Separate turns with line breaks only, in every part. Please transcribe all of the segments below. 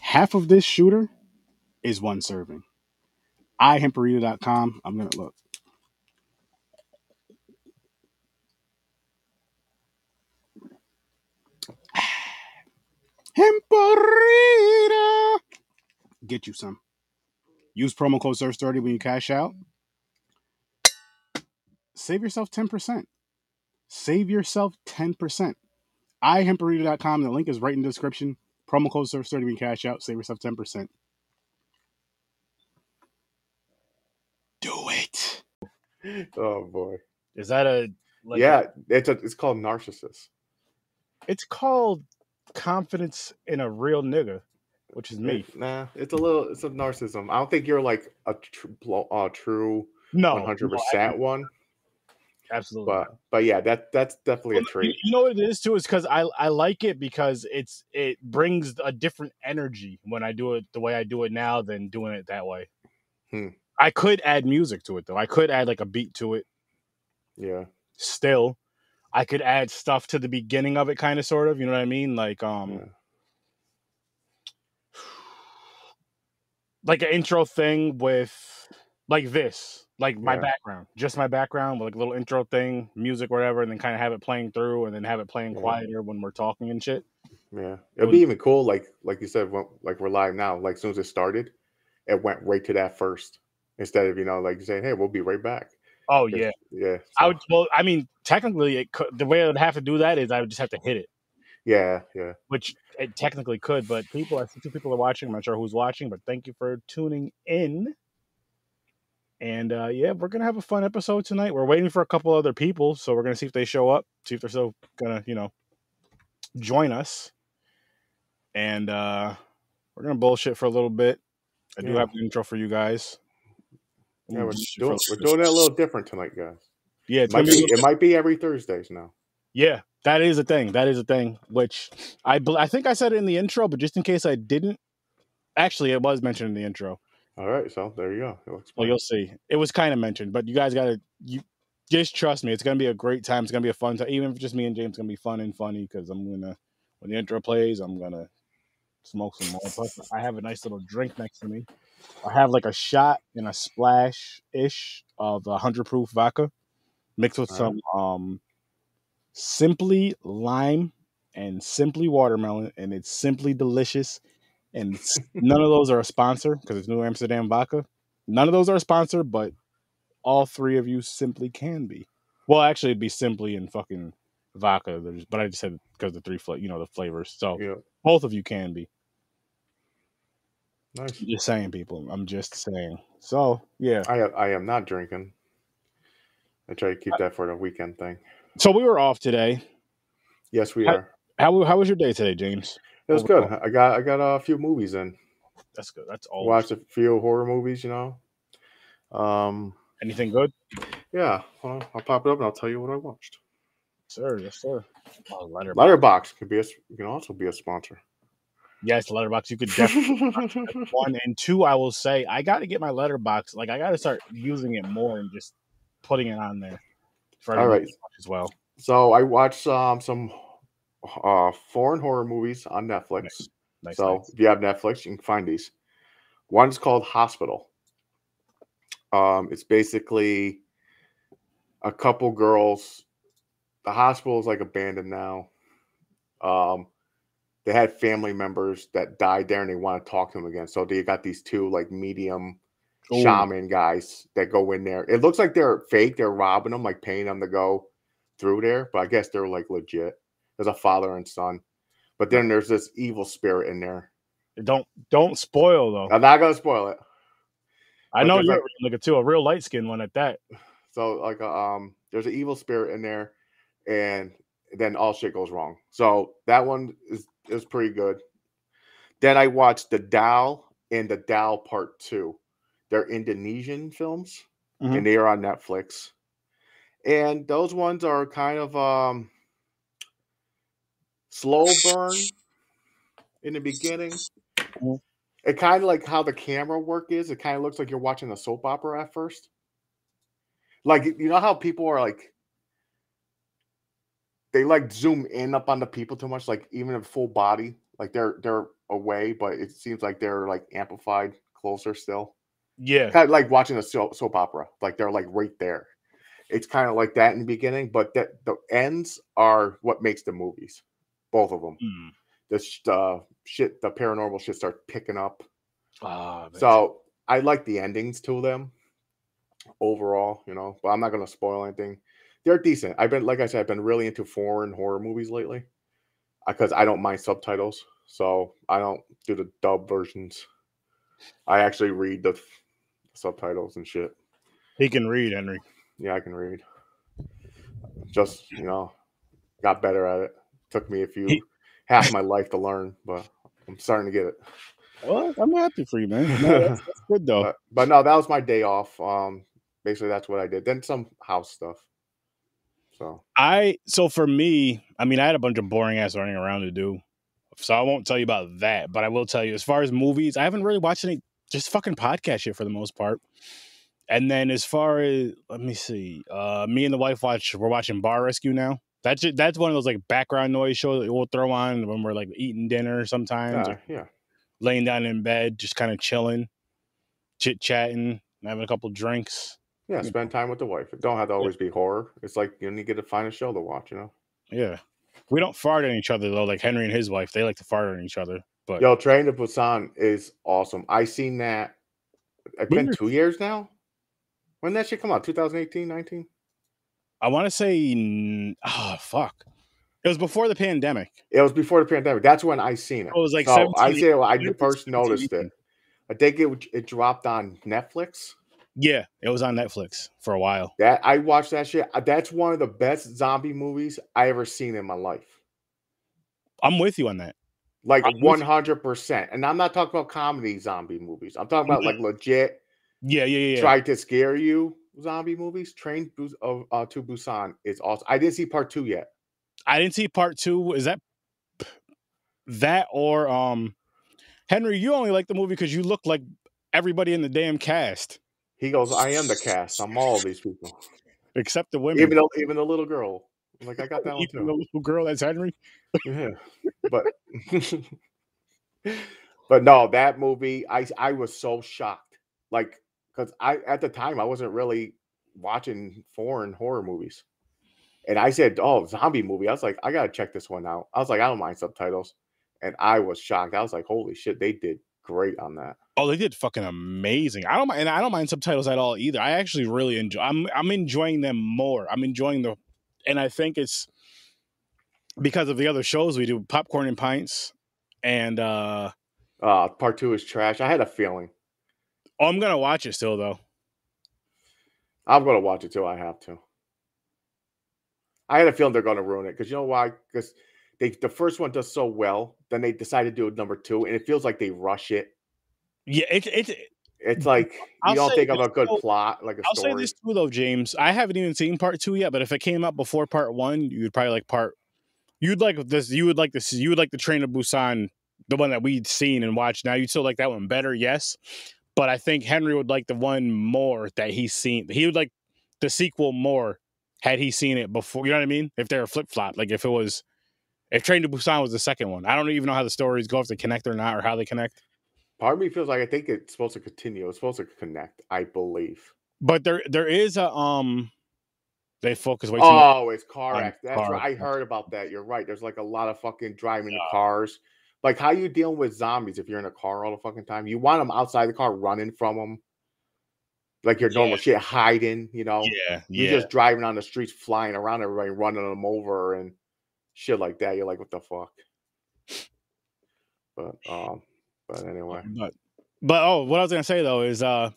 Half of this shooter is one serving. ihemperita.com. I'm going to look. Hemperita! Get you some. Use promo code SERVE30 when you cash out. Save yourself 10%. Save yourself 10%. ihemperita.com. The link is right in the description. Promo code SERVE30 when you cash out. Save yourself 10%. Do it.
Oh boy.
Is that a like a-
yeah, it's a, it's called narcissist.
it's called confidence in a real nigga, which is me.
It- nah, it's a little it's a narcissism. I don't think you're like a tr- blo- a true
No,
one hundred
no,
percent one,
absolutely.
but but yeah, that that's definitely a
Well, You
trait.
you know what it is too is because I I like it because it's it brings a different energy when I do it the way I do it now than doing it that way.
Hmm.
I could add music to it though. I could add like a beat to it.
Yeah,
Still, I could add stuff to the beginning of it, kind of, sort of. You know what I mean? Like um,
yeah,
like an intro thing with like this, like my
Yeah.
background, just my background with like a little intro thing, music, whatever, and then kind of have it playing through and then have it playing
Yeah.
quieter when we're talking and shit.
yeah.
Well-
It'd be even cool, like like you said, when, like we're live now. Like as soon as it started, it went right to that first instead of you know like saying, "Hey, we'll be right back."
Oh
It's-
yeah.
yeah.
I
so-
would well, I mean, technically it could the way I would have to do that is I would just have to hit it,
Yeah, yeah,
which it technically could, but people I see two people are watching. I'm not sure who's watching, but thank you for tuning in. And uh yeah, we're gonna have a fun episode tonight. We're waiting for a couple other people, so we're gonna see if they show up, see if they're still gonna, you know, join us. And uh we're gonna bullshit for a little bit. I do
Yeah.
have an intro for you guys.
yeah. We're
Bullshit for
doing
a
we're
little bit.
doing it a little different tonight, guys.
yeah, it's
It might
gonna be
be it might be every Thursdays now.
Yeah, that is a thing. That is a thing. Which I bel- I think I said it in the intro, but just in case I didn't, actually, it was mentioned in the intro.
All right, so there you go. It'll
Well,
explain.
you'll see. It was kind of mentioned, but you guys gotta you just trust me. It's gonna be a great time. It's gonna be a fun time. Even if it's just me and James, it's gonna be fun and funny because I'm gonna when the intro plays, I'm gonna smoke some more. Plus, I have a nice little drink next to me. I have like a shot and a splash ish of a hundred proof vodka mixed with
Alright.
some um simply lime and simply watermelon, and it's simply delicious. And it's- none of those are a sponsor because it's New Amsterdam vodka. None of those are a sponsor, but all three of you simply can be. Well, actually, it'd be simply and fucking vodka. There's, but I just said because the three, fla- you know, the flavors. So
yeah,
both of you can be.
nice.
I'm just saying, people. I'm just saying. So yeah.
I am- I am not drinking. I try to keep that for the weekend thing.
So we were off today.
Yes, we
I-
are.
How how was your day today, James?
It was good.
overall-
I got I got a few movies in.
That's good. That's all.
Watched a few horror movies, you know. Um,
Anything good?
yeah. Well, I'll pop it up and I'll tell you what I watched.
Sir, yes, sir. Oh, letter.
Letterbox could be a, s- can also be a sponsor.
Yes, letterbox. You could definitely one and two. I will say I got to get my letterbox. Like I got to start using it more and just putting it on there. For
All
everyone
right.
to watch as well.
so I watched um, some uh, foreign horror movies on Netflix.
Nice, Nice.
so
nice.
if you have Netflix, you can find these. One's called Hospital. Um, it's basically a couple girls. The hospital is like abandoned now. Um, they had family members that died there, and they want to talk to them again. So they got these two like medium
Ooh,
shaman guys that go in there. It looks like they're fake. They're robbing them, like paying them to go through there. But I guess they're like legit. There's a father and son. But then there's this evil spirit in there.
Don't don't spoil though.
I'm not gonna spoil it.
I know
there's,
you're
like-
like a two, a real light skinned one at that.
So like uh, um, there's an evil spirit in there, and then all shit goes wrong. So that one is is pretty good. Then I watched The Dal and The Dal Part Two. They're Indonesian films,
Mhm.
and they are on Netflix. And those ones are kind of um, slow burn in the beginning. It kind of like how the camera work is. It kind of looks like you're watching a soap opera at first. Like you know how people are like they like zoom in up on the people too much, like even in full body, like they're they're away, but it seems like they're like amplified closer still.
Yeah.
Kind of like watching a soap, soap opera, like they're like right there. It's kind of like that in the beginning, but that the ends are what makes the movies, both of them.
Mm.
Hmm.
The sh- the shit, the paranormal shit starts picking up.
Ah, that's-
So I like the endings to them overall, you know, but I'm not going to spoil anything. They're decent. I've been, like I said, I've been really into foreign horror movies lately because I don't mind subtitles. So I don't do the dub versions. I actually read the f- subtitles and shit.
He can read, Henry.
Yeah, I can read. Just, you know, got better at it. Took me a few,
He-
half my life to learn, but I'm starting to get it.
Well, I'm happy for you, man. No, that's, that's good though.
but, but no, that was my day off. Um, basically that's what I did. Then some house stuff. So
I so for me, I mean, I had a bunch of boring ass running around to do, so I won't tell you about that. But I will tell you as far as movies, I haven't really watched any just fucking podcast shit for the most part. And then as far as let me see, uh, me and the wife watch we're watching Bar Rescue now. That's ju- that's one of those like background noise shows that we'll throw on when we're like eating dinner sometimes,
yeah,
or
yeah,
laying down in bed, just kind of chilling, chit chatting, having a couple drinks.
yeah. Spend time with the wife. It don't have to always be horror. It's like you need to find a show to watch. You know.
Yeah, we don't fart at each other though. Like Henry and his wife, they like to fart at each other. But
Yo, Train to Busan is awesome. I seen that. It's
When
been
did-
two years now. When did that shit come out? 2018, 19?
I want to say, n- oh fuck, it was before the pandemic.
It was before the pandemic. That's when I seen it.
Oh, It was like
so I
17
say well, I
Maybe it's
first
17
noticed it. I think it was- it dropped on Netflix.
Yeah, it was on Netflix for a while.
That I watched that shit. Uh, That's one of the best zombie movies I ever seen in my life.
I'm with you on that.
Like
I'm with you.
one hundred percent. And I'm not talking about comedy zombie movies. I'm talking about like legit
Yeah, Mm-hmm. yeah, yeah. yeah.
try to scare you zombie movies. Train Bus- of uh, to Busan is awesome. I didn't see part two yet.
I didn't see part two. Is that that or um Henry? You only like the movie because you look like everybody in the damn cast
He goes, I am the cast. I'm all these people,
except the women.
even though even the little girl. I'm like I got that one
Even the
too.
little girl that's Henry.
Yeah, but but no, that movie, I I was so shocked, like because I at the time I wasn't really watching foreign horror movies, and I said, "Oh, zombie movie." I was like, "I gotta check this one out." I was like, "I don't mind subtitles," and I was shocked. I was like, "Holy shit, they did great on that."
Oh, they did fucking amazing. I don't mind, and I don't mind subtitles at all either. I actually really enjoy. I'm I'm enjoying them more. I'm enjoying the, and I think it's because of the other shows we do, popcorn and pints, and uh
Uh, part two is trash. I had a feeling
oh, I'm gonna watch it still though.
I'm gonna watch it till I have to. I had a feeling they're gonna ruin it because you know why? Because they the first one does so well, then they decide to do number two, and it feels like they rush it.
Yeah, it, it,
It's like you
Mm-hmm. I'll
don't
say
think of
this,
a good
though-
plot, like a
I'll
story.
say this too though, James. I haven't even seen part two yet, but if it came out before part one, you'd probably like part. You'd like this. You would like this. You would like the Train to Busan, the one that we'd seen and watched. Now you'd still like that one better, yes. But I think Henry would like the one more that he's seen. He would like the sequel more had he seen it before. You know what I mean? If they're a flip flop, like if it was, if Train to Busan was the second one, I don't even know how the stories go if they connect or not or how they connect.
Part of me feels like I think it's supposed to continue. It's supposed to connect. I believe.
But there, there is a um. They focus way too much.
Oh, it's car
on
accident. That's
car
right. I
accident.
heard about that. You're right. There's like a lot of fucking driving the cars. Like how you dealing with zombies if you're in a car all the fucking time? You want them outside the car, running from them, like your normal shit, hiding. You know.
Yeah,
You're just driving on the streets, flying around everybody, running them over and shit like that. You're like, what the fuck? But um, but anyway,
But but oh, what I was gonna say though is uh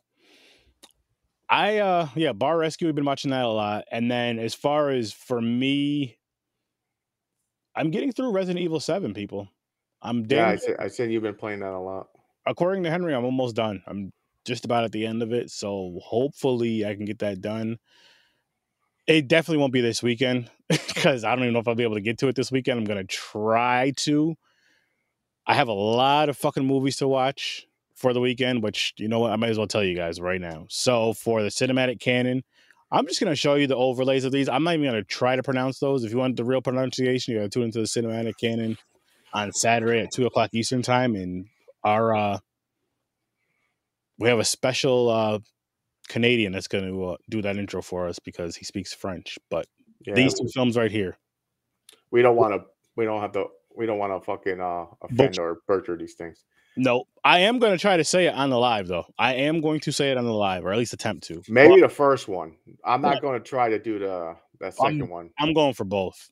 I uh yeah, Bar Rescue, we've been watching that a lot. And then as far as for me, I'm getting through Resident Evil 7, people. I'm digging.
Yeah, I
it.
see, I seen you've been playing that a lot.
according to Henry, I'm almost done. I'm just about at the end of it, so hopefully I can get that done. It definitely won't be this weekend because I don't even know if I'll be able to get to it this weekend. I'm gonna try to. I have a lot of fucking movies to watch for the weekend, which you know what I might as well tell you guys right now. So for the cinematic canon, I'm just gonna show you the overlays of these. I'm not even gonna try to pronounce those. If you want the real pronunciation, you gotta tune into the cinematic canon on Saturday at two o'clock Eastern time, and our uh, we have a special uh, Canadian that's going to uh, do that intro for us because he speaks French. But
Yeah,
these two films right here,
we don't want to. We don't have to. We don't want to fucking uh, offend or butcher these things.
no, I am going to try to say it on the live though. I am going to say it on the live, or at least attempt to.
Maybe
Well,
the first one. I'm not going to try to do the that second one.
I'm going for both.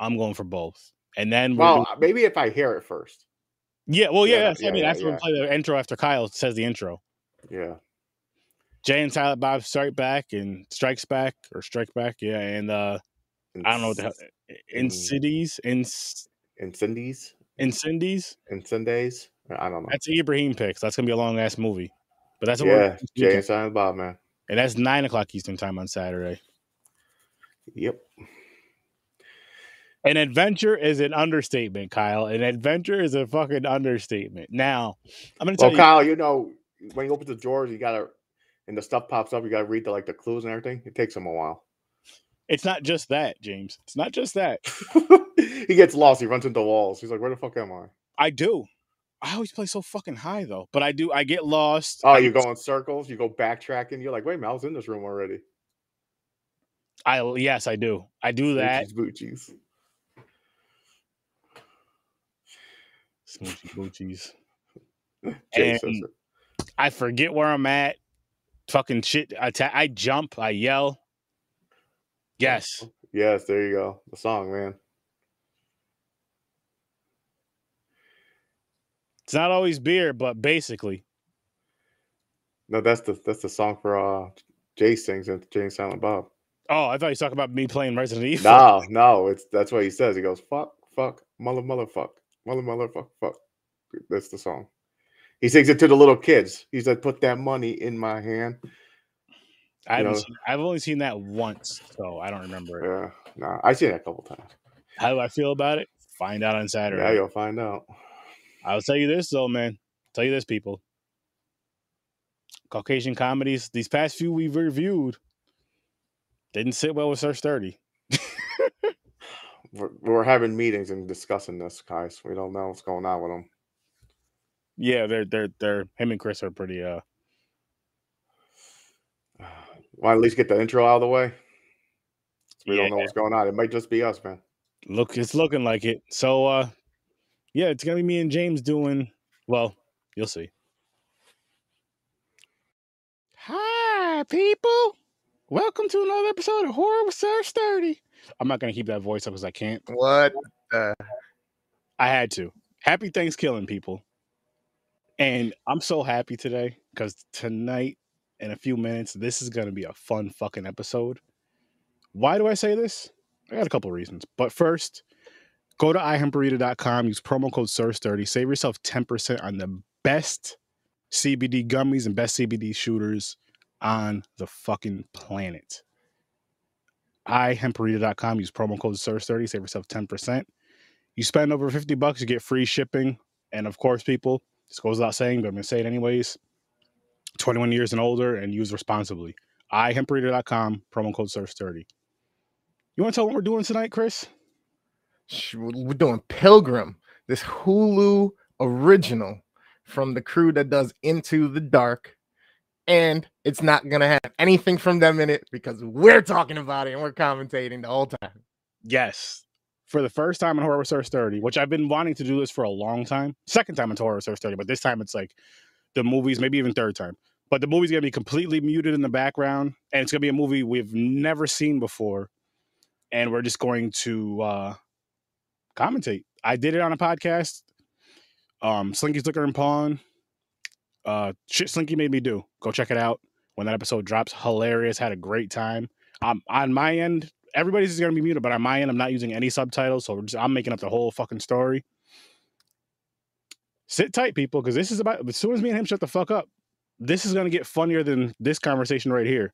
I'm going for both, and then we're
Well,
doing-
maybe if I hear it first.
yeah, well, yeah,
yeah,
that's what I
yeah,
mean,
yeah,
after we
yeah.
play the intro, after Kyle says the intro,
Yeah.
Jay and Silent Bob strike back and strikes back or strike back, yeah, and uh, I don't know what the hell, in
Mm.
cities, in
Incendies.
Incendies.
Incendies. I don't know.
That's Ibrahim picks. That's gonna be a long ass movie. But that's what we're
yeah,
doing this
Jay
weekend.
and Silent Bob, man.
and that's nine o'clock Eastern time on Saturday.
Yep.
An adventure is an understatement, Kyle. An adventure is a fucking understatement. Now, I'm gonna tell
Well,
you.
Kyle, you know when you open the drawers, you gotta and the stuff pops up. You gotta read the like the clues and everything. It takes him a while.
It's not just that, James. It's not just that.
he gets lost. He runs into walls. He's like, "Where the fuck am I?"
I do. I always play so fucking high though, but I do. I get lost.
Oh,
I-
you go in circles. You go backtracking. You're like, "Wait, a minute, I was in this room already."
I yes, I do. I do that.
Oochies, boochies.
Smoochie boochies.
Jay
And-
says it.
I forget where I'm at. Fucking shit. I ta- I jump. I yell. Yes.
Yes, there you go. The song, man.
It's not always beer, but basically.
No, that's the that's the song for uh Jay sings and Jay and Silent Bob.
Oh, I thought you was talking about me playing Resident Evil.
No, no, it's that's what he says. He goes, "Fuck, fuck, mother, mother, fuck, mother, mother, fuck, fuck." That's the song. He sings it to the little kids. He said, "Put that money in my hand."
I haven't
no.
seen, I've only seen that once, so I don't remember it.
Yeah, nah, I seen that a couple times.
How do I feel about it? Find out on Saturday.
Yeah, you'll find out.
I'll tell you this though, man. tell you this, people. Caucasian comedies, these past few we've reviewed, didn't sit well with Search 30.
We're, we're having meetings and discussing this, guys. We don't know what's going on with him.
Yeah, they're they're they're him and Chris are pretty uh
Want to at least get the intro out of the way? We
yeah,
don't know what's going on. It might just be us, man.
look it's looking like it. So uh yeah, it's gonna be me and James doing well, you'll see. Hi people. Welcome to another episode of Horror with Search 30. I'm not gonna keep that voice up because I can't.
What?
I had to. Happy Thanksgiving, people. And I'm so happy today because tonight, in a few minutes, this is going to be a fun fucking episode. Why do I say this? I got a couple reasons. But first, go to ihemperita.com, use promo code SURS30, save yourself 10% on the best CBD gummies and best CBD shooters on the fucking planet. ihemperita.com, use promo code SURS30, save yourself 10%. You spend over 50 bucks, you get free shipping. And of course, people, this goes without saying, but I'm going to say it anyways 21 years and older and use responsibly. iHempReader.com, promo code SURF30. You want to tell what we're doing tonight, Chris?
Sh- We're doing Pilgrim, this Hulu original from the crew that does Into the Dark. And it's not going to have anything from them in it because we're talking about it and we're commentating the whole time.
Yes. For the first time in Horror with Search 30, which I've been wanting to do this for a long time. Second time into Horror with Search 30, but this time it's like the movies, maybe even third time. But the movie's gonna be completely muted in the background, and it's gonna be a movie we've never seen before. And we're just going to uh commentate. I did it on a podcast. Um Slinky Slicker and Pawn. Uh shit Slinky made me do. Go check it out when that episode drops. Hilarious, had a great time. Um on my end, everybody's is going to be muted, but on my end, I'm not using any subtitles, so we're just, I'm making up the whole fucking story. sit tight, people, because this is about as soon as me and him shut the fuck up, this is gonna get funnier than this conversation right here.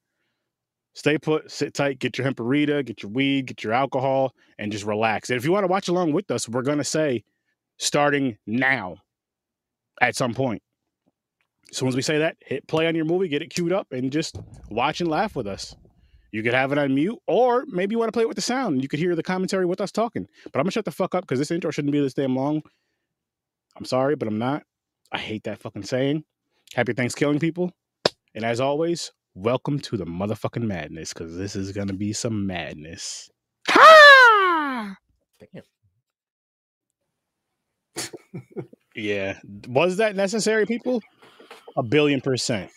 Stay put, sit tight, get your hemperita, get your weed, get your alcohol, and just relax. And if you want to watch along with us, we're gonna say starting now at some point. As soon as we say that, hit play on your movie, get it queued up, and just watch and laugh with us. You could have it on mute, or maybe you want to play it with the sound. and You could hear the commentary with us talking. But I'm gonna shut the fuck up because this intro shouldn't be this damn long. I'm sorry, but I'm not. I hate that fucking saying. Happy Thanksgiving, people. And as always, welcome to the motherfucking madness because this is gonna be some madness.
Damn.
Yeah. Was that necessary, people? A billion percent.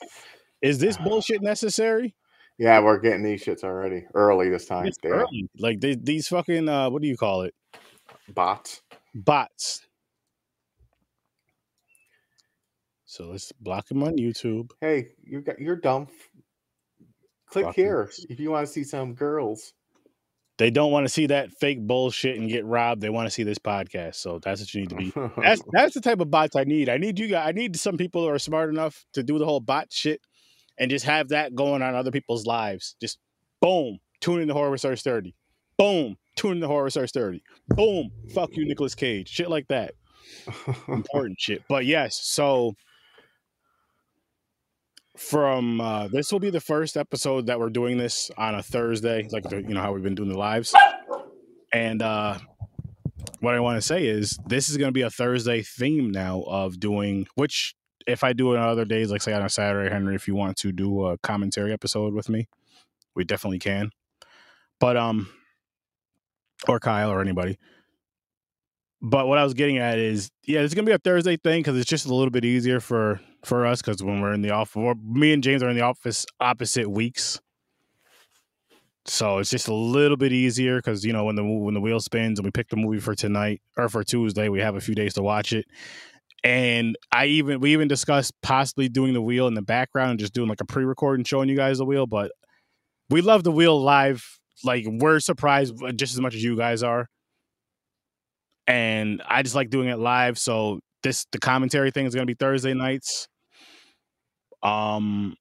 Is this bullshit necessary?
Yeah, we're getting these shits already early this time.
It's
Damn.
early. Like they, these fucking uh, what do you call it?
Bots.
Bots. So let's block him on YouTube.
Hey, you got you're dumb. Click
Fucking-
here if you want to see some girls.
They don't want to see that fake bullshit and get robbed. They want to see this podcast. So that's what you need to be. That's that's the type of bots I need. I need you guys. I need some people who are smart enough to do the whole bot shit and just have that going on other people's lives. Just boom, tune in to Horror Research 30. Boom, tune in to Horror Research 30. Boom, fuck you, Nicolas Cage. Shit like that. important shit. But yes, so from uh, this will be the first episode that we're doing this on a Thursday, like the, you know how we've been doing the lives. And uh, what I want to say is this is going to be a Thursday theme now of doing which if I do it on other days, like say on a Saturday, Henry, if you want to do a commentary episode with me, we definitely can. But um, or Kyle or anybody. But what I was getting at is, yeah, it's gonna be a Thursday thing because it's just a little bit easier for for us because when we're in the office, me and James are in the office opposite weeks, so it's just a little bit easier because you know when the mo- when the wheel spins and we pick the movie for tonight or for Tuesday, we have a few days to watch it. And I even we even discussed possibly doing the wheel in the background and just doing like a pre-record and showing you guys the wheel, but we love the wheel live. Like we're surprised uh, just as much as you guys are and I just like doing it live. So this the commentary thing is going to be Thursday nights. Um,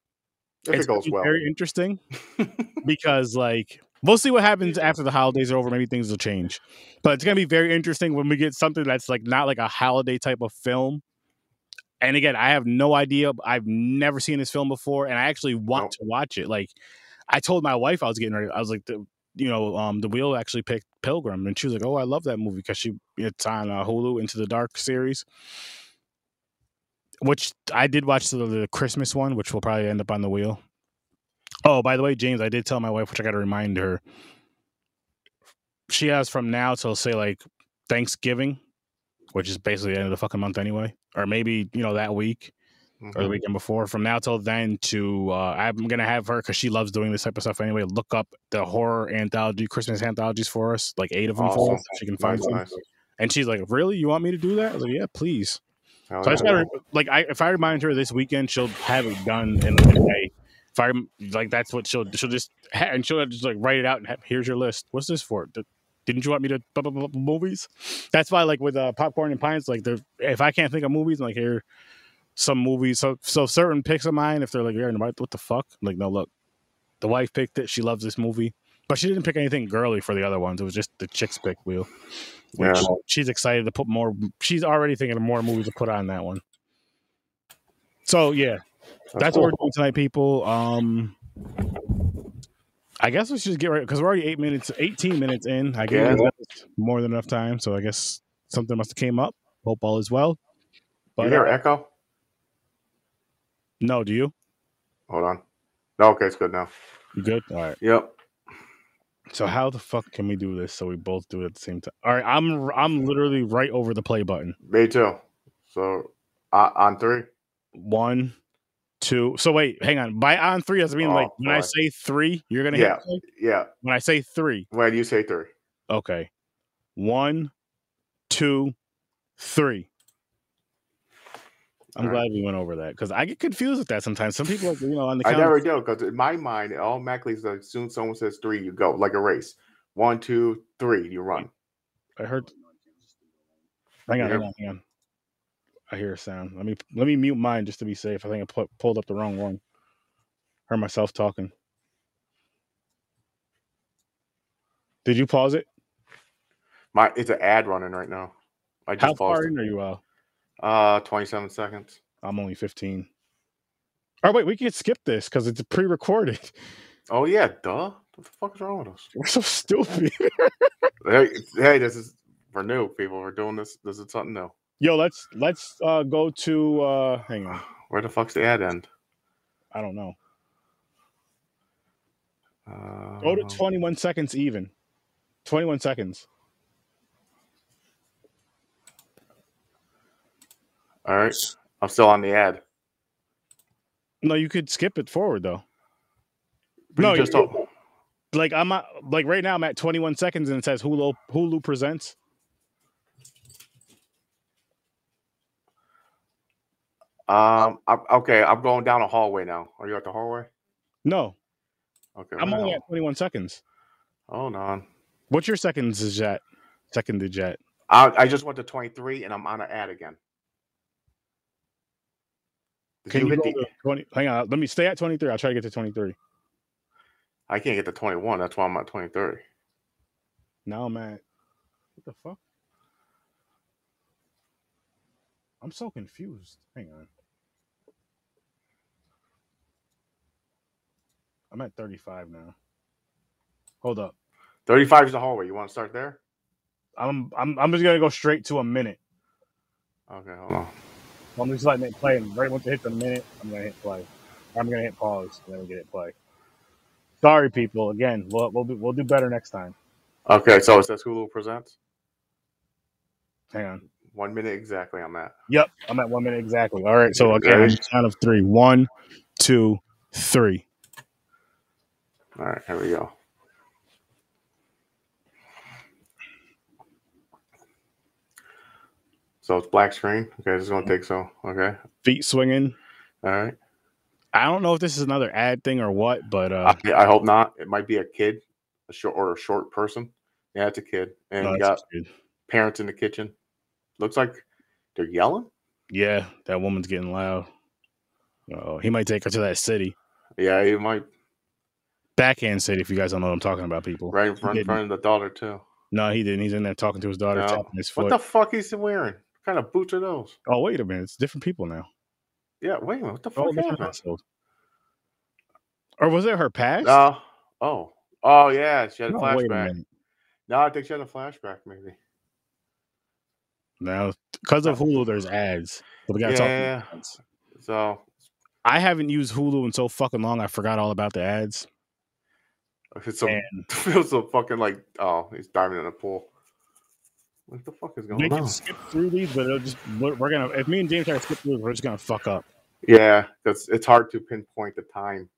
if
it's
it
gonna
goes
be
well.
very interesting because like we'll see what happens after the holidays are over. Maybe things will change, but it's going to be very interesting when we get something that's like not like a holiday type of film. And again, I have no idea. I've never seen this film before, and I actually want
Nope.
to watch it. Like, I told my wife I was getting ready. I was like, the, you know, um, the wheel actually picked Pilgrim, and she was like, "Oh, I love that movie because she it's on uh, Hulu Into the Dark series." Which I did watch the, the Christmas one, which will probably end up on the wheel. Oh, by the way, James, I did tell my wife, which I got to remind her. She has from now till say like Thanksgiving, which is basically the end of the fucking month anyway, or maybe you know that week or the
Mhm.
weekend before. From now till then, to uh, I'm gonna have her because she loves doing this type of stuff anyway. Look up the horror anthology, Christmas anthologies for us, like eight of them for
Awesome.
us. if She can find
Nice,
some.
nice.
And she's like, "Really? You want me to do that?" I was like, "Yeah, please."
Hell
So I
yeah.
just gotta like, I, if I remind her this weekend, she'll have it done in like a day. If I rem- like, that's what she'll she'll just ha- and she'll just like write it out and have, here's your list. What's this for? D- Didn't you want me to blah, blah, blah, blah, movies? That's why like with uh, popcorn and pints, like they're- if I can't think of movies, I'm like here some movies. So so certain picks of mine, if they're like, Aaron, what what the fuck? I'm like, no, look, the wife picked it. She loves this movie, but she didn't pick anything girly for the other ones. It was just the chicks pick wheel. Which
Yeah.
she's excited to put more. She's already thinking of more movies to put on that one. So yeah, that's what we're doing tonight, people. Um, I guess we should get right because we're already eight minutes, eighteen minutes in. I
Yeah.
guess more than enough time. So I guess something must have came up. Hope all is well.
cool. You
But
hear
uh,
echo?
no, do you?
Hold on. No, okay, it's good now.
You good? All right.
Yep.
So how the fuck can we do this so we both do it at the same time? All right, I'm I'm literally right over the play button.
Me too. So uh, on three.
One, two. So wait, hang on. By on three doesn't mean
Oh,
like when I
boy.
say three, you're gonna
Yeah.
hit play?
Yeah.
When I say three,
When you say three.
okay. One, two, three. I'm
All
glad
right.
we went over that because I get confused with that sometimes. Some people, like, you know, on the
I
count.
never do because in my mind, it automatically is like, as soon as someone says three, you go like a race. One, two, three, you run.
I heard. Hang on,
Yeah.
hang on, hang on. I hear a sound. Let me let me mute mine just to be safe. I think I pu- pulled up the wrong one. Heard myself talking. Did you pause it?
My it's an ad running right now. I
How
just
far
paused.
in are you out?
it. Uh, twenty-seven seconds.
I'm only 15. Oh wait, we can skip this because it's pre-recorded.
Oh yeah, duh. What the fuck is wrong with us?
We're so stupid.
Hey, hey, this is we're new people. We're doing this. This is something new.
Yo, let's let's uh, go to uh, hang on.
Where the fuck's the ad end?
I don't know.
Uh,
Go to 21 seconds even. 21 seconds.
All right, I'm still on the ad.
No, you could skip it forward though.
But
No,
you just
you-
don't-
Like I'm at, like right now I'm at 21 seconds and it says Hulu Hulu presents.
um. I'm, okay, I'm going down a hallway now. Are you at the hallway?
No,
Okay.
I'm
where the
only at
hell-
21 seconds.
Hold on.
What's your seconds is at? Second is at.
I, I just went to 23 and I'm on an ad again. Did
Can you,
you hit
go
the-
to 20? Hang on, let me stay at 23. I'll try to get to 23.
I can't get to 21. That's why I'm at 23.
Now I'm at what the fuck? I'm so confused. Hang on. I'm at 35 now. Hold up.
35 is the hallway. You want to start there?
I'm I'm I'm just gonna go straight to a minute.
Okay, hold on.
I'm just letting it play. And right once it hits a minute, I'm gonna hit play. I'm gonna hit pause and then we get it play. Sorry, people. Again, we'll we'll do we'll do better next time.
Okay, so it says Hulu Presents.
Hang on.
One minute exactly on that.
Yep, I'm at one minute exactly. All right, so okay, I'm count of three. One, two, three.
All right, here we go. So it's black screen. Okay, this is going to take so. Okay,
Feet swinging.
all right.
I don't know if this is another ad thing or what, but uh,
I, I hope not. It might be a kid, a short or a short person. Yeah, it's a kid, and
no,
you got
that's good.
parents in the kitchen. Looks like they're yelling.
yeah, that woman's getting loud. Oh, he might take her to that city,
Yeah, you might
backhand city. If you guys don't know what I'm talking about, people.
right in front,
didn't.
in front of the daughter too.
No, he didn't. He's in there talking to his daughter,
No.
tapping his
What
foot.
the fuck is he wearing? What kind of boots are those?
oh, wait a minute, it's different people now.
Yeah, wait a minute. What the fuck
Oh, different
happened?
household. Or was it her past?
No. Oh. Oh yeah, she had a
No, wait a
flashback.
minute.
No, I think she had a flashback maybe.
Now, because of Hulu, there's ads. So we gotta talk about
Yeah.
ads.
So
I haven't used Hulu in so fucking long. I forgot all about the ads.
it's so
And
feels so fucking like oh, he's diving in a pool. What the fuck is
we
going
can
on?
skip through these, but it'll just we're, we're gonna. If me and James try to skip through, we're just gonna fuck up.
Yeah, that's it's hard to pinpoint the time.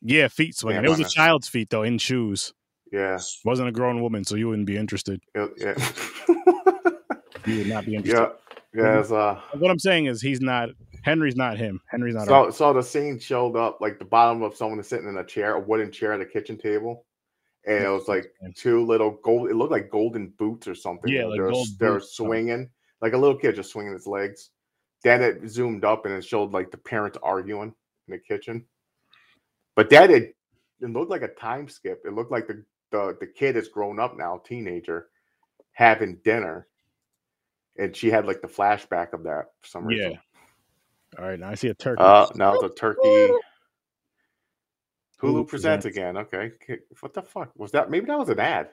Yeah, feet swinging.
Yeah,
it was a
why not?
child's feet though, in shoes.
Yeah.
Wasn't a grown woman, so you wouldn't be interested.
it-
You would not be
yeah.
interested.
yeah. Yeah, it's uh
What I'm saying is, he's not Henry's. Not him. Henry's not.
So, so the scene showed up like the bottom of someone sitting in a chair, a wooden chair at a kitchen table, and it was like two little gold. It looked like golden boots or something.
Yeah,
and
like
they were,
gold
they were
boots, something.
swinging like a little kid just swinging his legs. Then it zoomed up and it showed like the parents arguing in the kitchen. But that it, it looked like a time skip. It looked like the the, the kid is grown up now, teenager, having dinner, and she had like the flashback of that for some
Yeah.
reason.
all right, now I see a turkey.
Uh, now the turkey.
Hulu
Hulu
Presents.
presents again. Okay, K- what the fuck was that? Maybe that was an ad.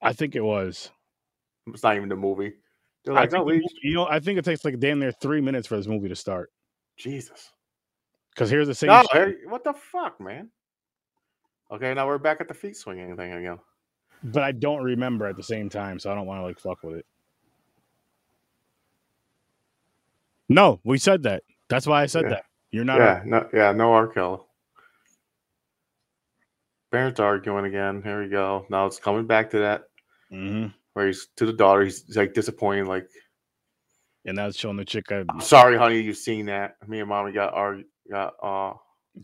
I think it was.
It's not even the movie. They're
I
like,
think the
oh, we,
movie- you know, I think it takes like damn near three minutes for this movie to start.
Jesus.
Because here's the thing.
No, Harry, what the fuck, man? Okay, now we're back at the feet swinging thing again.
but I don't remember at the same time, so I don't want to like fuck with it. No, we said that. That's why I said
Yeah.
that. You're not.
yeah, no, yeah, no R. Kelly. Parents arguing again. Here we go. Now it's coming back to that
Mhm.
where he's to the daughter. He's, he's like disappointed. Like,
And that's showing the chick. I,
I'm sorry, honey, you've seen that. Me and mommy got arg got uh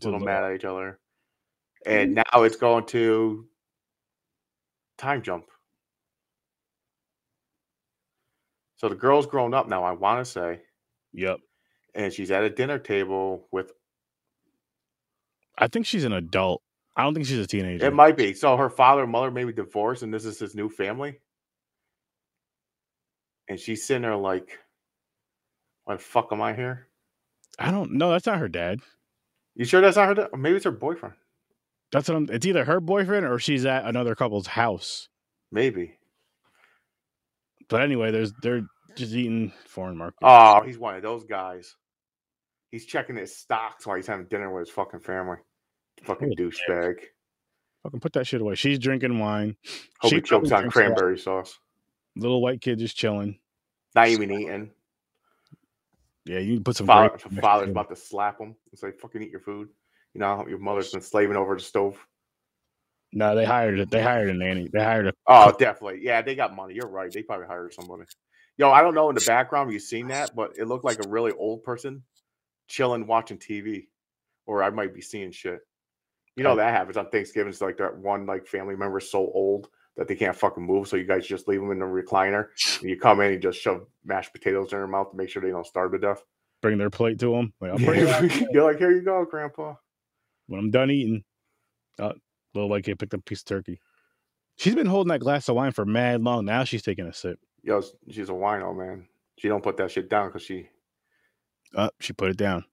to
little
the-
mad at each other. And now it's going to time jump. So the girl's grown up now, I want to say.
Yep.
and she's at a dinner table with
I think she's an adult. I don't think she's a teenager.
it might be so her father and mother maybe divorced and this is his new family and she's sitting there like why the fuck am i here
I don't know. That's not her dad.
you sure that's not her da- or maybe it's her boyfriend
That's what I'm. It's either her boyfriend or she's at another couple's house.
maybe
But anyway, there's they're just eating foreign market.
oh he's one of those guys he's checking his stocks while he's having dinner with his fucking family fucking douchebag
Fucking put that shit away. She's drinking wine.
hope
She
he chokes
probably
on
drinks a lot.
cranberry sauce
Little white kid just chilling.
not even eating
Yeah, you can put some.
Father,
grape in there.
father's about to slap him and say, "Fucking eat your food." You know, your mother's been slaving over the stove.
No, they hired it. They hired a nanny. They hired a.
Oh, definitely. Yeah, they got money. You're right. They probably hired somebody. Yo, I don't know in the background if you've seen that, but it looked like a really old person chilling watching TV, or I might be seeing shit. You know
Okay.
that happens on Thanksgiving. It's like that one like family member is so old that they can't fucking move, so you guys just leave them in the recliner. And you come in and just shove mashed potatoes in their mouth to make sure they don't starve to death.
Bring their plate to them. Like, I'll bring it out
You're like, here you go, Grandpa.
when I'm done eating. Uh, little white kid picked up a piece of turkey. She's been holding that glass of wine for mad long. Now she's taking a sip.
Yo, s- she's a wino, man. She don't put that shit down because she.
Up, Uh, she put it down.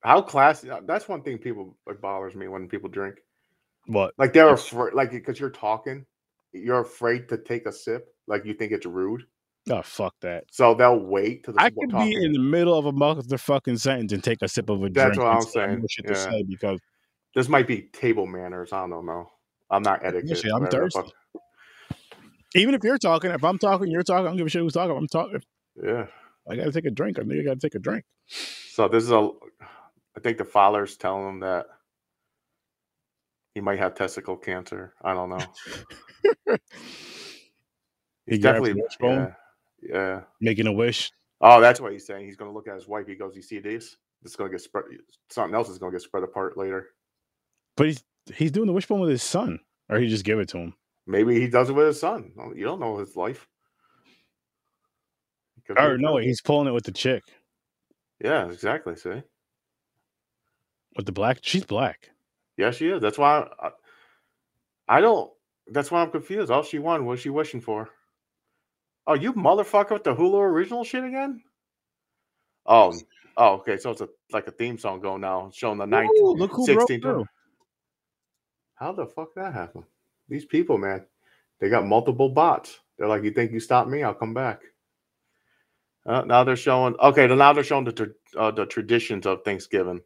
How classy. uh, That's one thing people like bothers me when people drink.
What?
Like they're afraid, like because you're talking, you're afraid to take a sip. Like you think it's rude,
Oh fuck that.
so they'll wait till the
I
people
could
talking.
be in the middle of a motherfucking sentence and take a sip of a
That's
drink. and
what I'm
still have
saying,
more shit
yeah.
to say because
This might be table manners. I don't know. I'm not etiquette.
I'm
whatever the fuck-
even if you're talking, if I'm talking, you're talking. I don't give a shit who's talking. I'm talking.
Yeah.
I gotta take a drink. I think I gotta take a drink.
So this is a. I think the father's telling him that he might have testicle cancer. I don't know.
He
He's
grabs the
definitely.
wishbone?
yeah. yeah.
Making a wish.
Oh, that's what he's saying. He's going to look at his wife. He goes, "You see this? It's going to get spread. Something else is going to get spread apart later.
But he's he's doing the wishbone with his son, or he just give it to him.
Maybe he does it with his son. Oh, You don't know his life. He could be
Or
a
no,
kid.
he's pulling it with the chick
yeah, exactly. See,
with the black. She's black.
yeah, she is. That's why I, I don't. That's why I'm confused. All she wanted was she wishing for. Oh, you motherfucker with the Hulu original shit again? Oh, oh, okay. So it's a like a theme song going now, showing the 19th,
Ooh, look who broke
16th.
through.
How the fuck that happened? These people, man, they got multiple bots. They're like, you think you stop me? I'll come back. Uh, now they're showing. Okay, then now they're showing the tra- uh, the traditions of Thanksgiving.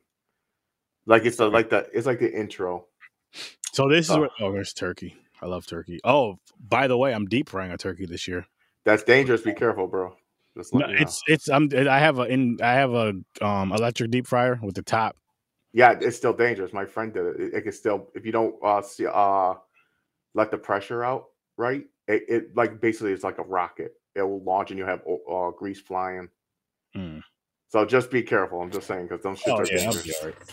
Like it's the, like the it's like the intro.
So this is
Oh.
what. Oh, there's turkey. I love turkey. Oh, by the way, I'm deep frying a turkey this year.
That's dangerous. Be careful, bro. Just
No,
let you know.
it's it's I'm I have a in I have a um electric deep fryer with the top.
yeah, it's still dangerous. My friend did it. It, it can still if you don't uh see uh let the pressure out right. It, it like basically it's like a rocket. It will launch and you have uh, grease flying.
Mm.
So just be careful. I'm just saying because them shit
Oh,
are
yeah, that'll be
dangerous.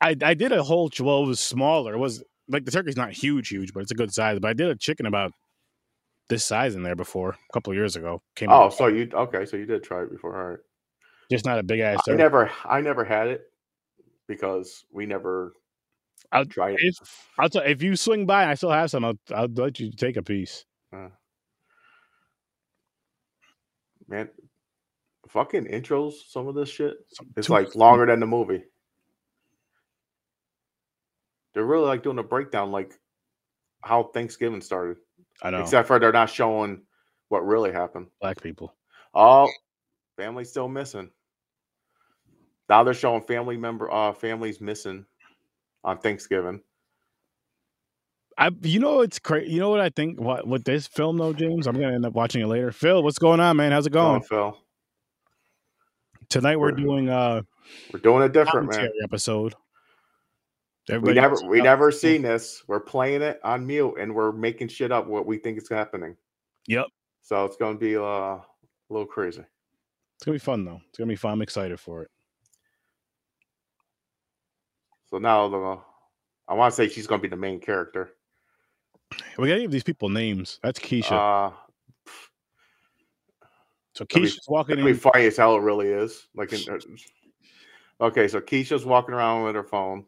all I I did a whole ch- well it was smaller. It was like the turkey's not huge huge, but it's a good size. But I did a chicken about this size in there before a couple of years ago. Came
Oh,
out
so you okay? So you did try it before. All right.
just not a big ass.
I
turkey.
never, I never had it because we never
I'll-
tried it.
If I'll tell if you swing by, and I still have some. I'll I'll let you take a piece.
Man, fucking intros. Some of this shit.
Some-
It's
two-
like longer than the movie. They're really like doing a breakdown, like how Thanksgiving started,
I know
except for they're not showing what really happened.
black people.
Oh, family still missing. Now they're showing family member uh families missing on Thanksgiving.
I you know it's crazy. You know what I think? What with this film though, James? I'm gonna end up watching it later. Phil, what's going on, man? How's it
Go
going?
on, Phil.
Tonight we're
Sure.
doing uh
We're doing it different, man.
commentary episode.
We
Everybody, uh,
never we
out.
never seen this. We're playing it on mute and we're making shit up what we think is happening.
Yep.
So it's gonna be uh, a little crazy.
it's gonna be fun though. It's gonna be fun. I'm excited for it.
So now the I want to say she's gonna be the main character.
We gotta give these people names. That's Keisha.
Uh,
So
That'd be-
Keisha's walking
It'd be
in.
funny as hell. It really is. Like, in, uh, okay, so Keisha's walking around with her phone.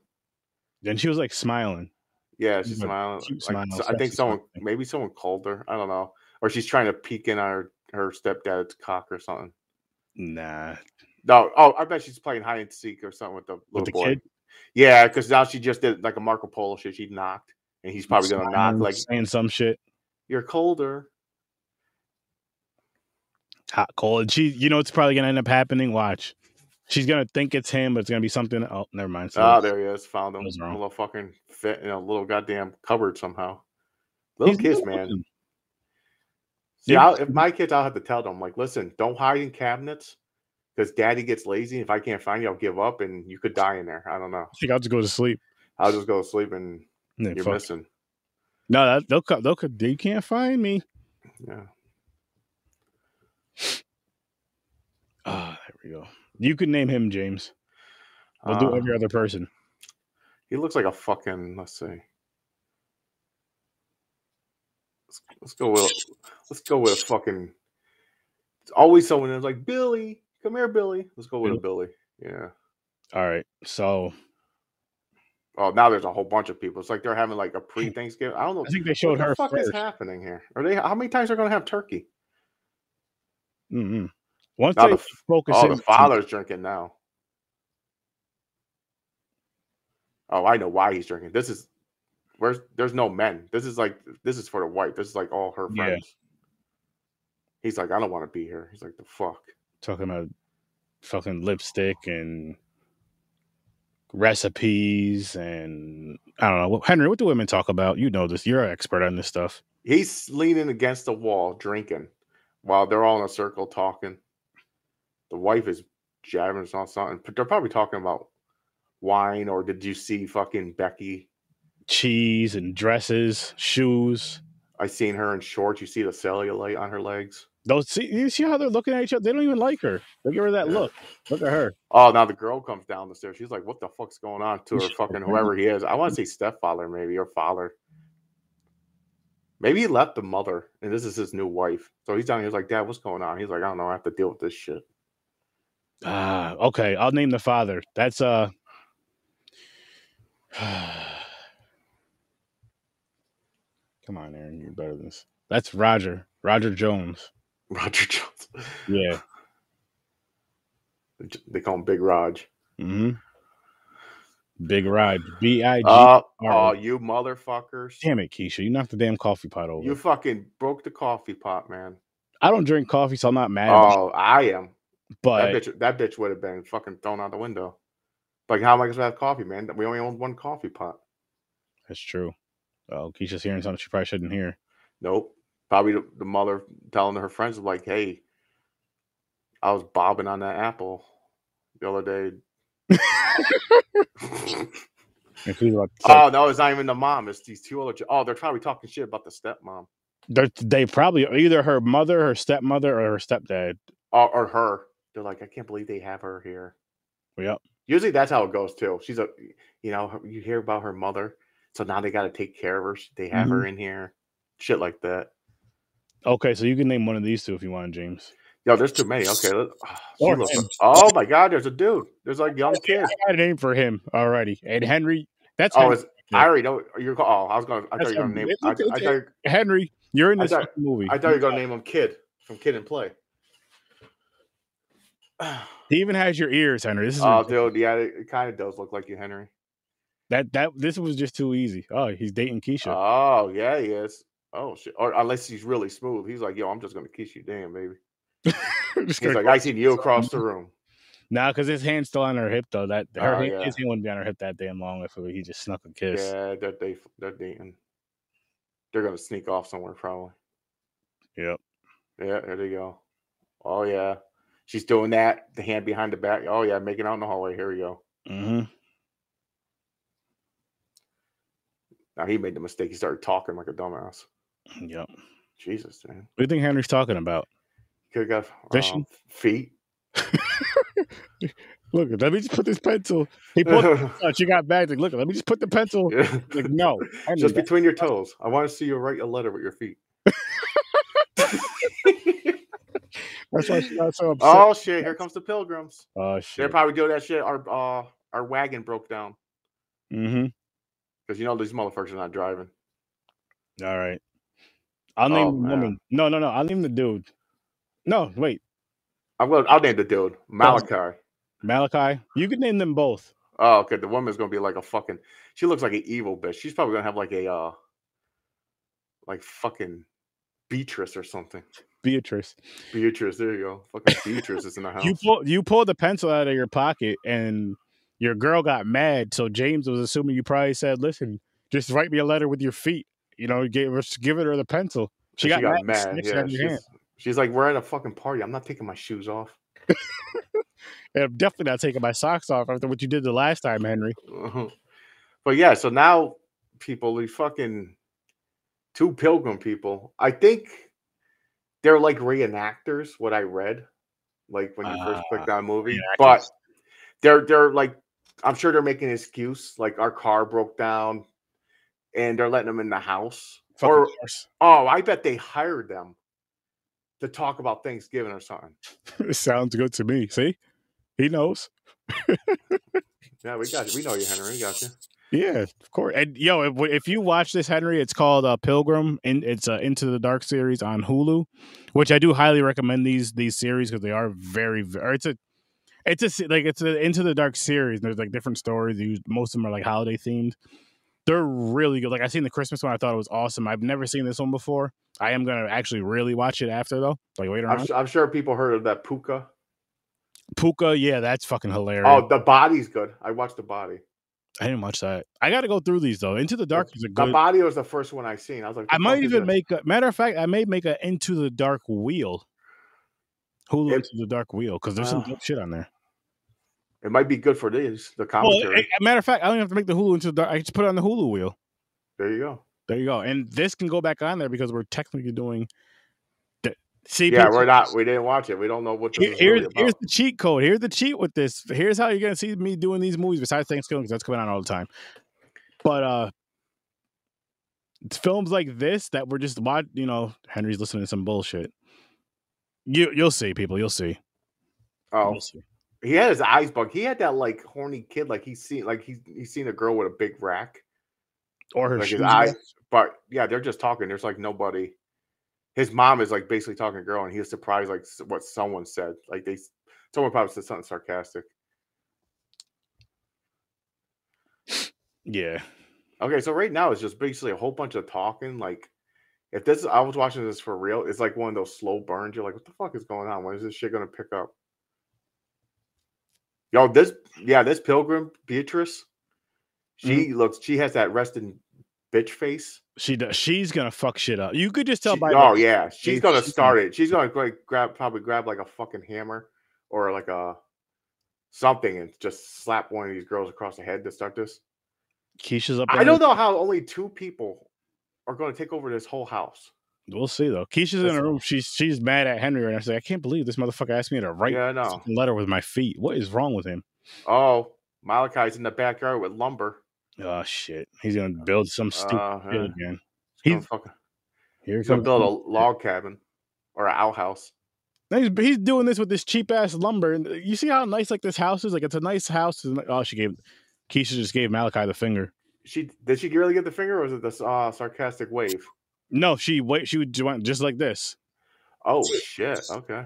Then she was like smiling.
Yeah, she's
Mhm.
smiling.
Cute
Like,
smile,
so- I think
sexy
someone,
smile.
maybe someone called her. I don't know, or she's trying to peek in on her her stepdad's cock or something.
Nah.
No, oh, I bet she's playing hide and seek or something with the little
the
boy.
kid?
Yeah, because now she just did like a Marco Polo shit. She knocked, and he's probably gonna knock
smiling,
like
saying some shit.
you're colder.
Hot cold. She you know it's probably gonna end up happening. Watch. She's gonna think it's him, but it's gonna be something. Oh, never mind. So
Oh, there he is. Found him.
was
A
wrong.
little fucking fit in a little goddamn cupboard somehow. Little kids, man. See,
Yeah.
I'll, if my kids, I'll have to tell them, like, listen, don't hide in cabinets because daddy gets lazy. If I can't find you, I'll give up and you could die in there. I don't know.
I think I'll just go to sleep.
I'll just go to sleep and
Yeah,
you're
fuck.
missing.
No, that, they'll co- they'll co- they can't find me.
Yeah.
Ah, there we go. You could name him James. We'll do
Uh,
every other person.
He looks like a fucking, let's see. Let's, let's go with let's go with a fucking it's always someone that's like Billy, come here, Billy. Let's go with a Billy. Yeah.
All right. So
Oh, now there's a whole bunch of people. It's like they're having like a pre-Thanksgiving. I don't know.
I think they showed
what
her
the fuck
first.
is happening here? Are they how many times are gonna have turkey?
Mm-mm. Once
Now
they
the f-
focus
Oh,
in,
the father's drinking now. Oh, I know why he's drinking. This is where's there's no men. This is like this is for the wife. This is like all her
Yeah.
friends. He's like, I don't want to be here. He's like, the fuck.
talking about fucking lipstick and recipes and I don't know. What- Henry, what do women talk about? You know this. You're an expert on this stuff.
He's leaning against the wall drinking while they're all in a circle talking. The wife is jabbing us on something. But They're probably talking about wine or did you see fucking Becky?
Cheese and dresses, shoes.
I seen her in shorts. You see the cellulite on her legs.
Those see you see how they're looking at each other. They don't even like her. They give her that
Yeah.
look. Look at her.
Oh, now the girl comes down the stairs. She's like, "What the fuck's going on?" To her
Shit,
fucking
man.
whoever he is. I want to say stepfather, maybe or father. Maybe he left the mother, and this is his new wife. So he's down here. He's like, "Dad, what's going on?" He's like, "I don't know. I have to deal with this shit."
Ah, okay. I'll name the father. That's uh Come on, Aaron, you're better than this. That's Roger. Roger Jones.
Roger Jones.
Yeah.
They call him Big Raj.
hmm Mm-hmm. Big Rod. B I G.
Uh, oh,
Alright.
you motherfuckers!
Damn it, Keisha. You knocked the damn coffee pot over.
You fucking broke the coffee pot, man.
I don't drink coffee, so I'm not mad about it,
Oh, I am.
but
that bitch, that bitch would have been fucking thrown out the window. Like, how am I supposed to have coffee, man? We only own one coffee pot.
that's true. Oh, Keisha's hearing something she probably shouldn't hear.
Nope. Probably the, the mother telling her friends, like, hey, I was bobbing on that apple the other day.
And she's about to say-
oh, no, it's not even the mom. It's these two other. ch- Oh, they're probably talking shit about the stepmom
they're- they probably either her mother, her stepmother, or her stepdad.
or, uh, or her. They're like, I can't believe they have her here.
Yep.
Usually that's how it goes, too. She's a, you know, her- you hear about her mother. So now they got to take care of her. so They have
Mm-hmm.
her in here. Shit like that.
Okay, so you can name one of these two if you want, James.
Yo, there's too many. Okay. Let, ah,
Or
she looks-
him.
oh, my God. There's a dude. There's like young
Yeah,
kid.
I got a name for him already. And Henry, that's
Oh,
Henry.
it's, I already know you're. go- Oh, I was gonna. I
That's
thought you were
him.
gonna name.
It's
I, I,
okay,
thought,
it's
you-
Henry, you're in
I
this
thought-
fucking movie.
I thought you were gonna name him Kid from Kid and Play.
he even has your ears, Henry. This is
Oh,
ridiculous.
dude, yeah, it kind of does look like you, Henry.
that that this was just too easy. Oh, he's dating Keisha.
Oh, yeah, he is. Oh shit! Or unless he's really smooth, he's like, "Yo, I'm just gonna kiss you, damn baby."
Just
He's
gonna-
like, "I seen you across
um,
the room."
nah, because his hand's still on her hip though. That her
Oh,
hand,
yeah.
his hand wouldn't be on her hip that damn long if it- he just snuck a kiss.
Yeah, they're they, they're dating. They're gonna sneak off somewhere probably.
Yep.
Yeah, there they go. Oh yeah, she's doing that. The hand behind the back. Oh yeah, making out in the hallway. Here we go.
hmm
Now he made the mistake. He started talking like a dumbass.
Yep. What
Jesus, man.
do you think Henry's talking about?
Could have got
Fishing?
um, feet.
Look, let me just put this pencil. He pulled it
Yeah.
out. She got back. Like, look, let me just put the pencil. Like, no. Henry,
Just
that-
between your toes. I want to see you write a letter with your feet.
That's why she got so upset.
Oh shit! Here comes the pilgrims.
Oh,
They're
shit.
probably doing that shit. Our uh, our wagon broke down
mm-hmm.
because you know these motherfuckers are not driving.
All right. I'll
Oh,
name the
man.
woman. No, no, no. I'll name the dude. No, wait.
I'm gonna. I'll name the dude Malachi.
Malachi. You could name them both.
Oh, okay. The woman's gonna be like a fucking. She looks like an evil bitch. She's probably gonna have like a uh, like fucking Beatrice or something.
Beatrice.
Beatrice. There you go. Fucking Beatrice is in the house.
You pull you pulled the pencil out of your pocket and your girl got mad. So James was assuming you probably said, Listen, just write me a letter with your feet. You know, give her give it her the pencil. She got, mad. and snitched it out
Yeah,
of your hand.
she's, she's like, we're at a fucking party. I'm not taking my shoes off.
And I'm definitely not taking my socks off after what you did the last time, Henry.
but yeah, so now people, these fucking two pilgrim people, I think they're like reenactors. What I read, like when you first clicked on a movie, but
Ah, reenactors.
they're they're like, I'm sure they're making an excuse, like our car broke down, and they're letting them in the house.
Fucking
Or
horse.
oh, I bet they hired them to talk about Thanksgiving or something.
sounds good to me. See? He knows.
Yeah, we got you. We know you, Henry. We got you.
Yeah, of course. And yo, if, if you watch this, Henry, it's called uh, Pilgrim, and it's uh, Into the Dark series on Hulu, which I do highly recommend these these series because they are very, ve- or It's a, it's a se- like it's an Into the Dark series. And there's like different stories. You, most of them are like holiday themed. They're really good. Like I seen the Christmas one, I thought it was awesome. I've never seen this one before. I am gonna actually really watch it after though, like later
I'm,
on.
su- I'm sure people heard of that puka.
Puka, yeah, that's fucking hilarious.
Oh, the body's good. I watched the body.
I didn't watch that. I got to go through these though. Into the Dark is a
The
good.
body was the first one I seen. I was like,
I
"The
might
fuck is
even
this?"
make a matter of fact, I may make an Into the Dark Wheel. Hulu
It-
Into the Dark Wheel because there's some
Wow.
dope shit on there.
It might be good for these. The
Well,
commentary.
a- a matter of fact, I don't even have to make the Hulu Into the Dark. I just put it on the Hulu wheel.
there you go.
There you go. And this can go back on there because we're technically doing. The, see,
Yeah,
people-
we're not. We didn't watch it. We don't know what this
Here-
is really
here's,
about.
here's the cheat code. Here's the cheat with this. Here's how you're gonna see me doing these movies besides Thanksgiving because that's coming out all the time. But uh it's films like this that we're just watch, you know, Henry's listening to some bullshit. You you'll see, people. You'll see.
oh,
You'll see.
he had his eyes bugged. He had that like horny kid. Like he's seen. Like he's he's seen a girl with a big rack.
Or her
Like
shoes.
his eyes. But yeah, they're just talking. There's like nobody. His mom is like basically talking to a girl, and he was surprised like s- what someone said. Like they, s- someone probably said something sarcastic.
Yeah.
Okay, so right now it's just basically a whole bunch of talking. Like, if this, I was watching this for real. It's like one of those slow burns. You're like, what the fuck is going on? When is this shit gonna pick up? Yo, this, yeah, this pilgrim Beatrice, she looks, she has that resting bitch face.
She does she's gonna fuck shit up. You could just tell
She-
by
oh
the,
yeah, she's
she's-
gonna
she's gonna-
start it. She's gonna go grab, probably grab like a fucking hammer or like a something and just slap one of these girls across the head to start this.
Keisha's up.
I
on
don't
her-
know how only two people are going to take over this whole house.
We'll see though. Keisha's in
Listen.
her room. She's she's mad at Henry right now. She's like, I can't believe this motherfucker asked me to write
Yeah, I
a
know.
fucking letter with my feet. What is wrong with him?
Oh, Malachi's in the backyard with lumber.
Oh shit! He's gonna build some stupid
Uh,
shit
yeah.
again.
He's,
He's
fucking,
here
he's gonna
comes.
build a log cabin or an outhouse.
No, He's, he's doing this with this cheap ass lumber, and uh, you see how nice like this house is. Like it's a nice house. and, like- Oh, she gave Keisha just gave Malachi the finger.
She did she really get the finger, or was it this uh, sarcastic wave?
No, she wait. She would ju- went just like this.
Oh shit! Okay.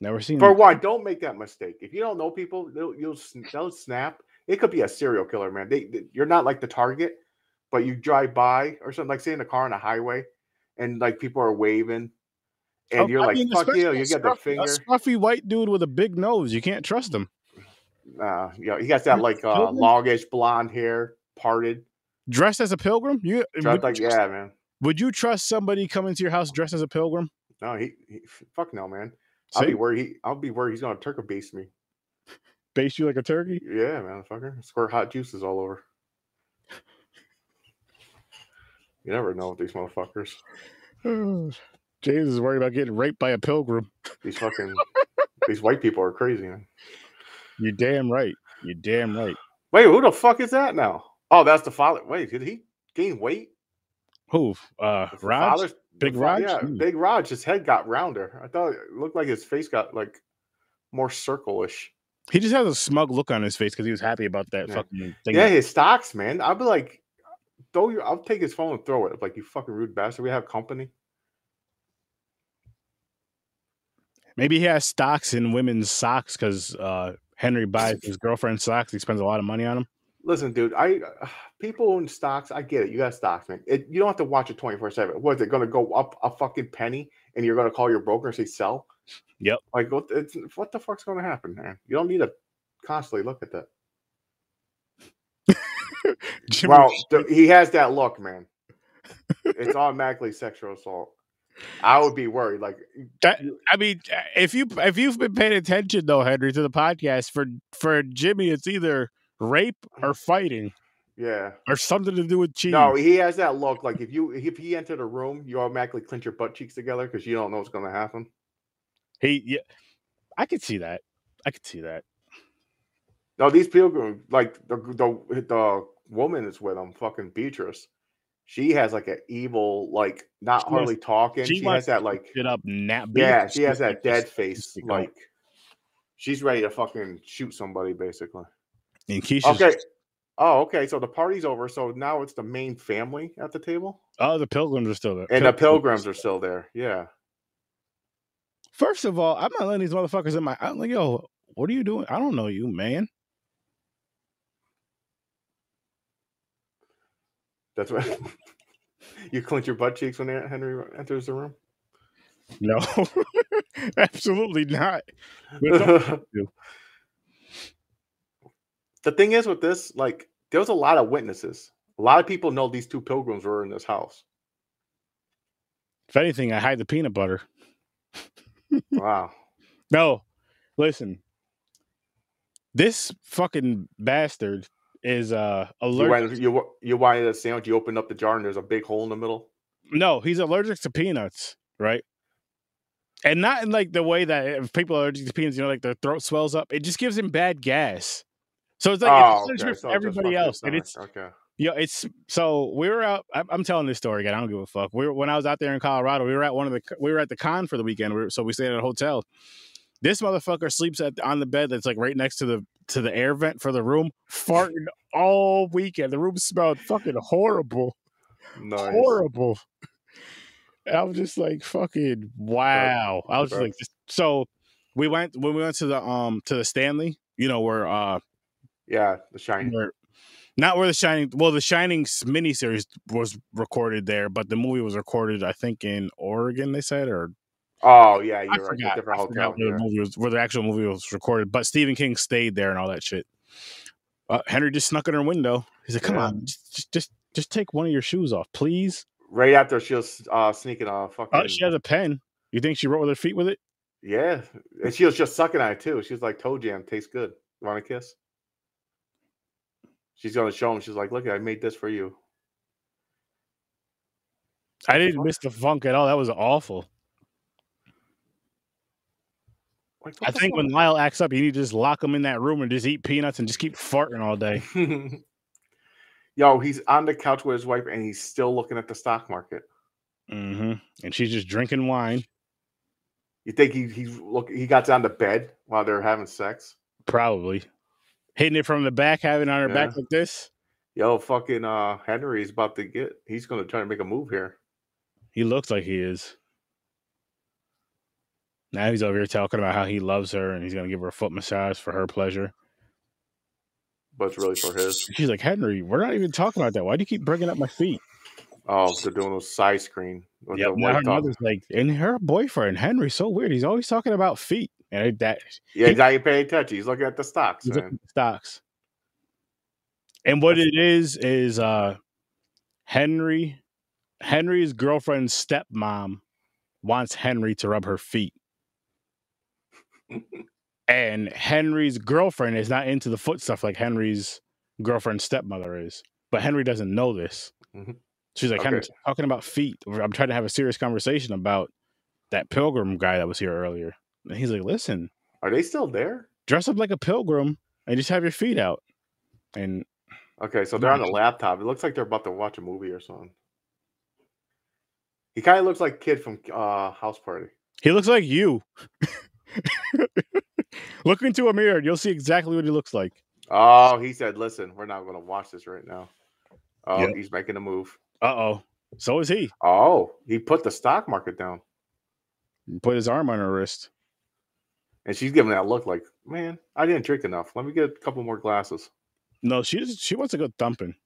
Never seen.
For
that.
one, don't make that mistake. If you don't know people, they'll, you'll sn- they'll snap. It could be a serial killer, man. They, they- you're not like the target, but you drive by or something. Like say in the car on the highway, and like people are waving, and
Oh,
you're
I
like,
mean,
"Fuck you!"
especially
You
a
get the
scruffy-
finger.
A scruffy white dude with a big nose. You can't trust him.
Uh, you know, he got that like uh,
Pilgrim?
longish blonde hair, parted.
Dressed as a pilgrim, you
Dressed
would,
like,
you trust,
yeah, man.
would you trust somebody coming to your house dressed as a pilgrim?
No, he, he fuck no, man. I'll
Say,
be worried. He, I'll be worried. He's gonna turkey base me.
base you like a turkey.
Yeah, man, fucker. Squirt hot juices all over. You never know with these motherfuckers.
James is worried about getting raped by a pilgrim.
These fucking these white people are crazy. Man.
You're damn right. You're damn right.
Wait, who the fuck is that now? Oh, that's the father. Wait, did he gain weight?
Who? Uh,
The
Raj?
father's-
Big
the fa-
Raj?
Yeah,
Hmm.
Big Raj. His head got rounder. I thought it looked like his face got like more circle-ish.
He just has a smug look on his face because he was happy about that
Yeah.
fucking thing.
Yeah,
that-
his stocks, man. I'd be like, throw your. I'll take his phone and throw it. Like you fucking rude bastard. We have company.
Maybe he has stocks in women's socks because uh, Henry buys his girlfriend's socks. He spends a lot of money on them.
Listen, dude. I people own stocks. I get it. You got stocks, man. It, you don't have to watch it twenty four seven. What is it going to go up a fucking penny? And you're going to call your broker and say sell?
Yep.
Like what? It's, what the fuck's going to happen, man? You don't need to constantly look at that.
Jimmy,
Well, th- he has that look, man. It's automatically sexual assault. I would be worried. Like,
I mean, uh, if you if you've been paying attention though, Henry, to the podcast for for Jimmy, it's either rape or fighting
yeah,
or something to do with cheese.
Mm. no, he has that look. Like, if you if he entered a room, you automatically clench your butt cheeks together because you don't know what's going to happen.
he, yeah, I could see that. I could see that.
No, these people, like the the the woman that's with him, fucking Beatrice. She has like an evil, like not
She has-
hardly talking.
she
She,
wants
has that like,
Get up, nap.
yeah, she has that dead face.
to go.
Like, she's ready to fucking shoot somebody, basically.
And Keisha's
Okay. Oh, okay. So the party's over. So now it's the main family at the table,
Oh, the pilgrims are still there.
and the pilgrims are still there. Yeah.
First of all, I'm not letting these motherfuckers in my. I'm like, yo, what are you doing? I don't know you, man.
That's what you clench your butt cheeks when Henry enters the room.
No, absolutely not. But it's all- do.
the thing is with this, like, there was a lot of witnesses. A lot of people know these two pilgrims were in this house.
if anything, I hide the peanut butter.
Wow.
No, listen. This fucking bastard is uh
you,
allergic.
wanted, you, wa- you wanted a sandwich. You opened up the jar, and there's a big hole in the middle.
No, he's allergic to peanuts, right? And not in like the way that if people are allergic to peanuts, you know, like their throat swells up. It just gives him bad gas. So it's like
oh,
it's allergic for
okay. So it just
everybody
fucked your
else, and
stomach.
it's
okay.
Yeah, it's so we were out. I'm, I'm telling this story again. I don't give a fuck. We were, when I was out there in Colorado, we were at one of the we were at the con for the weekend. We were, so we stayed at a hotel. This motherfucker sleeps at on the bed that's like right next to the to the air vent for the room, farting all weekend. The room smelled fucking horrible,
Nice.
horrible. And I was just like fucking wow. I was just
Right.
like just- so. We went when we went to the um to the Stanley. You know where uh
Yeah, the shiny.
where- not where the shining well the shining s- miniseries was recorded there but the movie was recorded i think in oregon they said or
Oh yeah, you're
i
right.
forgot,
different
I forgot
hotel.
where,
yeah.
the movie was, where the actual movie was recorded but stephen king stayed there and all that shit uh, henry just snuck in her window he said come
Yeah.
on just, just just just take one of your shoes off please
Right after she'll s- uh, sneaking a fucking
oh she has a pen you think she wrote with her feet with it
yeah, and she was just sucking on it too. She's like, "Toe jam tastes good. Want a kiss?" She's gonna show him. She's like, "Look, I made this for you."
i didn't miss the funk at all that was awful
Like,
i
what the
think when lyle acts up you need to just lock him in that room and just eat peanuts and just keep farting all day
fuck? Yo, he's on the couch with his wife, and he's still looking at the stock market.
hmm and she's just drinking wine
You think he he look he got down to bed while they're having sex?
Probably. Hitting it from the back, having it on her back
Yeah.
like this.
Yo, fucking uh, Henry's about to get. He's gonna try to make a move here.
He looks like he is. Now he's over here talking about how he loves her and he's gonna give her a foot massage for her pleasure.
But it's really for his.
She's like, Henry, we're not even talking about that. Why do you keep bringing up my feet?
Oh, they're doing a side screen. With
Yeah,
the
now her
white top.
mother's like, and her boyfriend Henry's so weird. He's always talking about feet and her dad
Yeah,
He-
he's not even paying attention. He's looking at the stocks,
he's looking
man.
at stocks. And what it is is uh Henry Henry's girlfriend's stepmom wants Henry to rub her feet. and Henry's girlfriend is not into the foot stuff like Henry's girlfriend's stepmother is. But Henry doesn't know this.
Mhm.
She's like, Henry,
Okay.
stop talking about feet. I'm trying to have a serious conversation about that pilgrim guy that was here earlier. And he's like, listen,
Are they still there?
dress up like a pilgrim and just have your feet out. And
Okay, so they're on the
No.
laptop. It looks like they're about to watch a movie or something. He kind of looks like kid from uh, House Party.
He looks like you. Look into a mirror and you'll see exactly what he looks like.
Oh, he said, "Listen, we're not going to watch this right now." Oh,
Yep.
he's making a move.
Uh oh. So is he.
Oh, he put the stock market down,
He Put his arm on her wrist.
and she's giving that look like, "Man, I didn't drink enough. Let me get a couple more glasses."
No, she just, she wants to go thumping.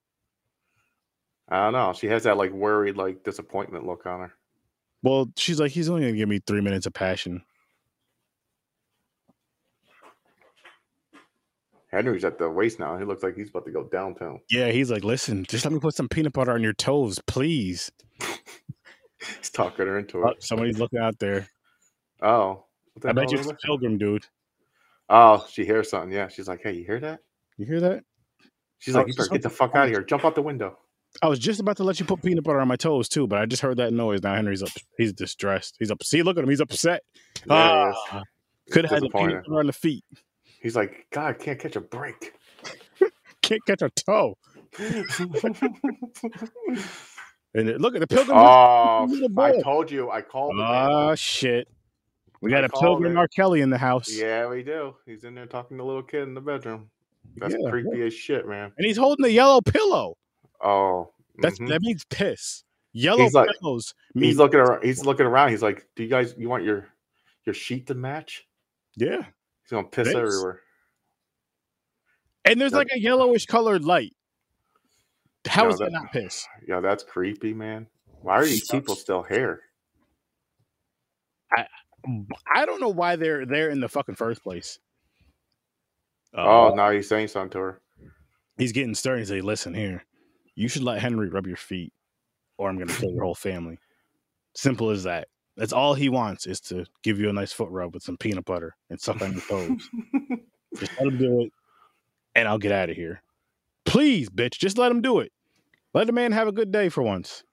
I don't know. She has that like worried, like disappointment look on her.
Well, she's like, he's only gonna give me three minutes of passion.
Henry's at the waist now. He looks like he's about to go downtown.
Yeah, he's like, listen, just let me put some peanut butter on your toes, please.
He's talking her into
Oh,
it.
somebody's looking out there.
Oh, what the
Uh, I bet
hell
you
is
it's
it?
a pilgrim, dude.
Oh, she hears something. Yeah, she's like, "Hey, you hear that?"
You hear that?
She's
Oh,
like, "You better get the fuck out of here. Jump out the window."
I was just about to let you put peanut butter on my toes too, but I just heard that noise. Now Henry's up. He's distressed. He's up. See, look at him. He's upset.
There he is.
Ah, could have had the
Disappointed.
peanut butter on the feet.
He's like, "God, I can't catch a break."
Can't catch a toe. And it- look at the pilgrim.
oh,
Little
I
boy.
told you. I called. him.
Ah, shit. We got
I
a
called
pilgrim
it.
R. Kelly in the house.
Yeah, we do. He's in there talking to the little kid in the bedroom. That's
Yeah,
creepy as shit, man.
And he's holding a yellow pillow.
Oh,
That's
mhm.
that means piss. Yellow
like-
pillows
he's
mean
looking around. He's looking around. He's like, "Do you guys? You want your your sheet to match?"
yeah.
He's gonna piss
Thanks.
everywhere.
And there's
That-
like a yellowish colored light. How
No,
is that,
that-
not piss?
Yeah, that's creepy, man. Why are these
Sucks.
people still here?
I don't know why they're there in the fucking first place.
Oh, now he's saying something to her.
he's getting stern. He's like, listen here, you should let Henry rub your feet, or I'm gonna kill your whole family. Simple as that. That's all he wants is to give you a nice foot rub with some peanut butter and suck on your toes. just let him do it, and I'll get out of here. Please, bitch, just let him do it. Let the man have a good day for once.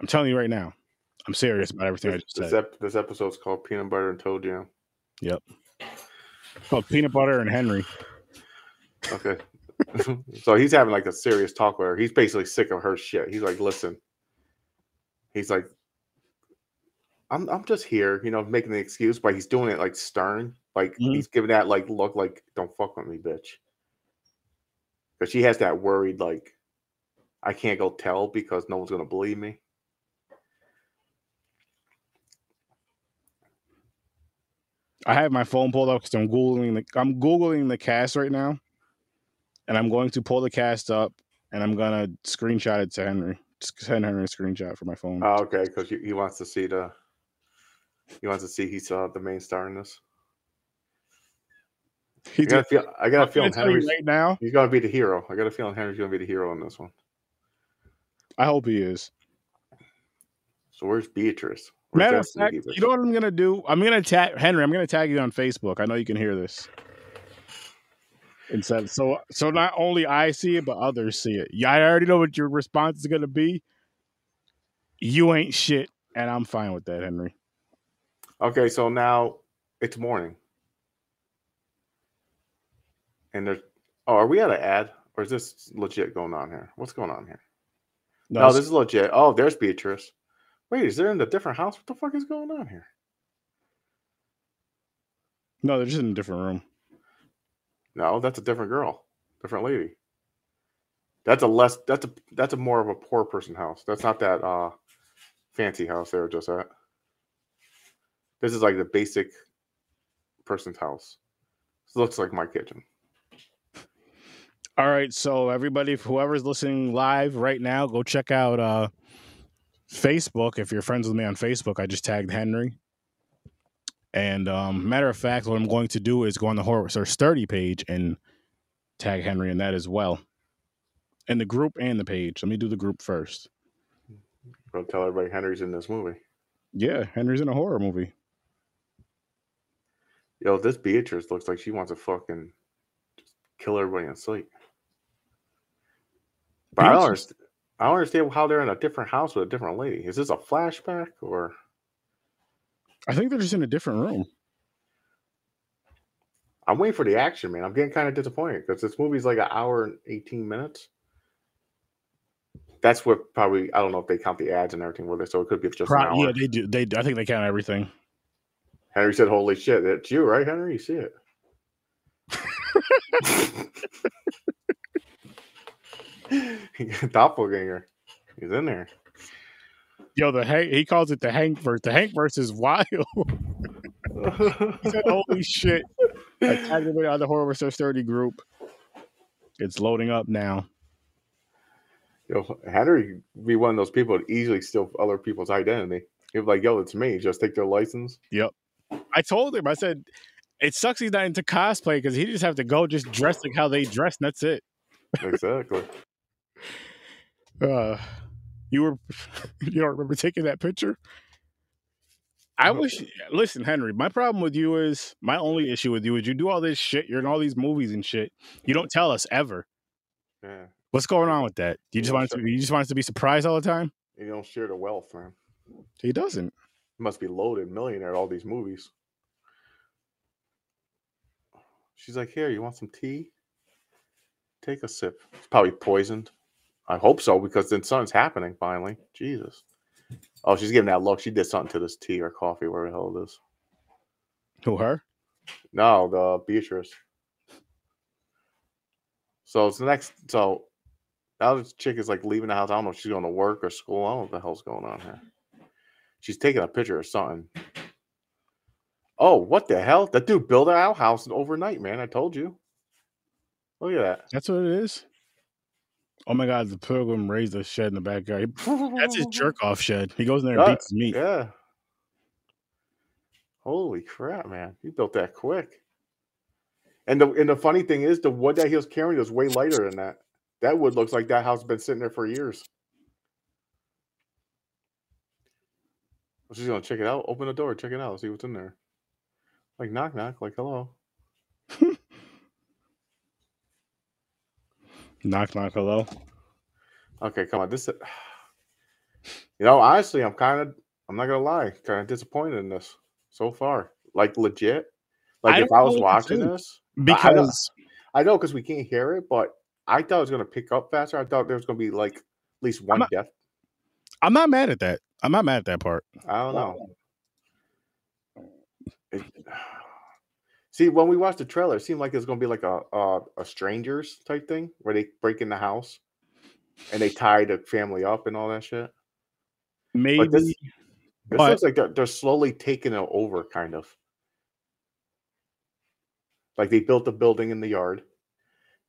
I'm telling you right now, I'm serious about everything I
This,
just
this,
said.
ep- this episode's called Peanut Butter and Toe Jam.
It's called peanut butter and Henry.
Okay. so he's having like a serious talk with her. He's basically sick of her shit. He's like, listen. He's like, I'm I'm just here, you know, making the excuse, but he's doing it like stern. Like
Mhm.
he's giving that like look like, don't fuck with me, bitch. Because she has that worried, like, I can't go tell because no one's gonna believe me.
I have my phone pulled up because I'm googling the I'm googling the cast right now, and I'm going to pull the cast up and I'm gonna screenshot it to Henry. Just send Henry a screenshot for my phone.
Oh, okay, because he wants to see the he wants to see he's uh, the main star in this. I
He's
got a feel I got a
I'm gonna
feeling
tell you
Henry's
right now.
he's gonna be the hero. I got a feeling Henry's gonna be the hero in this one.
I hope he is.
So where's Beatrice? Where's
Matter of
Destiny
fact,
Beatrice?
you know what I'm gonna do? I'm gonna tag Henry. I'm gonna tag you on Facebook. I know you can hear this. And so, so, so not only I see it, but others see it. Yeah, I already know what your response is gonna be. You ain't shit, and I'm fine with that, Henry.
Okay, so now it's morning. And there's oh, are we at an ad? Or is this legit going on here? What's going on here? No,
it's-
this is legit. Oh, there's Beatrice. Wait, is there in a different house? What the fuck is going on here?
no, they're just in a different room.
No, that's a different girl, different lady. That's a less. That's a that's a more of a poor person house. That's not that uh fancy house they were just at. This is like the basic person's house. This looks like my kitchen.
All right, so everybody, whoever's listening live right now, go check out uh, Facebook. If you're friends with me on Facebook, I just tagged Henry. And um, matter of fact, what I'm going to do is go on the Horror Search 30 page and tag Henry in that as well. And the group and the page. Let me do the group first.
Don't tell everybody Henry's in this movie.
Yeah, Henry's in a horror movie.
Yo, this Beatrice looks like she wants to fucking just kill everybody in sight. But I don't,
Beatrice-
underst- I don't understand how they're in a different house with a different lady. Is this a flashback or?
I think they're just in a different room.
I'm waiting for the action, man. I'm getting kind of disappointed because this movie's like an hour and 18 minutes. that's what probably I don't know if they count the ads and everything with it, so it could be just an
Pro-
hour.
yeah, they do. They I think they count everything.
Henry said, "Holy shit, that's you, right, Henry? You see it." He got a Doppelganger, he's in there.
Yo, the Hank, he calls it the Hank verse. The Hank verse is wild. He said, Holy shit! I tagged everybody on the horror research thirty group. It's loading up now.
Yo, Henry would be one of those people that easily steal other people's identity. He'd be like, "Yo, it's me." Just take their license.
I told him. I said, it sucks he's not into cosplay because he just have to go just dress like how they dress. And that's it.
Exactly.
Uh, you were you don't remember taking that picture? I
Uh-huh.
wish. Listen, Henry. My problem with you is my only issue with you is you do all this shit. You're in all these movies and shit. You don't tell us ever.
yeah,
What's going on with that? You just
Yeah,
want us to
sure.
be, you just want us to be surprised all the time.
you don't share the wealth, man.
He doesn't.
must be loaded millionaire all these movies she's like here you want some tea take a sip it's probably poisoned i hope so because then something's happening finally jesus oh she's giving that look she did something to this tea or coffee whatever the hell it is
Who her?
no the beatrice so it's the next so now this chick is like leaving the house i don't know if she's going to work or school i don't know what the hell's going on here she's taking a picture or something oh what the hell that dude built an outhouse overnight man i told you look at
That's what it is. Oh my god, the pilgrim raised a shed in the backyard.
that
That's his jerk off shed. He goes in there and
Yeah,
beats his meat.
yeah holy crap man he built that quick and the and the funny thing is the wood that he was carrying is way lighter than that that wood looks like that house has been sitting there for years Well, she's gonna check it out open the door check it out see what's in there like knock knock like hello
Knock knock hello.
okay come on this you know honestly i'm kind of i'm not gonna lie kind of disappointed in this so far like legit like
I
if
don't
i
know
was
what to
watching
do.
this I don't-
Because
I know because we can't hear it, but I thought it was gonna pick up faster. I thought there was gonna be like at least one
not-
death.
I'm not mad at that. I'm not mad at that part.
I don't know. It- See, when we watched the trailer, it seemed like it was gonna be like a, a a strangers type thing where they break in the house and they tie the family up and all that shit.
Maybe
this- This
But-
looks like they're, they're slowly taking it over, kind of. Like they built a building in the yard.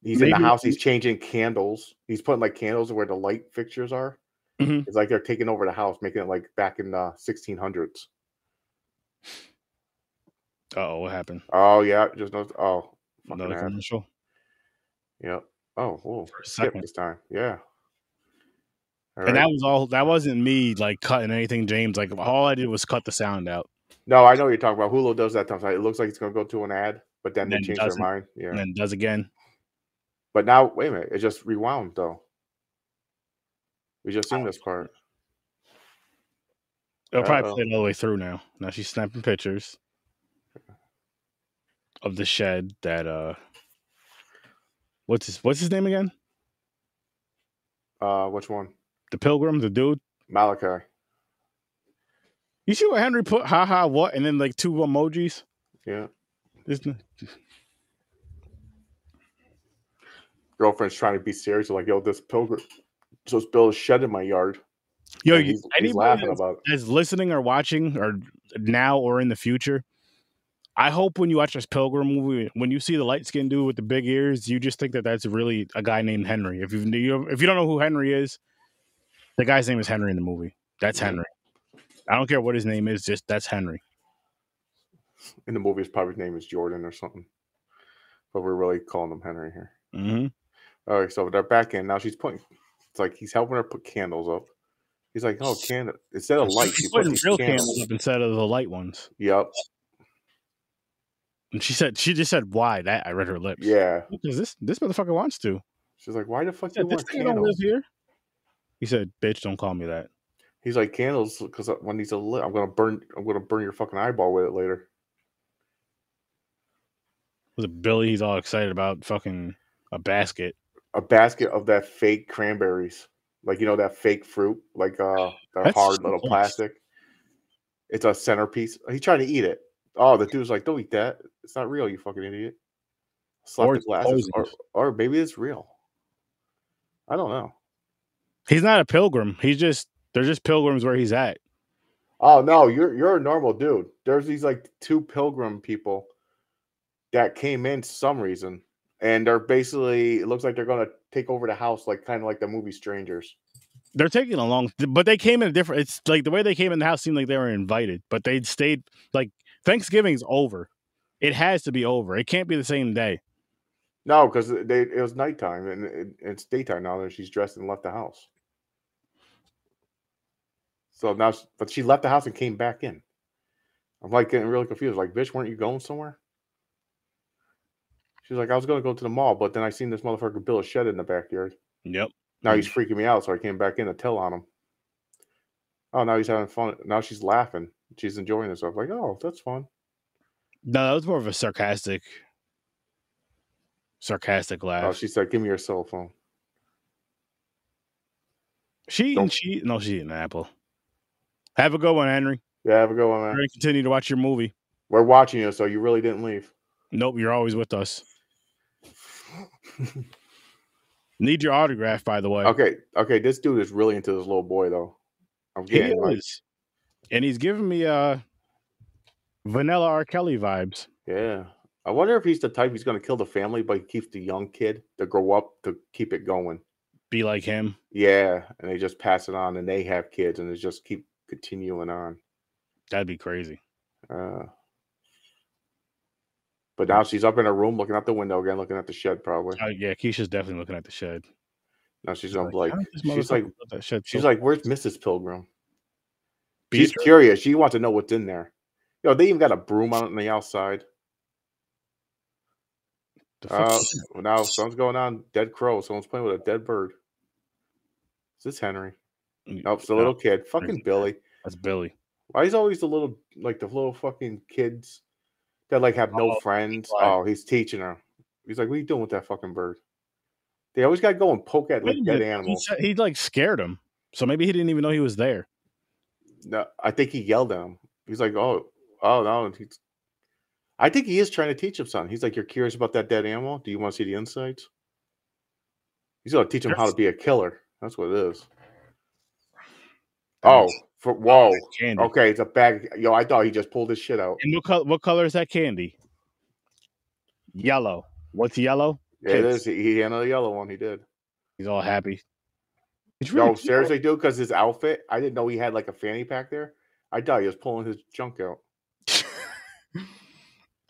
He's in
Maybe-
the house. He's changing candles. He's putting like candles where the light fixtures are.
Mhm.
It's like they're taking over the house, making it like back in the 1600s.
oh what happened?
Oh yeah, just no. Oh, fucking
Another
ad.
commercial?
Yep. Oh, whoa.
For a
Skip
second.
this time. Yeah. All
And
right.
that was all that wasn't me like cutting anything, James. Like all I did was cut the sound out.
no, I know what you're talking about. Hulu does that sometimes. It looks like it's going to go to an ad, but then,
Then it
they change their
doesn't.
mind. Yeah.
And then it does again.
But now, wait a minute, it just rewound though. We just seen this part.
It'll probably
Uh-oh.
play it all the way through now. Now she's snapping pictures of the shed that uh what's his what's his name again?
Uh, which one?
The pilgrim, the dude.
Malachi.
You see what Henry put ha ha what and then like two emojis?
Yeah.
There's no-
Girlfriend's trying to be serious, like, yo, this pilgrim just built a shed in my yard.
Yo,
and
you,
he's, he's
anybody
laughing
that's,
about it.
that's listening or watching or now or in the future, I hope when you watch this pilgrim movie, when you see the light skinned dude with the big ears, you just think that that's really a guy named Henry. If you you- if you don't know who Henry is, the guy's name is Henry in the movie. That's Henry. I don't care what his name is, just that's Henry.
In the movie, his probably name is Jordan or something. But we're really calling him Henry here.
hmm
All right, so they're back in. Now she's putting it's like he's helping her put candles up. He's like, Oh, candle instead of light, she
She's
put
putting
these
real
candles.
candles up instead of the light ones.
Yep.
And she said she just said why that I read her lips.
Yeah.
Because this this motherfucker wants to.
She's like, Why the fuck
He said,
you
this
want
thing don't
candles?
live here. He said, "Bitch, don't call me that."
He's like candles because when these are lit, I'm gonna burn. I'm gonna burn your fucking eyeball with it later.
Was it Billy? He's all excited about fucking a basket.
A basket of that fake cranberries. like you know that fake fruit, like uh, the
That's
hard
so
little
gross.
plastic. It's a centerpiece. He tried to eat it. Oh, the dude's like, "Don't eat that. It's not real. You fucking idiot." Slap
Or
the
it's
glasses, or,
poisonous.
or maybe it's real. I don't know.
He's not a pilgrim. He's just they're just pilgrims where he's at.
Oh no, you're you're a normal dude. There's these like two pilgrim people that came in some reason, and they're basically it looks like they're gonna take over the house, like kind of like the movie Strangers.
They're taking a long, but they came in a different. It's like the way they came in the house seemed like they were invited, but they stayed. Like Thanksgiving's over. It has to be over. It can't be the same day.
No, because they it was nighttime and it, it's daytime now, and she's dressed and left the house. So now, s- but she left the house and came back in. I'm like getting really confused. Like, bitch, weren't you going somewhere? She's like, I was gonna go to the mall, but then I seen this motherfucker build a shed in the backyard.
Yep.
Now he's freaking me out, so I came back in to tell on him. Oh, now he's having fun. Now she's laughing. She's enjoying herself. Like, oh, that's fun.
No, that was more of a sarcastic, sarcastic laugh.
Oh, she said, "Give me your cell phone."
she eating
don't-
she no, she eating an apple. Have a good one, Henry.
Yeah, have a good one,
We're
man.
gonna continue to watch your movie.
We're watching you, so you really didn't leave.
Nope, you're always with us. Need your autograph, by the way.
Okay, okay. This dude is really into this little boy, though. I'm
He
getting like,
is. And he's giving me uh vanilla R. Kelly vibes.
yeah. I wonder if he's the type he's going to kill the family, but he keeps the young kid to grow up to keep it going.
Be like him.
Yeah, and they just pass it on, and they have kids, and they just keep continuing on.
That'd be crazy.
Uh, but now she's up in her room looking out the window again, looking at the shed probably.
Oh yeah, Keisha's definitely looking at the shed.
Now she's gonna be like,
"How did this
she's
motherfucker
like,
build that shed
she's
so
like, where's Mrs. Pilgrim?
big?"
She's curious. She wants to know what's in there. Yo, they even got a broom out on the outside.
The fuck
Uh,
is that?
well, now something's going on. Dead crow. Someone's playing with a dead bird. Is this Henry? Nope, it's the
Mm, No,
little kid. Fucking
Henry's-
Billy.
That's Billy.
Why is always the little like the little fucking kids that like have no
Oh,
friends?
why.
Oh, he's teaching her. He's like, "What are you doing with that fucking bird?" They always gotta go and poke at
Wait
like
a
dead
minute, He,
animals.
said- he like scared him. So maybe he didn't even know he was there.
No, I think he yelled at him. He's like, "Oh, oh no!" and He's, I think he is trying to teach him something. He's like, "You're curious about that dead animal? Do you want to see the insides?" He's gonna teach him how to
There's-
be a killer. That's what it is. Oh, for whoa.
Candy.
Okay, it's a bag. Yo, I thought he just pulled his shit out.
And what color what color is that candy? Yellow. What's yellow?
Yeah, it
Kids.
is. He, he had another yellow one. He did.
He's all happy. He's really
No,
cute.
seriously, dude, because his outfit, I didn't know he had like a fanny pack there. I thought he was pulling his junk out.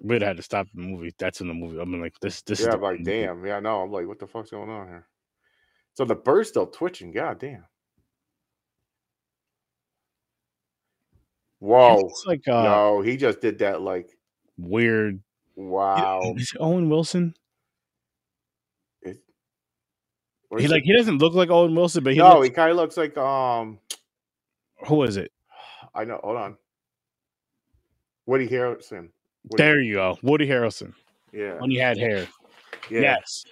We'd had to stop the movie. That's in the movie. I'm like, this, this
yeah,
is
I'm
the
like,
movie.
damn. Yeah, no, I'm like, what the fuck's going on here? So the bird's still twitching. God damn. Whoa.
It's like uh,
Oh, no, he just did that like,
weird.
wow.
Is it Owen Wilson?
It- what
He
is
like
it?
he doesn't look like Owen Wilson, but he
no,
looks,
he kind of looks like, um,
who is it?
I know, hold on. Woody Harrelson. Woody-
There you go, Woody Harrelson
Yeah.
when he had hair.
Yeah.
Yes,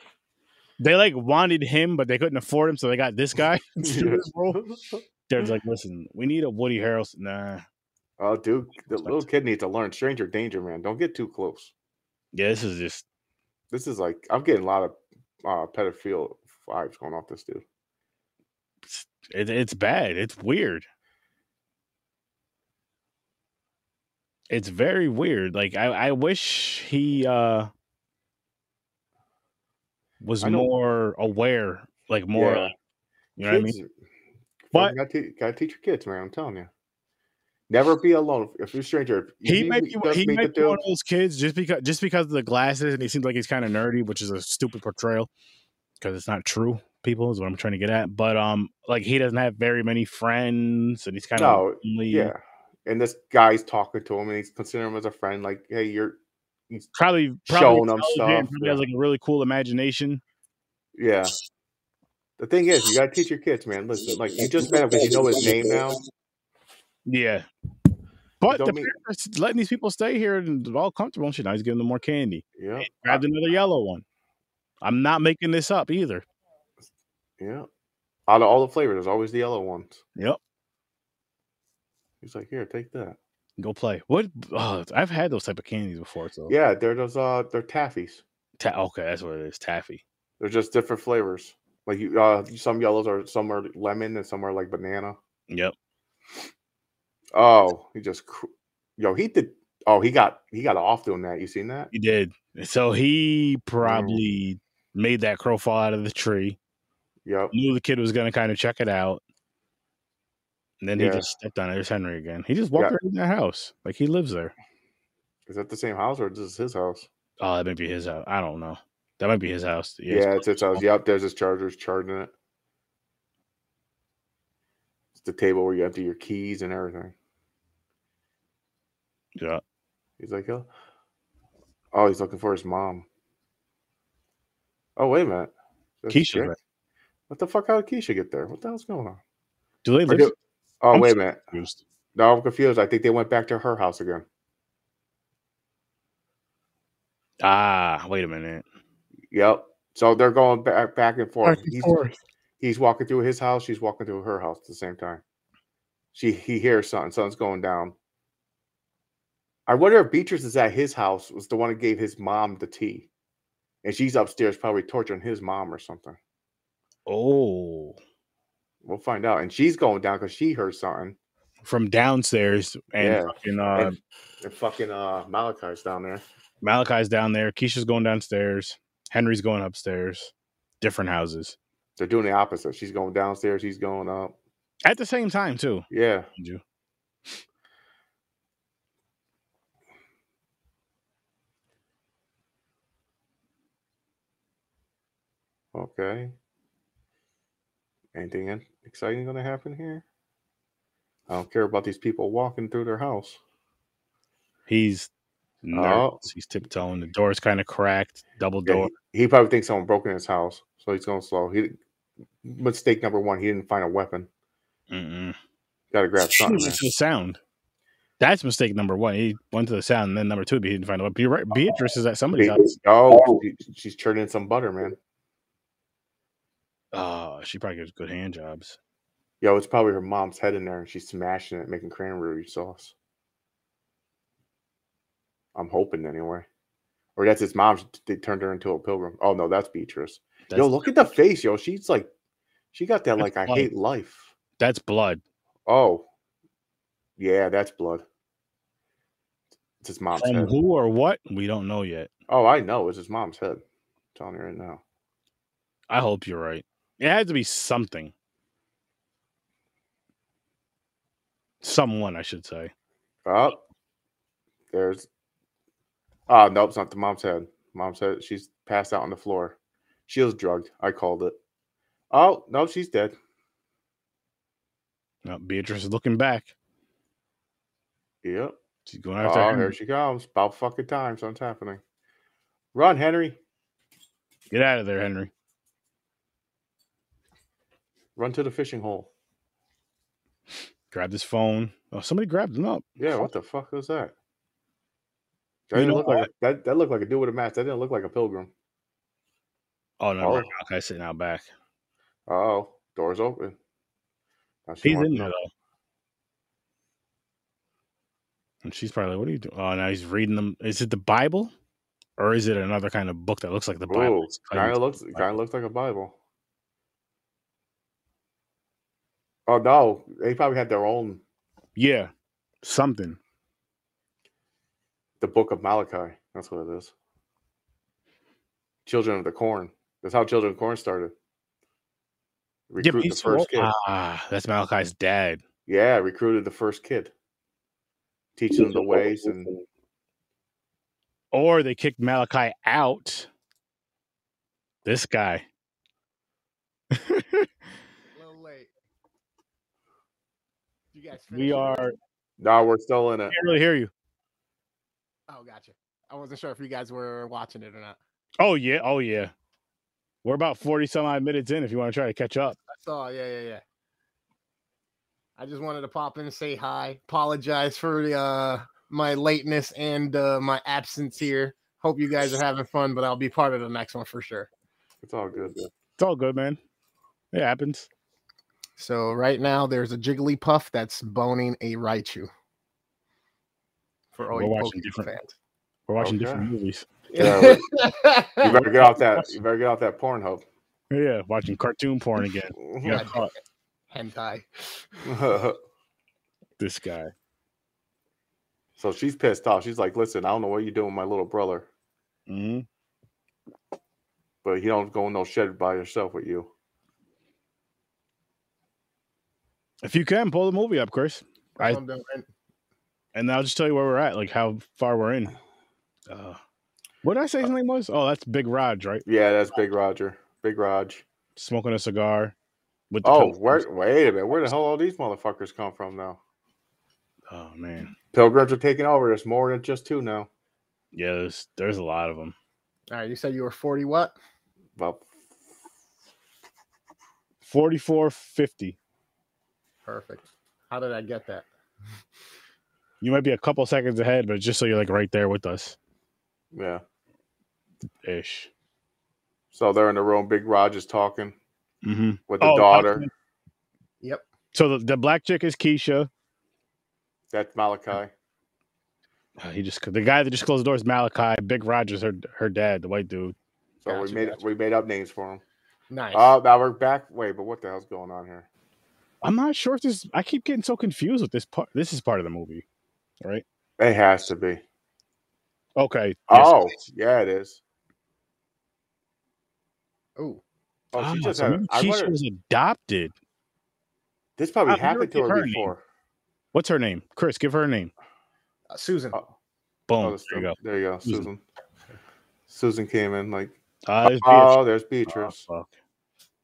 they like wanted him, but they couldn't afford him, so they got this guy.
Yeah.
They're just like, listen, we need a Woody Harrelson. Nah,
Oh, dude, the
Respect.
little kid needs to learn stranger danger, man. Don't get too close.
yeah, this is just
This is like I'm getting a lot of uh pedophile vibes going off this dude.
it, it's bad. It's weird. It's very weird. Like I, I wish he uh was
I know-
more aware, like more
Yeah.
you know what I mean?
Kids-
But-
you gotta, te- gotta teach your kids, man. I'm telling you. Never be alone. If you're a stranger, if you
He might
meet-
be
just
he
meet the
might be one
dude,
of those kids just because just because of the glasses and he seems like he's kind of nerdy, which is a stupid portrayal because it's not true. People is what I'm trying to get at, but um, like he doesn't have very many friends, and he's kind of
No, yeah. And this guy's talking to him, and he's considering him as a friend. Like, hey, you're,
probably probably
Showing 'em
intelligent,
stuff,
Probably has
yeah.
like a really cool imagination.
yeah. The thing is, you gotta teach your kids, man. Listen, like you just met him because you know his name now.
Yeah. But
don't
the
mean-
parents letting these people stay here and they're all comfortable and shit. Now he's giving them more candy.
Yeah,
Grabbed another yellow one. I'm not making this up either.
yeah. Out of all the flavors, there's always the yellow ones.
Yep.
He's like, here, take that.
Go play. What? Oh, I've had those type of candies before. So
Yeah, they're those. Uh, they're taffies.
Ta- okay, that's what it is. Taffy.
They're just different flavors. Like you, uh, some yellows are some are lemon and some are like banana.
Yep.
Oh, he just, cr- yo, he did. Oh, he got he got off doing that. You seen that?
He did. So he
Mm.
probably made that crow fall out of the tree.
Yep.
Knew the kid was gonna kind of check it out. And then
Yeah.
he just stepped on it. There's Henry again. He just walked
Yeah.
right in that house. Like he lives there.
Is that the same house or is this his house?
Oh, that might be his house. I don't know. That might be his house.
Yeah,
it's
it's his house. Yep, there's his chargers charging it. It's the table where you empty your keys and everything.
Yeah.
He's like, oh, oh he's looking for his mom. Oh, wait a minute. That's
Keisha's
Jake.
right.
What the fuck? How did Keisha get there? What the hell's going on?
Do they
Or
live?
do- oh,
I'm
wait a minute.
confused?
No, I'm confused. I think they went back to her house again.
Ah, wait a minute.
Yep. So they're going back back and forth.
Back and
He's,
forth.
he's walking through his house. She's walking through her house at the same time. She he hears something. Something's going down. I wonder if Beatrice is at his house. Was the one that gave his mom the tea, and she's upstairs probably torturing his mom or something.
Oh,
We'll find out. And she's going down because she heard something.
from downstairs and
Yeah.
fucking, uh,
and, and fucking uh, Malachi's down there.
Malachi's down there. Keisha's going downstairs. Henry's going upstairs. Different houses
They're doing the opposite. She's going downstairs. He's going up.
at the same time too.
Yeah.
mind you.
Okay. Anything in- exciting going to happen here? I don't care about these people walking through their house.
He's nervous.
Oh.
He's tiptoeing. The door's kind of cracked. Double
Yeah,
door.
he, he probably thinks someone broke in his house, so he's going slow. He mistake number one. He didn't find a weapon.
Mm-mm.
Got to grab
He
something.
went
man.
to the sound. That's mistake number one. He went to the sound, and then number two, he didn't find out. But you're right. Beatrice is at somebody's
Oh. Be-
house.
Oh, she- she's churning some butter, man.
Oh, she probably gives good hand jobs.
Yo, it's probably her mom's head in there, and she's smashing it, making cranberry sauce. I'm hoping anyway, or that's his mom's. They turned her into a pilgrim. Oh no, that's Beatrice.
That's,
yo, look at the face, yo. She's like, she got that
That's
like I
blood.
hate life.
that's blood.
Oh, yeah, that's blood. It's his mom's
From
head.
who or what? We don't know yet.
Oh, I know. It's his mom's head. I'm telling you right now.
I hope you're right. It had to be something. Someone, I should say.
Oh, there's. Oh no, it's not the mom's head. Mom's head. She's passed out on the floor. She was drugged. I called it. Oh no, she's dead.
Now, Beatrice is looking back.
Yep.
She's going
Oh,
after
here
Henry.
she comes. About fucking time. Something's happening. Run, Henry.
Get out of there, Henry.
Run to the fishing hole.
Grabbed his phone. Oh, somebody grabbed him up.
Yeah, what the fuck was that? That
You
didn't
know
look like a, that. That looked like a dude with a mask. That didn't look like a pilgrim.
Oh no,
Oh,
Malachi's sitting out back.
oh, doors open. Now she
He's
wants
in
to
there
know-
though. And she's probably like, "What are you doing?" Oh, now he's reading them. Is it the Bible, or is it another kind of book that looks like the Bible?
Ooh,
It's claimed
kind
to
of
be
looks
the Bible.
kind of looks like a Bible. Oh no, they probably had their own
yeah, something.
the Book of Malachi. That's what it is. Children of the Corn. That's how Children of the Corn
Yeah,
started.
but
Recruit the
he's so
first
old.
kid.
Ah, that's Malachi's dad.
Yeah, recruited the first kid. Teaching them the ways and
or they kicked Malachi out. This guy.
A little late. You guys
we
finished already?
are.
now we're still in it.
Can't really hear you.
Oh, gotcha. I wasn't sure if you guys were watching it or not.
Oh yeah. Oh yeah. We're about forty some odd minutes in. If you want to try to catch up,
I saw. Yeah, yeah, yeah. I just wanted to pop in and say hi. Apologize for the, uh, my lateness and uh, my absence here. Hope you guys are having fun, but I'll be part of the next one for sure.
It's all good.
it's all good, man. It happens.
So right now there's a Jigglypuff that's boning a Raichu. For all
We're
you
watching
Pokemon
different-
fans.
We're watching
Okay.
different movies.
Yeah, You better get off that. You better get off that Pornhub.
Yeah, watching cartoon porn again. You got caught.
Hentai.
This guy.
so she's pissed off. She's like, "Listen, I don't know what you're doing, with my little brother,
hmm
but he don't go in no shed by yourself with you."
If you can pull the movie up, Chris, I-
That's what I'm doing. And
and I'll just tell you where we're at, like how far we're in. Uh, what did I
Uh,
say his name was? Oh, that's Big Raj, right?
Yeah, that's Big Roger. Big Raj.
Smoking a cigar. With the
Oh,
Pilgrims.
where, wait a minute. Where the hell all these motherfuckers come from now?
Oh man,
Pilgrims are taking over. There's more than just two now.
yeah. There's, there's a lot of them.
All right, you said you were 40 what?
About
44, 50.
Perfect. How did I get that?
You might be a couple seconds ahead, but just so you're like right there with us,
yeah.
ish.
So they're in the room. Big Raj is talking
Mm-hmm.
with the
Oh,
daughter.
Malachi.
Yep.
So the, the black chick is Keisha.
That's Malachi.
Uh, He just the guy that just closed the door is Malachi. Big Rogers, her her dad, the white dude.
So we
Gotcha,
made
gotcha.
we made up names for him.
Nice.
Uh,
Oh, now we're back. Wait, but what the hell's going on here?
I'm not sure if this. I keep getting so confused with this part. This is part of the movie, right?
It has to be.
Okay. yes.
Oh, yeah, it is.
Ooh.
Oh, she
Ah,
just
so
had.
maybe
I
Keisha
wonder,
was adopted.
this probably
I've never
happened to
heard
her,
her name.
before.
What's her name? Chris, give her a name.
Uh, Susan.
Oh,
Boom.
oh,
there
this-
you go.
there you go,
Susan.
Susan. Susan came in like,
Uh, it's
oh, there's Beatrice.
Beatrice. Oh, fuck.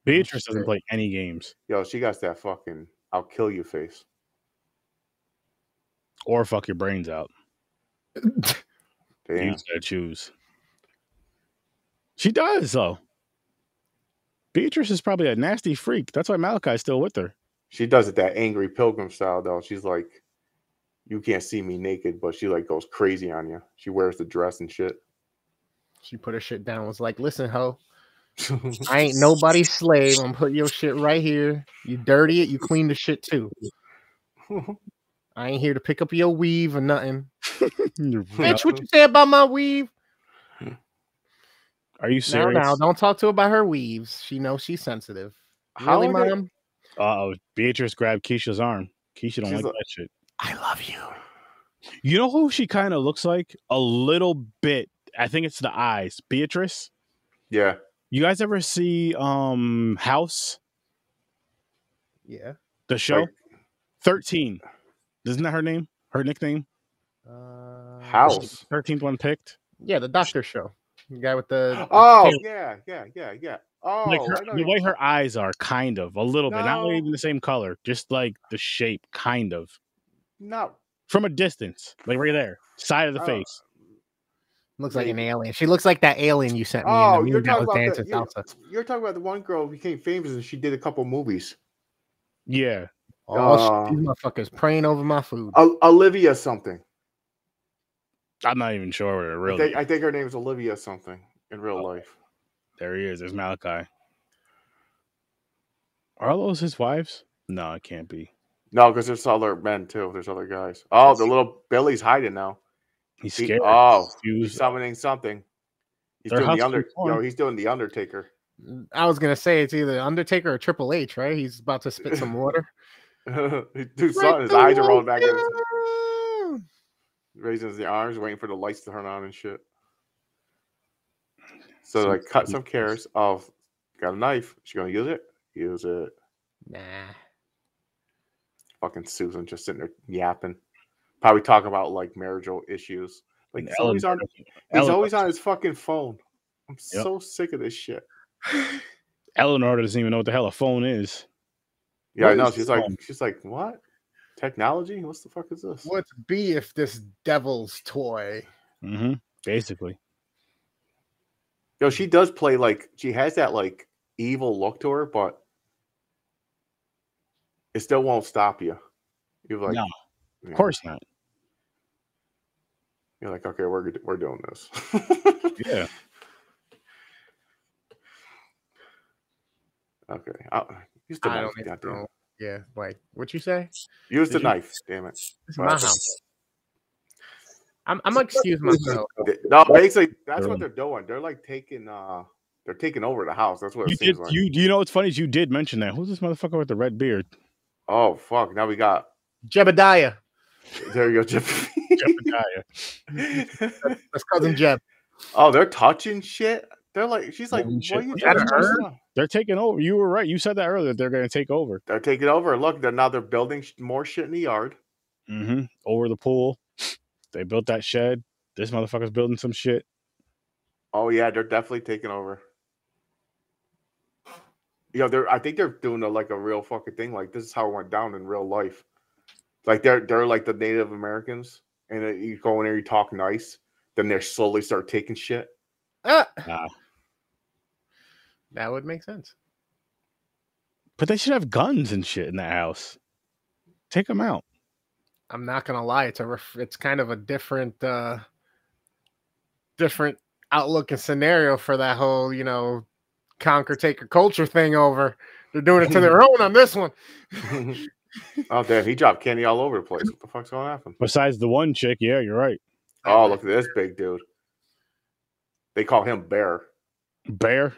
Beatrice doesn't play any games
Yo, she got that fucking "I'll kill you" face.
or fuck your brains out. You
Damn.
just gotta choose. She does though. Beatrice is probably a nasty freak. That's why Malachi's still with her.
She does it that angry pilgrim style though. She's like, "You can't see me naked," but she like goes crazy on you. She wears the dress and shit.
She put her shit down. Was like, listen, ho, I ain't nobody's slave. I'm putting your shit right here. You dirty it, you clean the shit too. I ain't here to pick up your weave or nothing. Bitch, what you say about my weave?
Are you
Now,
serious?
now, don't talk to her about her weaves. She knows she's sensitive.
How
really,
are they-
mom?
Uh oh, Beatrice grabbed Keisha's arm. Keisha don't
She's
like
a-
that shit.
I love you.
You know who she kind of looks like? A little bit. I think it's the eyes. Beatrice.
Yeah,
You guys ever see um House,
Yeah.
the show?
Like-
Thirteen. Isn't that her name? Her nickname?
Uh,
house.
Thirteenth one picked.
Yeah, the doctor show. The guy with the
Oh
tail.
yeah, yeah, yeah, yeah. Oh,
like
I
her,
know
the
you-
way her eyes are, kind of a little bit, not
No.
even the same color, just like the shape, kind of
no,
from a distance, like right there, side of the
Oh,
face.
looks like an alien. She looks like that alien you sent me.
Oh,
in the
you're
movie that
talking
was
about
dancing
the, you're,
salsa.
you're talking about the one girl who became famous and she did a couple movies.
Yeah,
Oh,
Uh,
sh- these motherfuckers praying over my food.
O- Olivia something.
I'm not even sure where it
I,
really. Oh.
think, I think her name is Olivia something in real life.
there he is. There's Malachi. Are all those his wives? No, it can't be.
No, because there's other men too. There's other guys. Oh, the little Billy's hiding now.
He's
He-
scared.
oh, He's
Confused.
summoning something. He's
Their
doing
house
the under.
was torn.
Yo, he's doing the Undertaker.
I was gonna say it's either Undertaker or Triple H, right? He's about to spit some water.
Dude, son, his eyes are rolling back, and he's raising his arms, waiting for the lights to turn on and shit. So
Some
like, cut some carrots off. Got a knife. She gonna use it. Use it.
Nah,
Fucking Susan just sitting there yapping, probably talking about like marital issues. Like
And
he's always on.
Ellen-
He's
Eleanor-
always on his fucking phone. I'm
Yep.
so sick of this shit.
Eleanor doesn't even know what the hell a phone is.
Yeah,
What
I know.
is
She's like,
phone?
she's like, what? Technology? What's the fuck is this?
what's B if this devil's toy?
hmm Basically,
Yo, she does play like she has that like evil look to her, but it still won't stop you. You're like,
No,
you
of
know,
course not.
You're like, okay, we're we're doing this.
Yeah,
okay, I, you still
I
might
don't
be
even
goddamn-
know. Yeah, like what you say?
Use the
Did you-
knife, damn it.
This is
Wow.
my house. I'm, I'm gonna excuse myself.
No, basically that's
They're-
what they're doing. They're like taking uh they're taking over the house. That's what
You
it
did.
seems like.
You you know what's funny is you did mention that. Who's this motherfucker with the red beard?
Oh fuck. Now we got
Jebediah.
there you go, Jeff.
Jebediah.
That's cousin Jeb.
oh, they're touching shit. They're like she's like,
Touching
what
shit.
are you
Is that
doing?
a herb?
They're taking over. You were right. You said that earlier. that They're going to take over.
They're taking over. Look, they're now they're building sh- more shit in the yard.
Mm-hmm. Over the pool. They built that shed. This motherfucker's building some shit.
Oh yeah, they're definitely taking over. You know, they're I think they're doing a, like a real fucking thing. Like this is how it went down in real life. Like they're they're like the Native Americans, and uh, you go in there, you talk nice, then they slowly start taking shit.
Ah,
Nah.
that would make sense.
But they should have guns and shit in that house. Take them out.
I'm not gonna lie. It's a ref- it's kind of a different uh different outlook and scenario for that whole you know conquer take a culture thing over. They're doing it to their own on this one.
oh damn, he dropped candy all over the place. What the fuck's gonna happen?
Besides the one chick, yeah, you're right.
Oh look at this big dude. They call him Bear,
Bear.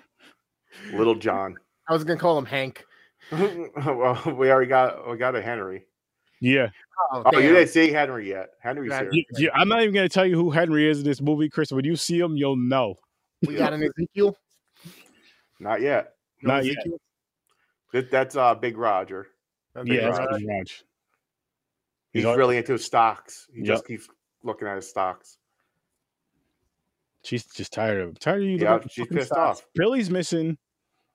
Little John.
I was gonna call him Hank.
well, we already got we got a Henry.
Yeah.
Oh,
Oh, you
damn.
didn't see Henry yet. Henry's
Right.
here.
You- you- I'm not even going to tell you who Henry is in this movie, Chris. When you see him, you'll know.
we got an Ezekiel.
Not yet.
No
Not yet.
Ezekiel?
That, that's uh Big Roger.
That's
Yeah.
right.
that's what you watch.
He's,
He's al-
really into stocks. He
Yep.
just keeps looking at his stocks.
She's just tired of tired of you. looking
Yeah,
at the
she's
fucking
pissed
stocks.
off.
Billy's missing.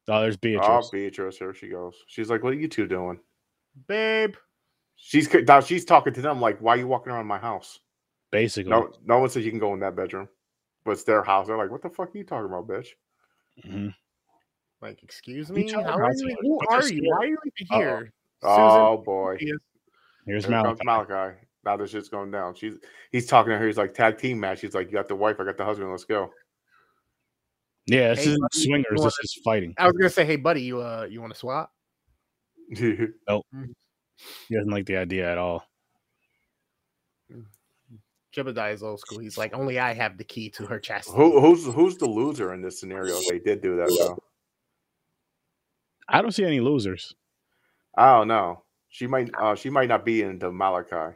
Oh, there's Beatrice.
Oh, Beatrice, here she goes. She's like, "What are you two doing?"
babe.
She's c- now she's talking to them like, "Why are you walking around my house?"
basically.
No, no one says you can go in that bedroom, but it's their house. They're like, "What the fuck are you talking about, bitch?"
Mhm.
Like, excuse
We
me,
tell
how
them
are
how to
you?
look,
Who
but they're
are you? Why are you even
Uh-oh.
here?
Oh boy,
Yes.
Here's
here comes
Malachi.
Malachi. Now this shit's going down. She's he's talking to her. He's like, "Tag team match." He's like, "You got the wife. I got the husband. Let's go."
Yeah, this
Hey,
isn't
buddy, you
swingers.
wanna-
This is fighting.
I was gonna say, hey buddy, you uh, you want to swap?
He doesn't like the idea at all.
Jebediah is old school. He's like, only I have the key to her chest.
Who, who's who's the loser in this scenario? If they did do that though.
I don't see any losers.
I don't know. Oh, She might uh she might not be into Malachi.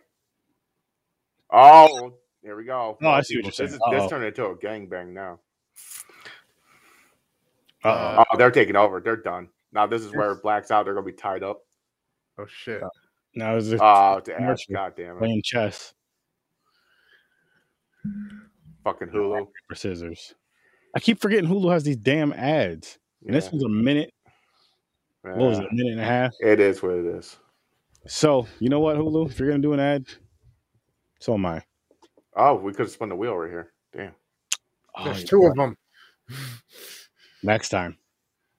Oh, there we go.
Oh, I see what
People,
you're
This, is,
saying.
this
Uh-oh.
turned into a gangbang now.
Uh,
oh, they're taking over. They're done. Now this is where it blacks out. They're gonna be tied up.
Oh shit!
Now is it
Oh, to Ash.
Merchant.
God damn it.
playing chess
Fucking Hulu.
or scissors? I keep forgetting Hulu has these damn ads. And
Yeah,
this one's a minute. What was it? A minute and a half.
yeah. It is what it is.
So you know what, Hulu? If you're gonna do an ad, so am I.
Oh, we could have spun the wheel right here. Damn.
Oh,
There's
yeah.
two of them.
Next time,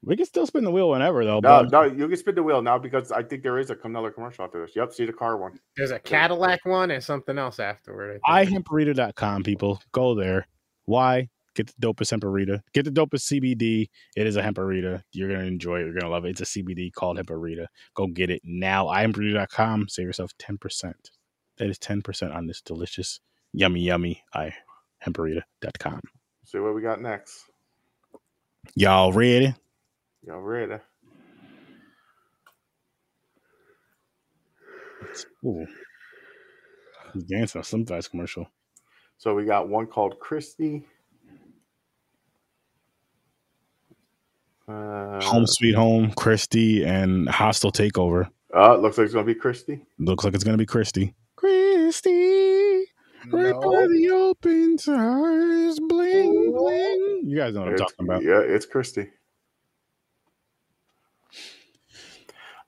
we can still spin the wheel whenever though.
No,
but
no, you can spin the wheel now because I think there is a another commercial after this. Yep, see the car one.
There's a Cadillac one and something else afterward. I think.
iHemperita.com, people. Go there. Why? Get the dopest hemperita. Get the dopest CBD. It is a hemperita. You're going to enjoy it. You're going to love it. It's a CBD called hemperita. Go get it now. iHemperita.com. Save yourself 10%. That is 10% on this delicious, yummy, yummy iHemperita.com.
See what we got next.
Y'all ready?
Y'all ready?
Ooh. He's dancing on some guy's commercial.
So we got one called Christy. Uh,
Home Sweet Home, Christy, and Hostile Takeover.
uh, looks like it's gonna be Christy.
Looks like it's going to be Christy. Christy. Right by
No.
the open tires, bling bling. You guys know what I'm
Oh. It's-
talking about.
Yeah, it's Christy.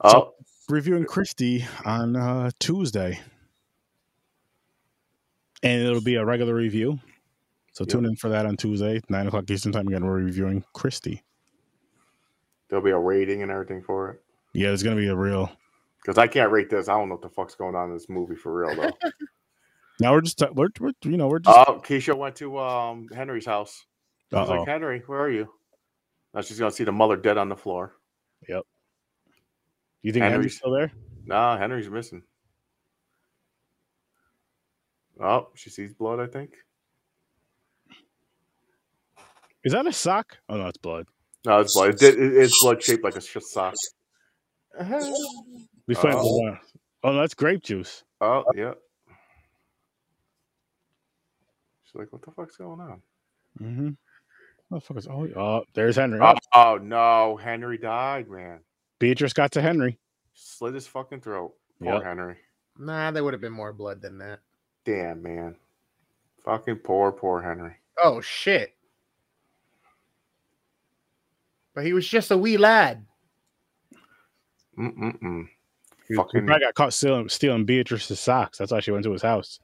Oh,
Reviewing Christie on uh, Tuesday, and it'll be a regular review. So tune in for that on Tuesday, nine o'clock Eastern time. Again, we're reviewing Christie.
there'll be a rating and everything for it.
Yeah, there's gonna be a real.
Because I can't rate this. I don't know what the fuck's going on in this movie for real though.
Now we're just we're, we're you know we're just
Oh, Keisha went to um Henry's house. I was
Uh-oh.
like, Henry, where are you? Now she's gonna see the mother dead on the floor.
Yep. You think Henry's
Henry's-
still there?
Nah, Henry's missing. Oh, she sees blood, I think.
Is that a sock? Oh no, it's blood.
No, it's blood. It did- it- it's blood shaped like a sh- sock.
We find
Oh.
one. Oh, no, that's grape juice.
Oh, yeah. She's like, what the fuck's going on?
Mm-hmm. Motherfuckers. Oh, oh, there's Henry.
Oh,
Oh,
oh, no, Henry died, man.
Beatrice got to Henry.
Slit his fucking throat. Poor
Yep.
Henry.
Nah, there would have been more blood than that.
Damn, man. Fucking poor, poor Henry.
Oh shit. But he was just a wee lad.
Mm-mm-mm.
He, he
Fucking-
probably got caught stealing, stealing Beatrice's socks. That's why she went to his house.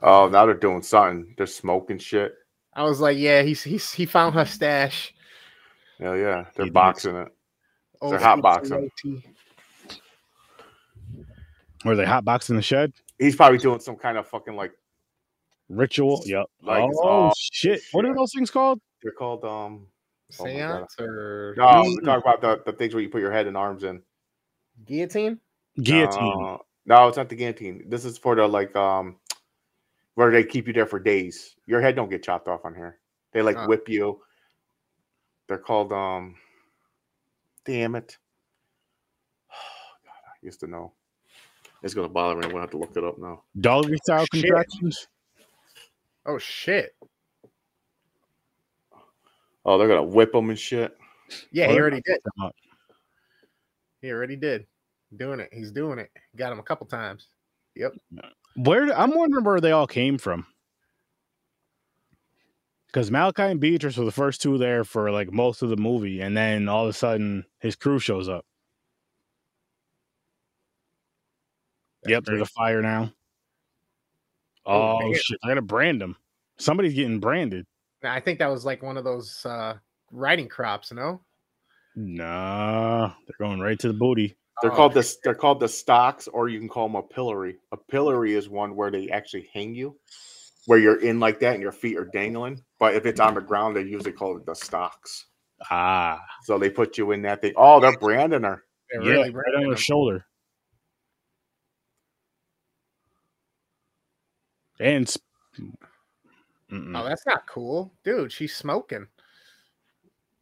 Oh, now they're doing something. They're smoking shit.
I was like, yeah, he's he's he found her stash.
Hell yeah. They're
Idiots.
boxing it.
Oh,
They're hotboxing.
Were they hot boxing the shed?
He's probably doing some kind of fucking like
Ritual. Yep.
Like, it's
oh
all-
shit. What are
shit.
those things called?
they're called um Oh my
Seance or
no
Mm.
we're talking about the, the things where you put your head and arms in.
guillotine?
Guillotine.
No, no, it's not the guillotine. This is for the like um where they keep you there for days. Your head don't get chopped off on here. They like
Ah.
whip you. They're called um damn it. God, I used to know. It's gonna bother me. I'm gonna have to look it up now.
Doggy style
Shit.
contractions.
Oh shit.
Oh, they're gonna whip them and shit.
Yeah, he
What?
already did.
Come on.
He already did. Doing it. He's doing it. Got him a couple times.
Where I'm wondering where they all came from. Because Malachi and Beatrice were the first two there for like most of the movie, and then all of a sudden his crew shows up. yep, there's a fire now. Oh,
Oh, man.
shit! I gotta brand him. Somebody's getting branded.
Now, I think that was like one of those uh riding crops, no?
Nah, they're going right to the booty.
They're
Oh,
called the they're called the stocks, or you can call them a pillory. A pillory is one where they actually hang you, where you're in like that and your feet are dangling. But if it's on the ground, they usually call it the stocks.
Ah,
So they put you in that thing. Oh, they're branding her.
they're
yeah,
really
right on
branding
her
him.
shoulder. And sp- Mm-mm.
Oh, that's not cool. Dude, she's smoking.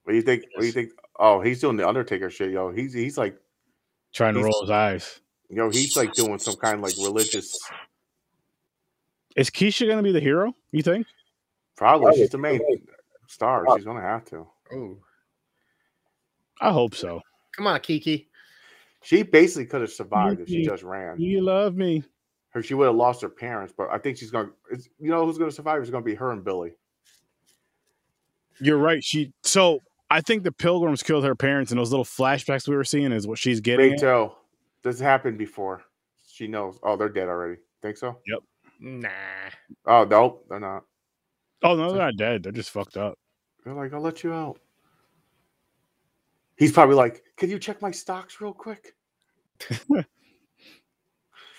What do you think? What do you think? Oh, he's doing the Undertaker shit, yo. He's he's like
trying to
He's-
roll his eyes.
yo, he's like doing some kind of like religious.
Is Keisha gonna be the hero? You think?
Probably she's the main star. She's gonna have to.
Oh,
I hope so.
come on, Kiki.
She basically could have survived if she just ran.
You love me.
her she would have lost her parents, but I think she's gonna. It's, you know who's gonna survive? It's gonna be her and Billy.
You're right. She so I think the pilgrims killed her parents, and those little flashbacks we were seeing is what she's getting.
Me
at.
too. This happened before. She knows. Oh, they're dead already. Think so?
Nah.
Oh no, they're not.
Oh no, they're not dead. They're just fucked up.
They're like, I'll let you out. He's probably like, Can you check my stocks real quick?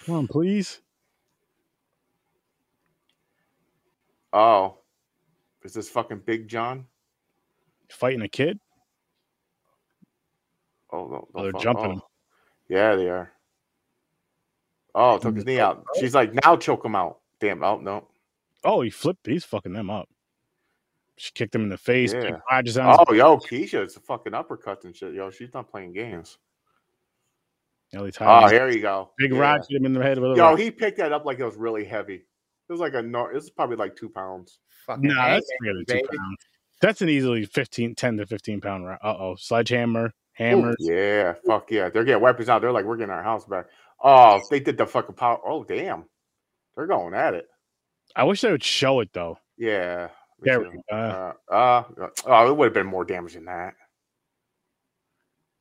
Come on, please.
Oh, is this fucking Big John?
Fighting a kid.
Oh no,
Oh, they're jumping him.
Yeah, they are. Oh, took his knee out. She's like, Now choke him out. Damn. Oh no.
Oh, he flipped. He's fucking them up. She kicked him in the face.
Yeah.
kicked Hodges on his-
Oh yo, Keisha, it's a fucking uppercuts and shit, yo. She's not playing games.
Ellie Tyler.
Oh, here you go.
Big
Yeah.
Rod hit him in the head with a
Yo,
rock.
he picked that up like it was really heavy. It was like a no, this is probably like two pounds.
Fucking
Nah, that's
hang-
bigger than
baby.
two pounds. That's an easily 15, 10 to 15 pound round. Uh oh. Sledgehammer, hammer.
Yeah, fuck yeah. They're getting weapons out. They're like, we're getting our house back. Oh, they did the fucking power. Oh, damn. They're going at it.
I wish they would show it though.
Yeah. me
There
too.
we go. Uh,
Uh, uh, oh, it would have been more damage than that.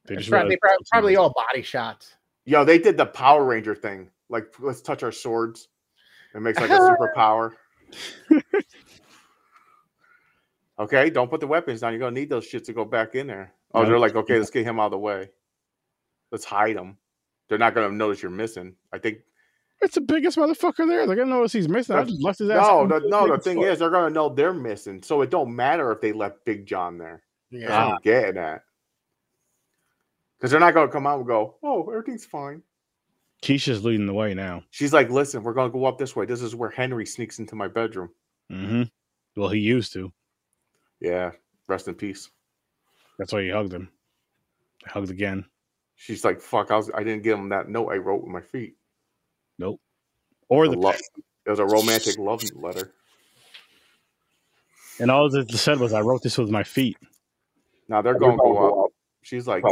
they
It's
just
prob- they
realized-
prob- probably all body shots.
Yo, they did the Power Ranger thing. Like, let's touch our swords. It makes like a superpower. okay, don't put the weapons down. You're gonna need those shits to go back in there. Oh,
Yeah.
they're like, okay, let's get him out of the way. Let's hide him. They're not gonna notice you're missing. I think.
It's the biggest motherfucker there. They're gonna notice he's missing. I
That's-
just left his ass.
No,
in
the,
the
no. The
nigga's
thing
foot.
is, they're gonna know they're missing, so it don't matter if they left Big John there.
Yeah.
That's what I'm getting at. because they're not going to come out and go, "Oh, everything's fine."
Keisha's leading the way now.
She's like, "Listen, we're going to go up this way. This is where Henry sneaks into my bedroom."
hmm Well, he used to.
Yeah, rest in peace.
That's why he hugged him. Hugged again.
She's like, "Fuck, I was, I didn't give him that note I wrote with my feet."
Or
I
the
love- it was a romantic love letter.
and all that said was, "I wrote this with my feet."
Now they're going to go up. She's like,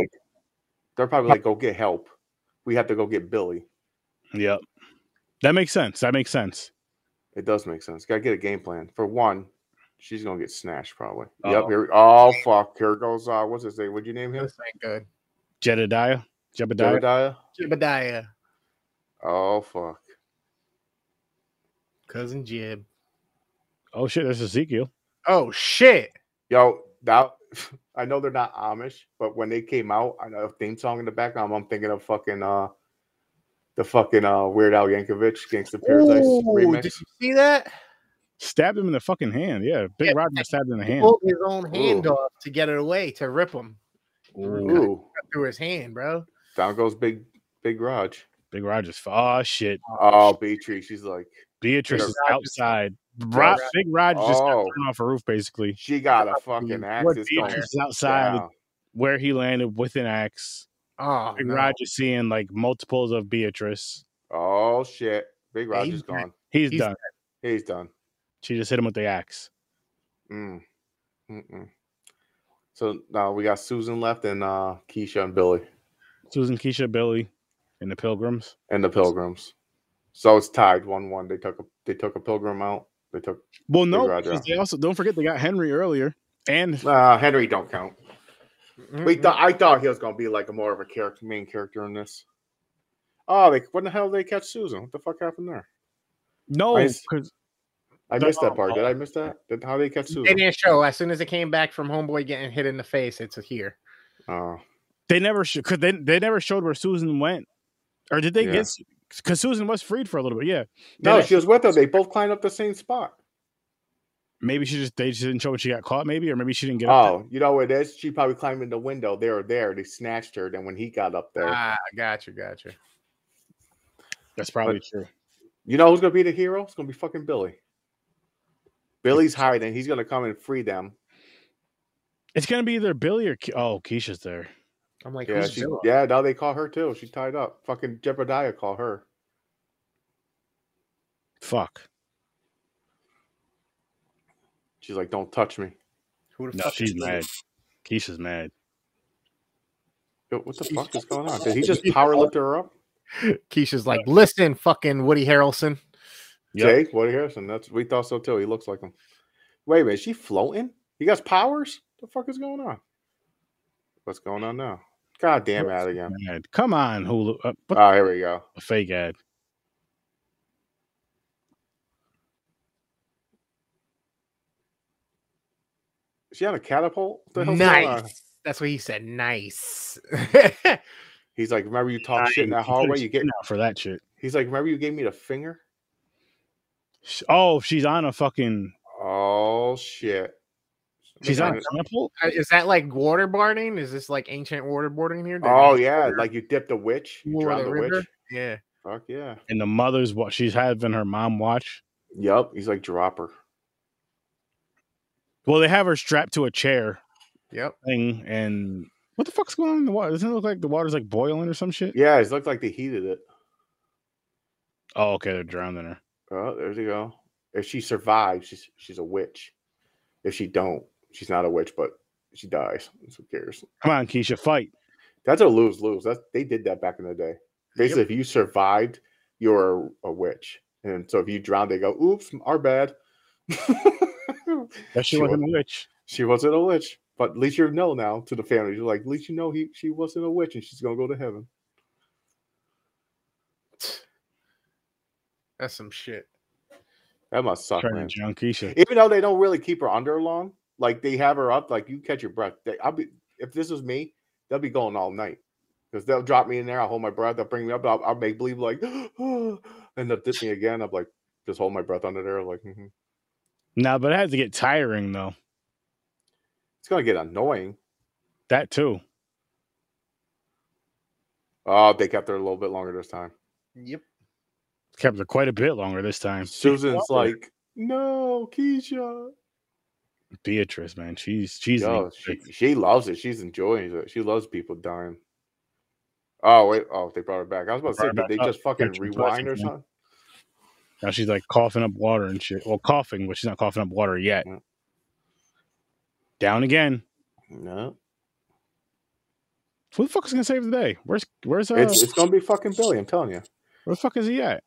"They're probably like, go get help. We have to go get Billy."
Yep. That makes sense. That makes sense.
It does make sense. Got to get a game plan. For one, she's gonna get snatched probably.
Uh-oh.
Yep. Here, oh fuck. Here goes. Uh, what's his name? What'd you name him?
This ain't good.
Jedediah. Jebediah.
Jedediah.
Jebediah,
Oh fuck.
cousin Jib.
Oh shit, there's Ezekiel.
Oh shit!
Yo, that I know they're not Amish, but when they came out, I know a theme song in the background. I'm thinking of fucking uh, the fucking uh Weird Al Yankovic Gangsta Paradise
Ooh,
remix.
did you see that?
Stabbed him in the fucking hand. Yeah, Big
Yeah.
Roger stabbed him in the
He
hand.
pulled his own hand
Ooh.
off to get it away to rip him
Ooh.
Ooh,
through his hand, bro.
down goes Big Big Raj.
Big Roger's. Oh shit,
Oh, Beatrice, she's like
Beatrice
Big
is
Roger's-
outside.
Big
Ro-
Roger-
Big Roger just got
Oh.
thrown off a roof, basically.
she got a fucking axe.
What
It's going
Beatrice is outside
down.
where he landed with an axe.
Oh,
Big
no.
Roger seeing like multiples of Beatrice.
Oh shit, Big
Yeah,
Raj
he's
is
back.
gone.
He's,
He's-
done.
He's done.
She just hit him with the axe.
Mm. Mm-mm. So now we got Susan left and uh, Keisha and Billy
Susan, Keisha, Billy, and the Pilgrims.
and the Pilgrims. So it's tied one one. They took a they took a Pilgrim out. They took
Well, no,
Big Roger.
because they also don't forget they got Henry earlier and
uh, Henry don't count.
Mm-mm.
We thought I thought he was gonna be like a more of a character main character in this. Oh, they when the hell did they catch Susan? What the fuck happened there?
no,
I s-
because
I
No,
missed that part. Did I miss that? Did, how they catch
They
Susan?
didn't show. As soon as it came back from Homeboy getting hit in the face, it's here.
Oh,
they never sh- cause they they never showed where Susan went, or did they
Yeah.
get? Because Susan was freed for a little bit. Yeah,
no,
didn't-
she was with them. They both climbed up the same spot.
maybe she just they just didn't show when she got caught, maybe, or maybe she didn't get. up
Oh, you know what it is? She probably climbed in the window. They were there. They snatched her. Then when he got up there,
Ah, gotcha, gotcha.
there. That's probably true.
you know who's gonna be the hero? It's gonna be fucking Billy. Billy's hiding. He's gonna come and free them.
It's gonna be either Billy or Ke- oh Keisha's there.
I'm like,
Yeah,
who's
she,
Zilla?
yeah. Now they call her too. She's tied up. Fucking Jebediah call her.
Fuck.
She's like, "Don't touch me."
Who the
No,
fuck is
she's
Zilla?
mad. Keisha's mad.
Yo, what the fuck is going on? Did he just power lift her up?
Keisha's like, listen, fucking Woody Harrelson.
Yep.
Jake Woody Harrison. That's we thought so too. He looks like him. Wait a minute, is she floating? He got powers? The fuck is going on? What's going on now? God damn ad again.
Mad. Come on, Hulu. Uh, what
Oh, here we go.
the fake ad?
Is she on a catapult? What the hell's going on?
Nice. That's what he said. Nice.
He's like, remember you talk Oh, shit in that
Keisha's
hallway? You get.
now for that shit.
He's like, remember you gave me the finger?
Sh- Oh, she's on a fucking.
Oh shit.
She's
Look
on a
at it.
temple.
is that like waterboarding? Is this like ancient waterboarding here? They
Oh
just
yeah,
water
like you dipped a witch. You
over
drowned
the
the
river?
witch.
Yeah.
Fuck yeah.
and the mother's what she's having her mom watch.
Yup. He's like drop her.
Well, they have her strapped to a chair
Yep.
thing, and what the fuck's going on in the water? Doesn't it look like the water's like boiling or some shit?
Yeah, it looked like they heated it.
Oh, okay, they're drowning her.
Oh, there you go. If she survives, she's she's a witch. If she don't, she's not a witch, but she dies. That's who cares?
Come on, Keisha, fight.
That's a lose lose. That's they did that back in the day. Basically, if you survived, you're a, a witch. And so if you drown, they go, "Oops, our bad."
That she
She
wasn't a witch.
she wasn't a witch, but at least you know now to the family. You're like, at least you know he she wasn't a witch, and she's gonna go to heaven.
That's some shit.
That must suck,
Trying
man.
to drown Keisha.
even though they don't really keep her under long, like they have her up, like you catch your breath. They, I'll be if this was me, they'll be going all night because they'll drop me in there. I'll hold my breath. They'll bring me up. I'll, I'll make believe like, and they'll dip me again. I'm like, just hold my breath under there. Like mhm.
Nah, but it had to get tiring though.
it's gonna get annoying.
That too.
Oh, they kept her a little bit longer this time.
Yep.
Kept her quite a bit longer this time.
Susan's like, no, Keisha.
Beatrice, man, she's she's an
Yo,
angel.
she, she loves it. She's enjoying it. She loves people dying. Oh wait! Oh, they brought her back. I was about to
Brought
say,
her
did they
back up.
just fucking
Catch her
rewind
blessing,
or
man.
something?
now she's like coughing up water and shit. Well, coughing, but she's not coughing up water yet.
Yeah.
Down again.
No,
Who the fuck is gonna save the day? Where's where's uh,
it's, it's gonna be fucking Billy. I'm telling you.
where the fuck is he at?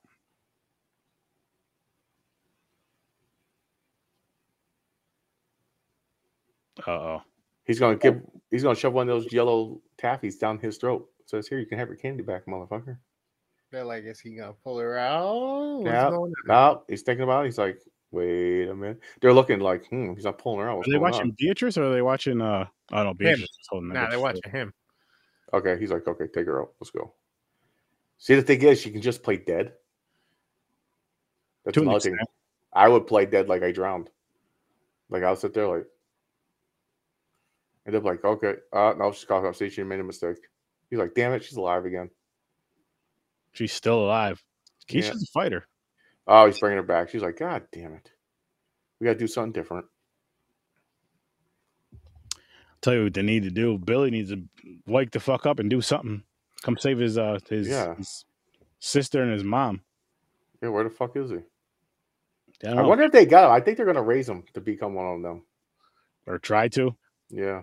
Uh oh.
He's gonna give. He's gonna shove one of those yellow taffies down his throat. Says, "Here, you can have your candy back, motherfucker."
They're like, is he gonna pull her out? What's
Yeah.
going on?
No, he's thinking about it. He's like, "Wait a minute." They're looking like, "Hmm." He's not pulling her out.
Are
What's
they
going
watching Beatrice or are they watching uh oh no Beatrice is holding that
Nah, they're
bitch's
watching him.
on? Okay, he's like, "Okay, take her out. Let's go." See, the thing is, she can just play dead. That's
To an
another thing.
extent.
I would play dead like I drowned. Like I'll sit there like, and they're like, "Okay, uh, no, she's caught up. See, she made a mistake." He's like, "Damn it, she's alive again."
She's still alive.
Yeah.
Keisha's a fighter.
Oh, he's bringing her back. She's like, God damn it. We got to do something different.
tell you what they need to do. Billy needs to wake the fuck up and do something. Come save his uh his,
Yeah.
his sister and his mom.
Yeah, where the fuck is he?
I,
I,
don't know,
wonder if they got him. I think they're going to raise him to become one of them.
or try to.
Yeah.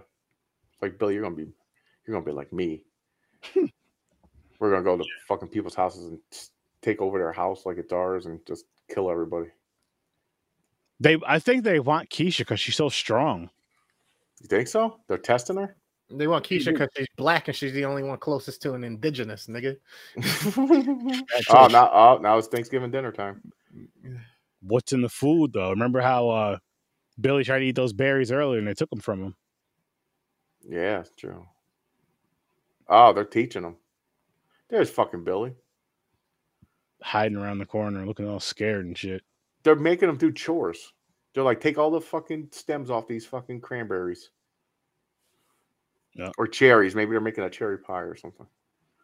Like, Billy, you're going to be, you're going to be like me. We're going to go to fucking people's houses and s- take over their house like it's ours and just kill everybody.
They I think they want Keisha because she's so strong.
You think so? They're testing her?
They want Keisha
Mhm.
because she's black and she's the only one closest to an indigenous nigga.
oh, now, oh, now it's Thanksgiving dinner time.
What's in the food though? Remember how uh Billy tried to eat those berries earlier and they took them from him.
Yeah, it's true. Oh, they're teaching them. There's fucking Billy.
Hiding around the corner, looking all scared and shit.
they're making them do chores. They're like, take all the fucking stems off these fucking cranberries.
Yeah.
Or cherries. Maybe they're making a cherry pie or something.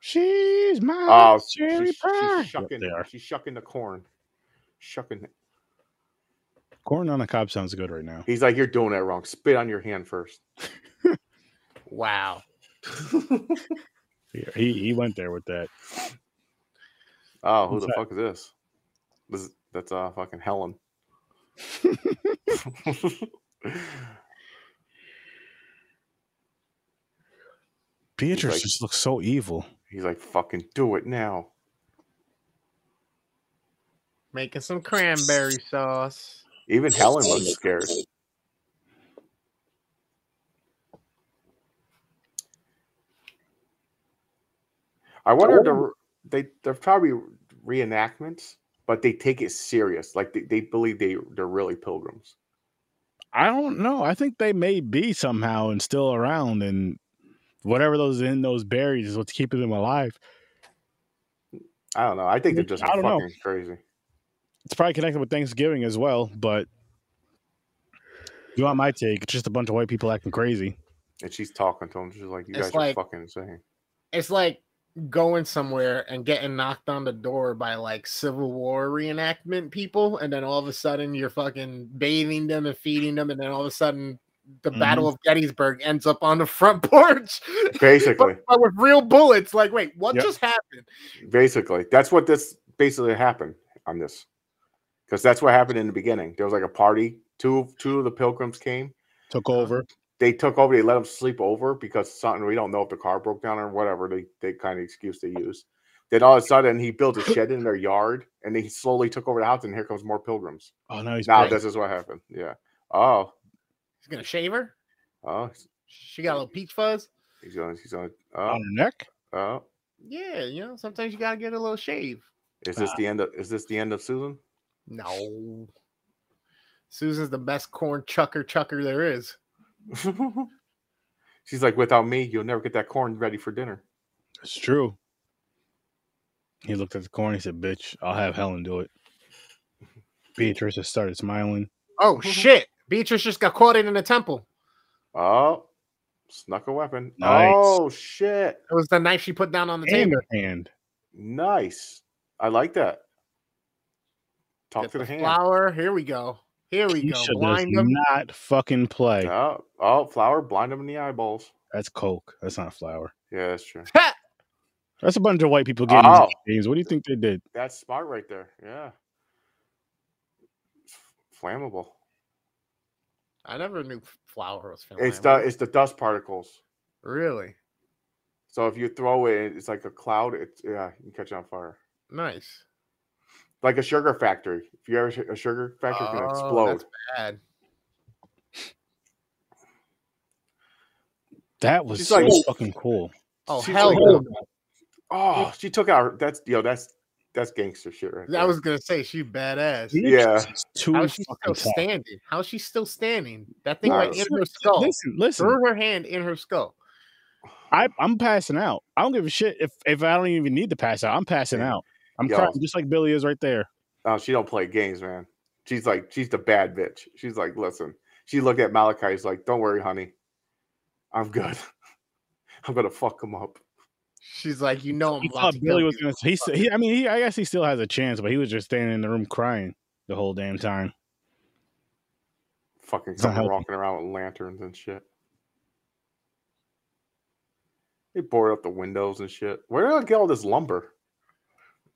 She's my
Oh,
cherry
she's,
pie.
she's shucking.
Yep, they are.
she's shucking the corn. Shucking. it.
Corn on the cob sounds good right now.
He's like, you're doing that wrong. Spit on your hand first.
Wow.
He he, he went there with that.
Oh, who
What's
the
that?
fuck is this? This is- that's uh fucking Helen.
Beatrice
like-
just looks so evil.
He's like, fucking do it now.
Making some cranberry sauce.
Even Helen looks scared. I wonder if they're- they they're probably reenactments, but they take it serious. Like they, they believe they they're really pilgrims.
I don't know. I think they may be somehow and still around, and whatever those in those berries is what's keeping them alive.
I don't know. I think they're just
I don't
fucking
know.
crazy.
It's probably connected with Thanksgiving as well. But you want my take? It's just a bunch of white people acting crazy.
And she's talking to him. She's like, "You
It's
guys
like-
are fucking insane."
It's like going somewhere and getting knocked on the door by like Civil War reenactment people, and then all of a sudden you're fucking bathing them and feeding them, and then all of a sudden the
Mhm.
Battle of Gettysburg ends up on the front porch,
Basically,
but, but with real bullets. Like, wait, what
Yep.
just happened?
basically, that's what this basically happened on this, because that's what happened in the beginning. There was like a party. Two two of the pilgrims came.
Took over.
they took over. They let them sleep over because something we don't know if the car broke down or whatever. They they kind of excuse they use. Then all of a sudden he built a shed in their yard and they slowly took over the house. And here comes more pilgrims.
Oh no, he's
Now
pregnant.
this is what happened. Yeah. Oh.
He's gonna shave her.
Oh. he's-
She got a little peach fuzz.
He's gonna. He's gonna.
on
Oh.
her neck.
Oh.
Yeah, you know, sometimes you gotta get a little shave.
Is this the end of? Is this the end of Susan?
No. Susan's the best corn chucker chucker there is.
She's like, without me, you'll never get that corn ready for dinner.
It's true. He looked at the corn. He said, "Bitch, I'll have Helen do it." Beatrice just started smiling.
Oh shit. Beatrice just got caught in, in the temple.
Oh. Snuck a weapon.
Nice.
Oh shit!
It was the knife she put down on the
And
table.
her hand.
Nice. I like that. Talk
Get
to the,
the
hand.
flower. Here we go. Here we go.
Keisha does
Blind them.
not fucking play.
Oh, oh, flower, blind him in the eyeballs.
That's coke. That's not flour.
Yeah, that's true.
That's a bunch of white people getting
Oh.
games. What do you think they did?
That's smart right there. Yeah. F- Flammable.
I never knew flower was
It's the
flammable.
it's the dust particles.
really
So if you throw it, it's like a cloud. It's yeah, you can catch it on fire.
nice.
Like a sugar factory. If you ever sh- a sugar factory it's
Oh,
can
that's
explode.
Bad.
That was
She's
so
like-
fucking cool.
Oh
She's
hell
like,
no.
Oh, she took out. her- That's yo. That's that's gangster shit right
I
there.
was gonna say she badass.
Yeah.
She's Too
How's she
fucking
still
tough.
standing? How's she still standing? That thing
Nah,
went in her skull.
Listen, listen.
Threw her hand in her skull.
I, I'm passing out. I don't give a shit if, if I don't even need to pass out. I'm passing
Yeah.
out. I'm
Yo.
crying just like Billy is right there.
Oh, she don't play games, man. She's like, she's the bad bitch. She's like, listen. She looked at Malachi. She's like, don't worry, honey. I'm good. I'm gonna fuck him up.
She's like, you know, I'm
He
about
thought
to
Billy
kill
was
you.
gonna. He, said- he, I mean, he, I guess he still has a chance, but he was just standing in the room crying the whole damn time.
Fucking
It's not
coming
healthy.
walking around with lanterns and shit. They board up the windows and shit. Where did I get all this lumber?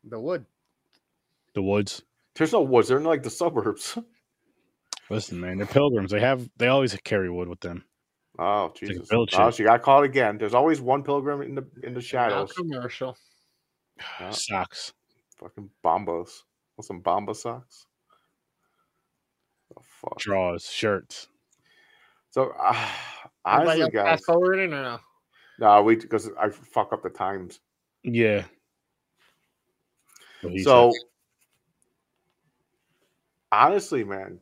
the wood.
The woods.
There's no woods. They're in like the suburbs.
Listen, man, they're pilgrims. They have. They always carry wood with them.
Oh
like
Jesus!
village
Oh,
shit.
she got caught again. There's always one pilgrim in the in the
Now
shadows.
commercial.
Yeah.
Socks.
Fucking bombos. Want some bomba socks? The fuck.
draws, shirts.
So uh, honestly,
Anybody else
guys,
fast forward in or no?
no, we because I fuck up the times.
Yeah. What he
so
said.
honestly, man,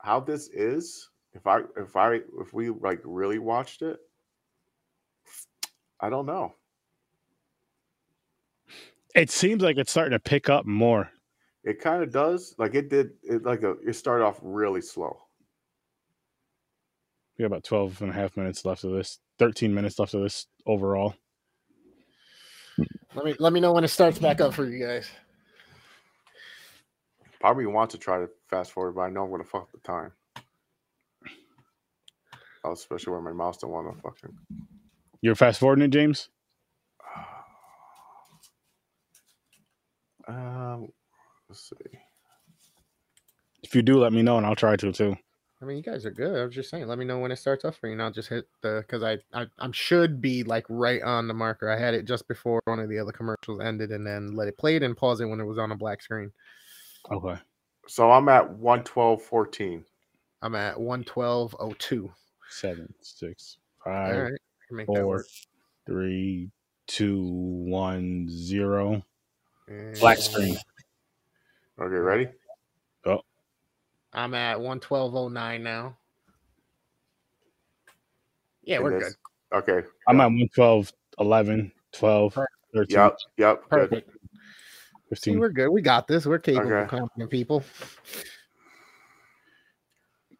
how this is, if I if I if we like really watched it, I don't know.
it seems like it's starting to pick up more.
It kind of does. Like it did. It like a, it started off really slow.
We got about 12 and a half minutes left of this, 13 minutes left of this overall.
Let me let me know when it starts back up for you guys.
Probably want to try to fast forward, but I know I'm gonna fuck up the time. Oh, especially where my mouse don't want to fucking.
You're fast forwarding it, James?
Um, let's see.
If you do, let me know and I'll try to too.
I mean, you guys are good. I was just saying, let me know when it starts up for you. And I'll just hit the because I, I I should be like right on the marker. I had it just before one of the other commercials ended, and then let it play it and pause it when it was on a black screen.
Okay.
So I'm at one twelve fourteen.
I'm at one twelve oh two.
Seven, six,
All right,
five,
I can make that
four,
work.
three, two, one, zero.
And
Okay, ready?
I'm at one twelve oh nine now. Yeah,
It
we're
is.
good.
Okay.
I'm at 112, 11, 12,
Perfect.
13,
Yep. Yep. good.
Perfect. See,
15.
we're good. We got this. We're capable,
Okay.
competent people.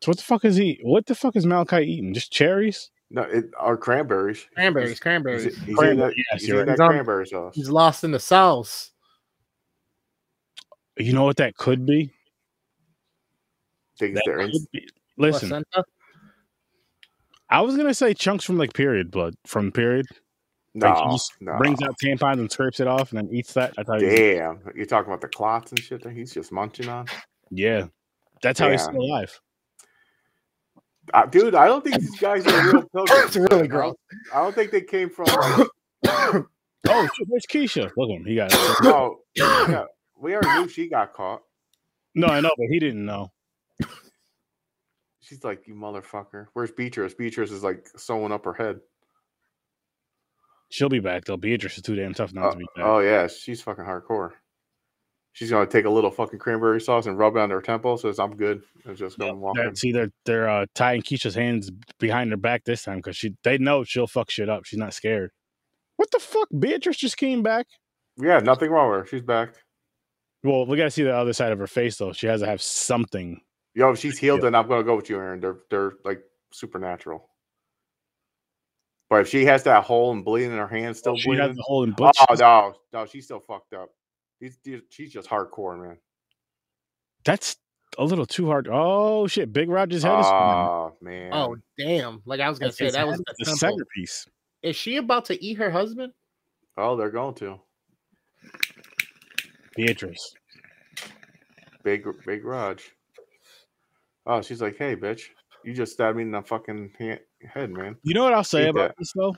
So what the fuck is he? What the fuck is Malachi eating? Just cherries?
No, it are cranberries.
Cranberries,
He's,
cranberries.
he's, he's eating
Cranberry,
that,
yes,
he's
you're
eating
right.
that cranberry sauce.
He's lost in the sauce.
You know what that could be?
Thinks
That
they're in-
could be- Listen,
Placenta?
I was gonna say chunks from like period blood from period
no,
like, he just
no.
brings out tampons and scrapes it off and then eats that. That's how he-
Damn, you're talking about the clots and shit that he's just munching on,
yeah, that's how he's
Yeah.
still alive.
Uh, dude. I don't think these guys are real pilgrims.
It's really
I don't,
gross.
I don't think they came from. Like,
Oh, shit, there's Keisha. Look at him. He got
no, yeah, oh, we already knew she got caught.
no, I know, but he didn't know.
She's like, you motherfucker. Where's Beatrice? Beatrice is like sewing up her head.
She'll be back though. Beatrice is too damn tough not
Uh,
to be back.
oh yeah, she's fucking hardcore. She's gonna take a little fucking cranberry sauce and rub it on her temple. Says I'm good. And just gonna walk.
That- see, they're they're uh, tying Keisha's hands behind her back this time because she they know she'll fuck shit up. She's not scared. What the fuck? Beatrice just came back.
Yeah, nothing wrong with her. She's back.
Well, we gotta see the other side of her face though. She has to have something.
Yo, if she's healed, then I'm gonna go with you, Aaron. They're they're like supernatural. But if she has that hole and bleeding in her hand, still
she
bleeding.
has the hole in
Oh
butt.
no, no, she's still fucked up. She's, she's just hardcore, man.
That's a little too hard. Oh shit! Big Roger's head is
Oh man.
Oh damn! Like I was gonna say,
His
that
head
was
is
the
the
temple.
second piece.
Is she about to eat her husband?
oh, they're going to
Beatrice.
big, big Raj. Oh, she's like, hey, bitch, you just stabbed me in the fucking hand, head, man.
You know what I'll say
Eat
about
that.
this though?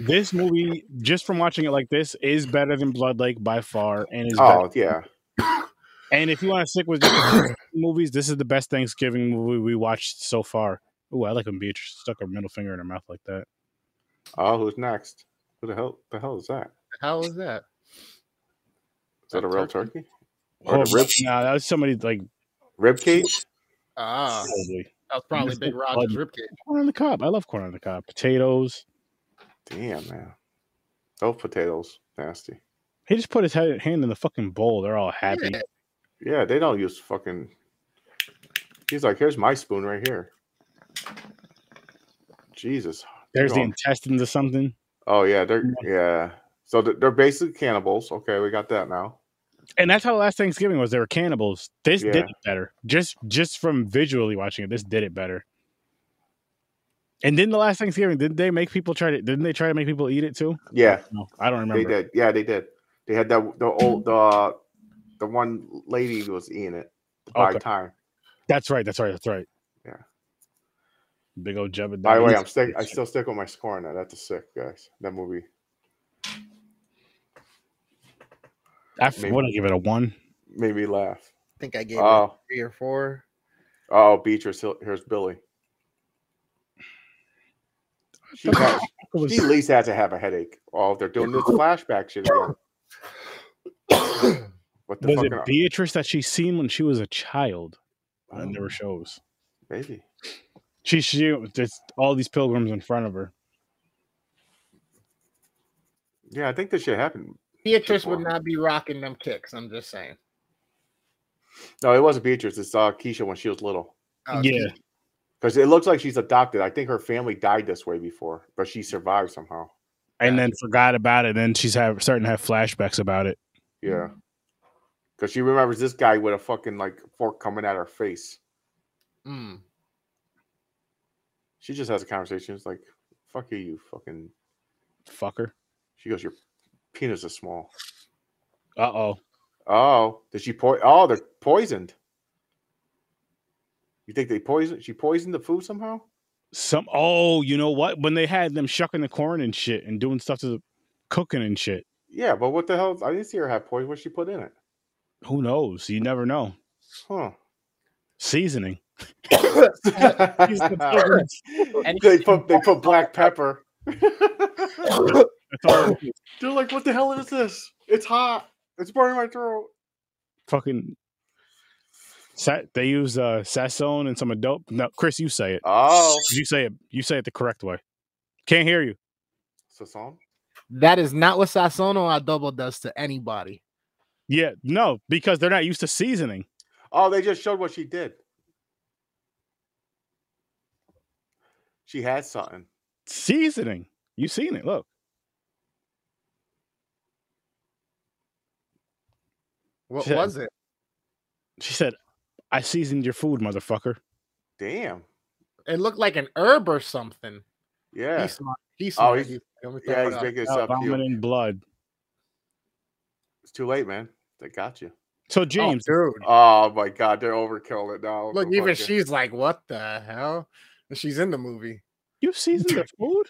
This movie, just from watching it like this, is better than Blood Lake by far, and is better.
Oh yeah,
And if you want to stick with just movies, this is the best Thanksgiving movie we watched so far. Ooh, I like when Beatrice stuck her middle finger in her mouth like that.
Oh, who's next? Who the hell? The hell is that?
The hell is that?
Is that a real turkey? Or
Oh,
the rib,
nah, that was somebody like
rib cage? Uh.
Ah,
probably
that was probably Big Roger's ribcage.
corn on the cob. I love corn on the cob. Potatoes.
Damn man, those potatoes nasty.
He just put his head, hand in the fucking bowl. They're all happy.
Yeah.
Yeah, they don't use fucking. He's like, here's my spoon right here. Jesus.
There's the
Go on.
intestines or something.
Oh yeah, they're yeah. So th- they're basically cannibals. Okay, we got that now.
And that's how last Thanksgiving was. They were cannibals. This did
Yeah.
it better. Just just from visually watching it, this did it better. And then the last Thanksgiving, didn't they make people try to? Didn't they try to make people eat it too?
Yeah,
No, I don't remember.
they did. Yeah, they did. They had that the old the uh, the one lady was eating it by
Okay.
time.
That's right. That's right. That's right.
Yeah.
Big old Jebediah.
By the way, I'm stick. I still stick with my score on that. That's a sick guys. That movie.
I f- would I give it a one.
made me laugh.
I think I gave it
Oh,
three or four.
oh, Beatrice, here- here's Billy. She, has,
It was-
she at least has to have a headache. Oh, they're doing this flashback shit again. What the
was
fucking
it Beatrice that she seen when she was a child? That never shows.
maybe?
She she there's all these pilgrims in front of her.
Yeah, I think this shit happened.
Beatrice would
Before.
not be rocking them kicks. I'm just saying.
No, it wasn't Beatrice. It's uh, Keisha when she was little.
Oh,
yeah,
geez.
Because it looks like she's adopted. I think her family died this way before, but she survived somehow.
and then forgot about it. And she's have starting to have flashbacks about it.
Yeah. Because she remembers this guy with a fucking like fork coming at her face.
Mm.
She just has a conversation. It's like, fuck you, you fucking
Fucker.
She goes, "Your penis is small."
Uh oh.
Oh, did she po? Oh, they're poisoned. You think they poisoned? She poisoned the food somehow?
Some oh, you know what? When they had them shucking the corn and shit and doing stuff to the cooking and shit.
Yeah, but what the hell? I didn't see her have poison. What she put in it?
Who knows? You never know.
Huh?
Seasoning.
they put they put black pepper. They're
That's all it is.
like, "What the hell is this? It's hot. It's burning my throat."
fucking sa they use uh sassone and some adult no chris you say it
Oh,
you say it you say it the correct way can't hear you
Sasson.
That is not what Sassono Adobo does to anybody.
yeah no because they're not used to seasoning
Oh, they just showed what she did. She had something.
seasoning you seen it look
What
Yeah.
was it?
she said i seasoned your food motherfucker
Damn.
It looked like an herb or something.
Yeah.
He's smart. He's
Oh,
smart.
he's-
He's- let me
Yeah,
throw
he's
it out.
making
Out
himself puke.
vomiting blood
It's too late, man. They got you.
so
Oh,
james
dude.
Oh my god, they're overkilling it now.
Look,
I'm
even
fucking-
she's like, "What the hell?" And she's in the movie.
you seasoned the food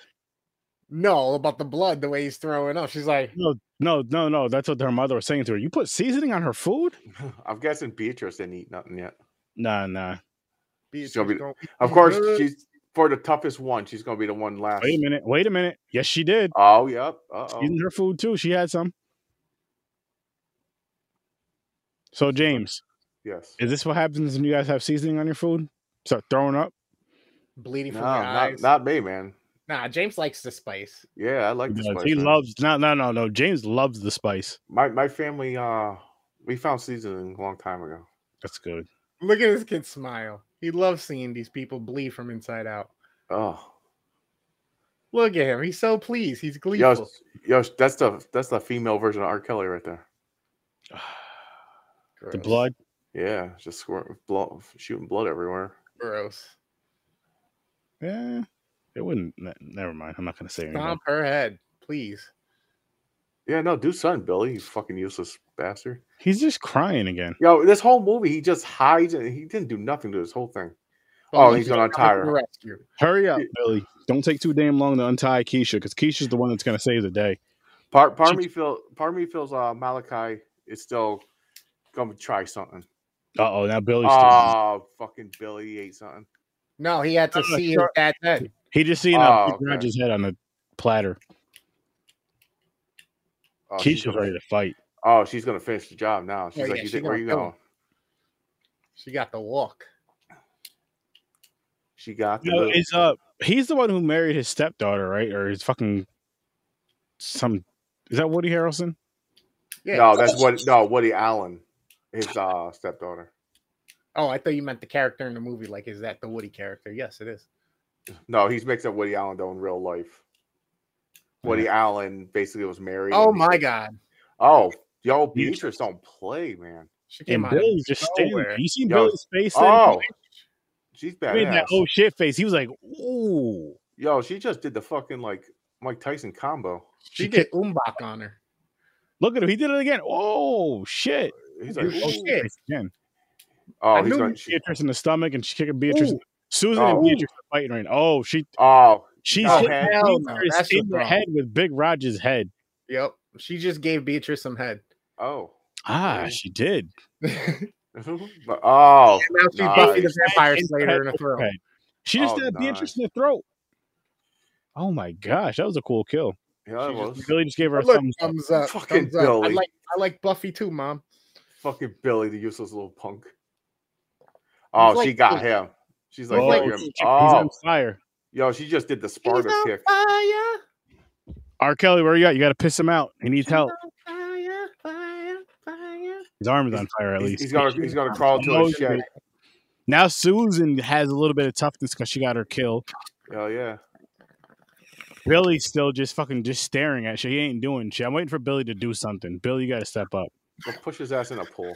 No, about the blood, the way he's throwing up. She's like,
no no no no that's what her mother was saying to her you put seasoning on her food
I'm guessing Beatrice didn't eat nothing yet.
nah nah
"Beatrice
gonna be-
gonna eat
Of
these
course,
good."
she's for the toughest one. She's gonna be the one last.
wait a minute wait a minute yes she did
Oh, yep. Uh oh.
Seasoned her food too she had some so james
Yes.
Is this what happens when you guys have seasoning on your food? Start throwing up?
bleeding
No,
from the
not,
eyes."
not me, man.
Nah, James likes the spice.
Yeah, I like this
No,
place.
he
man.
loves no no no no. James loves the spice.
my my family. Uh, we found seasoning a long time ago.
That's good.
Look at this kid smile. He loves seeing these people bleed from inside out.
Oh,
Look at him. He's so pleased. He's gleeful.
Yo, yo, that's the that's the female version of R. Kelly right there.
The
Gross.
blood.
Yeah, just squirt, blood, shooting blood everywhere.
Gross.
Yeah. It wouldn't. ne- Never mind. I'm not gonna say anything.
Stomp her head, please.
Yeah, no, do son, Billy. You fucking useless bastard.
He's just crying again.
Yo, this whole movie, he just hides and he didn't do nothing to this whole thing. Oh, he's gonna
Come
tire.
to the rescue.
Hurry up,
Yeah.
Billy. Don't take too damn long to untie Keisha because Keisha's the one that's gonna save the day.
Part part of
She-
me feel part of me feels uh Malachi is still gonna try something.
Uh oh. Now Billy's. still-
Oh fucking Billy ate something.
No, he had to
I'm not
see his
sure.
dad's head.
he just seen how
Oh,
he
okay.
grabbed his head on the platter.
Oh, she's
Keisha's
gonna-
ready to fight.
oh, she's gonna finish the job now. She's
Oh,
like,
yeah,
you
she
think where
gonna
you
kill
going?
She got the walk.
She got the
No, it's uh he's the one who married his stepdaughter, right? Or his fucking some is that Woody Harrelson?
Yeah.
no, that's what no Woody Allen, his uh stepdaughter.
Oh, I thought you meant the character in the movie. Like, is that the Woody character? Yes, it is.
No, he's mixed up Woody Allen though in real life.
Oh,
Woody Allen basically was married.
Oh
and he
my
said-
god.
Oh, yo, Beatrice don't play, man.
She came
And
out. of
Billy's just standing.
nowhere.
You seen
Yo,
Billy's face? there?
Oh, she's
he
bad.
made that oh shit face. He was like, ooh.
Yo, she just did the fucking like Mike Tyson combo.
She did umbach on her.
Look at him. He did it again. Oh shit.
He's
You
like,
Oh,
Oh
"Ooh."
shit.
shit. Again.
oh,
I
he's
knew
going.
you-
She,
Beatrice in the stomach and she kicking Beatrice.
Ooh.
Susan
Oh.
and Beatrice are fighting right now. Oh, she
oh,
she's
No,
hitting
head.
Hell no,
Beatrice
that's
in
the
the
problem.
head with Big Roger's head.
Yep. She just gave Beatrice some head.
oh,
Ah,
Really?
she did.
But- oh,
now she's
Nice.
Buffy the Vampire
Head,
Slayer in a
head,
throw.
head. She just
Oh,
stabbed
nice.
Beatrice in the throat. Oh my gosh, that was a cool kill.
yeah, it
She just-
was.
Billy just gave her a
Look,
thumbs up.
thumbs up.
Fucking
thumbs up. I
Billy.
like I like Buffy too, mom.
Fucking Billy, the useless little punk. Oh,
like
she got
Billy.
him. She's like,
oh,
yo,
like-
you're-
he's
oh,
on fire.
yo, she just did the Sparta kick.
Fire,
R. Kelly, where you at? You got to piss him out. He needs help.
fire, fire, fire.
His arm is on fire at
He's-
least.
he's gonna, he's gonna crawl to
Oh,
his shed.
Now Susan has a little bit of toughness because she got her kill.
Hell yeah.
Billy's still just fucking just staring at shit. He ain't doing shit. I'm waiting for Billy to do something. Billy, you got to step up.
Go push his ass in a pool.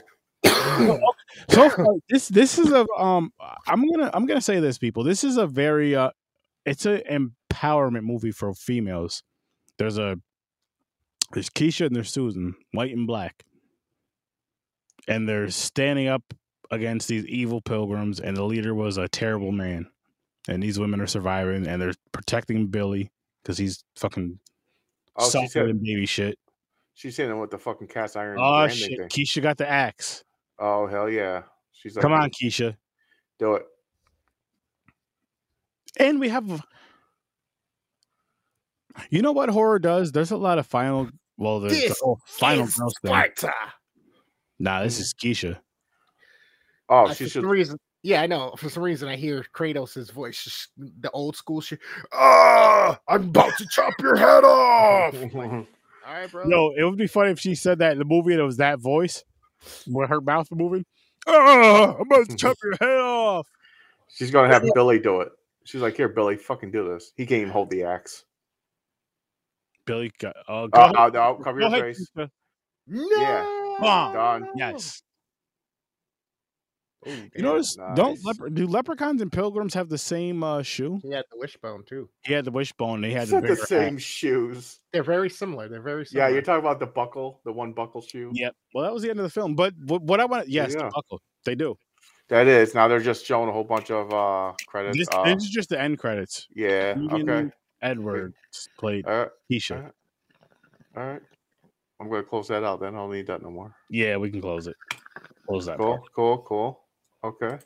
so far, this this is a um i'm gonna i'm gonna say this people this is a very uh it's an empowerment movie for females there's a there's keisha and there's susan white and black and they're standing up against these evil pilgrims and the leader was a terrible man and these women are surviving and they're protecting billy because he's fucking
Oh, she's
suffering
hitting,
baby shit
she's hitting him with the fucking cast iron.
oh
branding
shit
thing.
keisha got the axe
Oh, hell yeah. She's like,
come on keisha
do it.
And we have. You know what horror does? There's a lot of final. Well, there's the
This
whole final
is
girl thing.
Sparta.
Nah, this is Keisha.
Oh,
I-
she
for
should.
some reason, yeah, I know. For some reason, I hear Kratos' voice, sh- the old school shit. Ah, I'm about to chop your head
Oh,
off. All right, bro.
No, it would be funny if she said that in the movie and it was that voice with her mouth moving. Oh, I'm about to chop your head off.
She's gonna have Billy do it. She's like, here, Billy, fucking do this. He can't even hold the axe.
Billy, go, uh, go
Oh,
ahead.
no, no, cover
Go
your
ahead,
face.
Keisha.
no.
Yeah. Done.
Yes.
Ooh,
You
damn.
notice? Don't
nice.
leper, do leprecons and pilgrims have the same uh, shoe?
He had the wishbone too.
He had the wishbone. They had
It's
the,
not the
bigger
same
axe.
shoes.
They're very similar. They're very
Yeah,
similar.
you're talking about the buckle, the one buckle shoe.
Yep. Well, that was the end of the film. But what, what I want, yes,
yeah.
the buckle. They do.
That is. Now they're just showing a whole bunch of uh credits.
This,
uh,
this is just the end credits.
yeah.
Ewan
Okay. Uh,
Edwards played
All right.
Keisha.
alright. All right. I'm gonna close that out. Then I don't need that no more.
Yeah, we can close it. Close that.
Cool.
part.
Cool. Cool. Okay.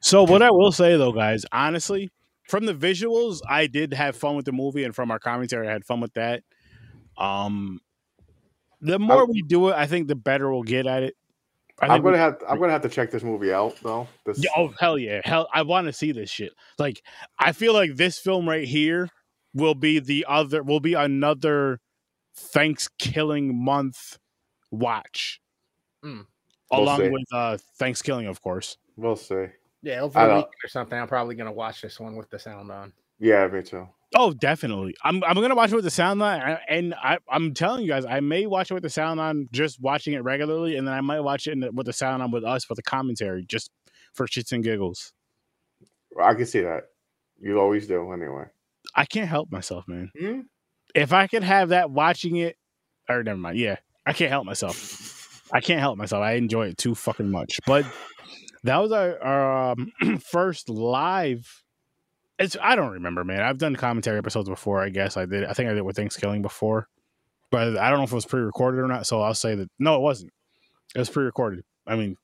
So what I will say though, guys, honestly, from the visuals, I did have fun with the movie, and from our commentary, I had fun with that. Um, the more we do it, I think the better we'll get at it. I
I'm
think we-
gonna have I'm gonna have to check this movie out though. This
Yeah, Oh hell yeah, hell! I want to see this shit. Like, I feel like this film right here will be the other, will be another Thanksgiving month watch,
Mm.
We'll
along
see.
with uh Thanksgiving, of course.
we'll see.
Yeah, over
I
the
don't-
weekend or something. I'm probably gonna watch this one with the sound on.
Yeah, me too.
Oh, definitely. I'm I'm gonna watch it with the sound on, and- and I I'm telling you guys, I may watch it with the sound on, just watching it regularly, and then I might watch it in the, with the sound on with us with the commentary, just for shits and giggles.
I can see that. You always do anyway.
I can't help myself, man.
Hmm?
If I could have that watching it, or never mind. Yeah, I can't help myself. I can't help myself. I enjoy it too fucking much. But that was our, our um, first live. It's I don't remember, man. I've done commentary episodes before. I guess I did. I think I did with Thanksgiving before, but I don't know if it was pre-recorded or not. So I'll say that no, it wasn't. It was pre-recorded. I mean,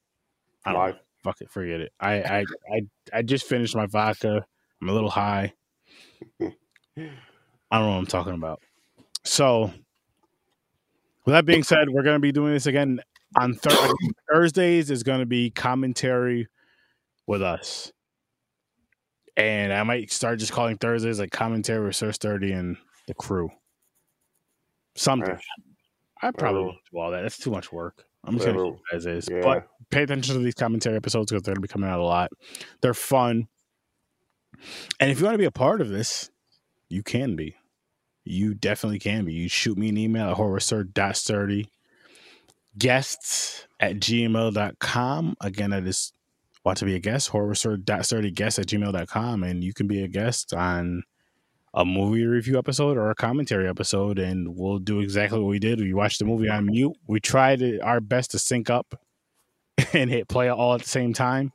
I don't know.
Live.
fuck it, forget it. I I I, I just finished my vodka. I'm a little high. I don't know what I'm talking about. So, with that being said, we're going to be doing this again on Thur- Thursdays. Is going to be commentary with us, and I might start just calling Thursdays like commentary with Sir Sturdy and the crew. Something.
Eh.
I probably
Whatever.
won't do all that. That's too much work. I'm just going to
Whatever.
keep it as is.
Yeah.
But pay attention to these commentary episodes because they're going to be coming out a lot. They're fun. And if you want to be a part of this, you can be. You definitely can be. You shoot me an email at horrorsir.sturdy guests at gmail.com. Again, that is want to be a guest, horrorsir.sturdy guest at gmail.com. And you can be a guest on a movie review episode or a commentary episode. And we'll do exactly what we did. We watched the movie on mute. We tried it- our best to sync up and hit play all at the same time.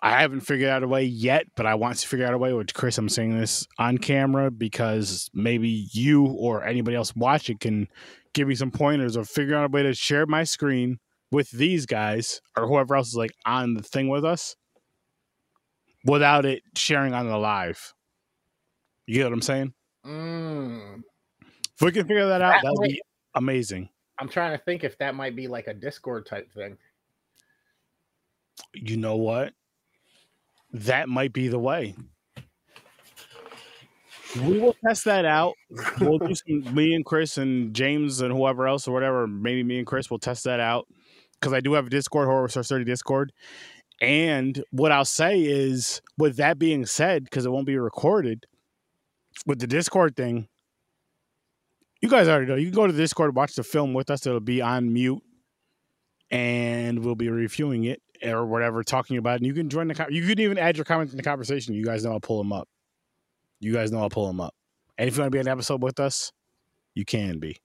I haven't figured out a way yet, but I want to figure out a way. Which Chris, I'm saying this on camera because maybe you or anybody else watching can give me some pointers or figure out a way to share my screen with these guys or whoever else is like on the thing with us without it sharing on the live. You get what I'm saying?
Mm.
If we can figure that out,
That
that would
way-
be amazing.
I'm trying to think if that might be like a Discord type thing.
You know what? That might be the way. We will test that out. We'll do some, me and Chris and James and whoever else or whatever. Maybe me and Chris will test that out because I do have a Discord, Horror Source 30 Discord. And what I'll say is, with that being said, because it won't be recorded, with the Discord thing, you guys already know. You can go to the Discord, watch the film with us. It'll be on mute, and we'll be reviewing it or whatever, talking about it. And you can join the. con- You can even add your comments in the conversation. You guys know I'll pull them up. You guys know I'll pull them up. And if you want to be on an episode with us, you can be,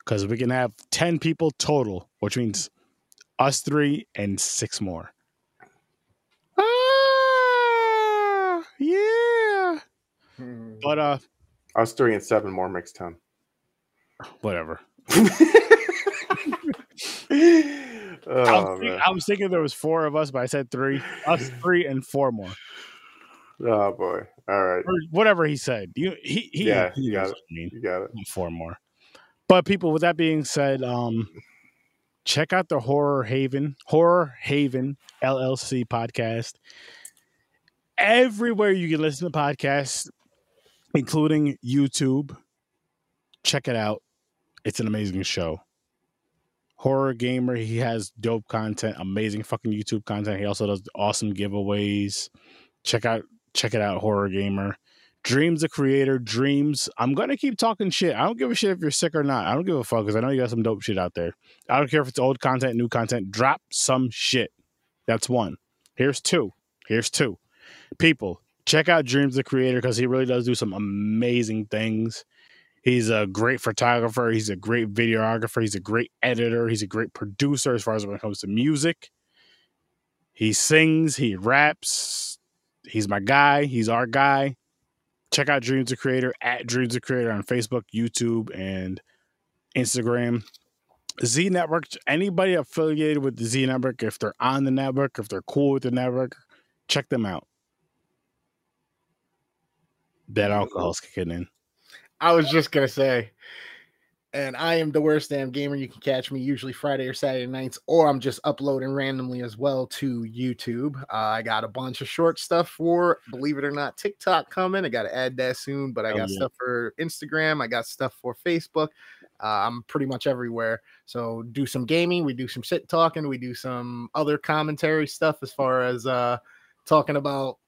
because we can have ten people total, which means us three and six more. Ah, yeah.
Hmm.
But uh,
Us three and seven more makes ten.
whatever. I,
oh,
was think,
man.
I was thinking there was four of us, but I said three. Us three and four more.
oh boy. All right.
Or whatever he said. You he he,
Yeah,
he
you got
knows
it.
what I mean.
You got it.
four more. But people, with that being said, um, check out the Horror Haven, Horror Haven LLC podcast. Everywhere you can listen to podcasts, including YouTube, check it out. It's an amazing show. Horror gamer, he has dope content, amazing fucking YouTube content. He also does awesome giveaways. Check out, check it out, Horror Gamer. Dreams the creator, dreams. I'm gonna keep talking shit. I don't give a shit if you're sick or not. I don't give a fuck because I know you got some dope shit out there. I don't care if it's old content, new content. Drop some shit. That's one. Here's two. Here's two. People, check out Dreams the creator because he really does do some amazing things. He's a great photographer. He's a great videographer. He's a great editor. He's a great producer as far as when it comes to music. He sings. He raps. He's my guy. He's our guy check out Dreams of Creator at Dreams of Creator on Facebook, YouTube, and Instagram. Z Network, anybody affiliated with the Z Network, if they're on the network, if they're cool with the network, check them out. That alcohol's kicking in.
I was just gonna say, and I am the worst damn gamer. You can catch me usually Friday or Saturday nights, or I'm just uploading randomly as well to YouTube. Uh, I got a bunch of short stuff for, believe it or not, TikTok coming. I got to add that soon, but I
Hell
got
yeah.
stuff for Instagram. I got stuff for Facebook. Uh, I'm pretty much everywhere. So do some gaming. We do some shit talking. We do some other commentary stuff as far as uh, talking about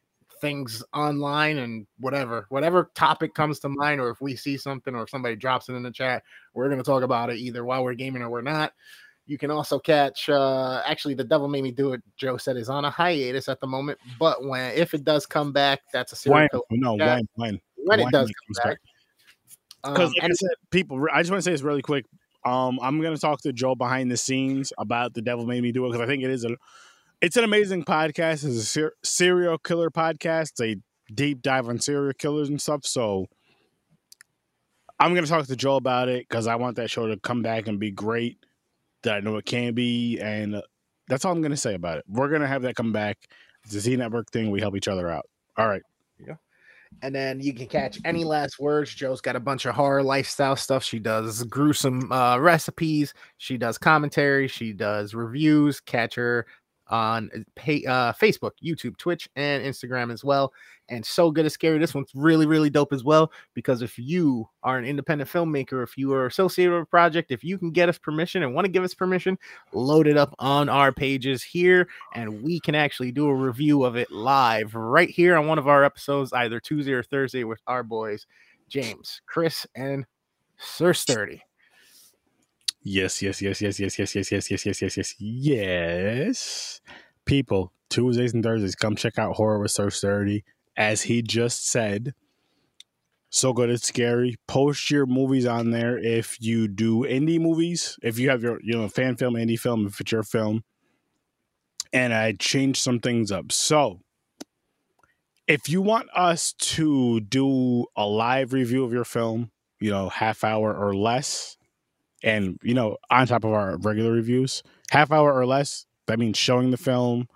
things online and whatever, whatever topic comes to mind, or if we see something or if somebody drops it in the chat, we're gonna talk about it either while we're gaming or we're not. You can also catch uh actually the devil made me do it. Joe said is on a hiatus at the moment, but when if it does come back, that's a serial
When?
killer.
No,
Yeah.
when? When?
When it
when
does
it comes
come back.
Because
Um,
like I
and
said, people, I just want to say this really quick. Um, I'm gonna talk to Joe behind the scenes about the Devil Made Me Do It because I think it is a, it's an amazing podcast. It's a ser- serial killer podcast. It's a deep dive on serial killers and stuff. So I'm gonna talk to Joe about it because I want that show to come back and be great. That I know it can be, and uh, that's all I'm gonna say about it. We're gonna have that come back. It's a Z Network thing. We help each other out. All right.
And then you can catch any last words. Joe's got a bunch of horror lifestyle stuff. She does gruesome uh, recipes. She does commentary. She does reviews. Catch her on pay, uh, Facebook, YouTube, Twitch, and Instagram as well. And so good at scary. This one's really, really dope as well. Because if you are an independent filmmaker, if you are associated with a project, if you can get us permission and want to give us permission, load it up on our pages here and we can actually do a review of it live right here on one of our episodes, either Tuesday or Thursday, with our boys, James, Chris, and Sir Sturdy.
Yes, yes, yes, yes, yes, yes, yes, yes, yes, yes, yes, yes, yes. People, Tuesdays and Thursdays, come check out Horror with Sir Sturdy. As he just said, so good it's scary. Post your movies on there if you do indie movies, if you have your you know fan film, indie film, if it's your film. And I changed some things up. So if you want us to do a live review of your film, you know, half hour or less, and you know on top of our regular reviews half hour or less that means showing the film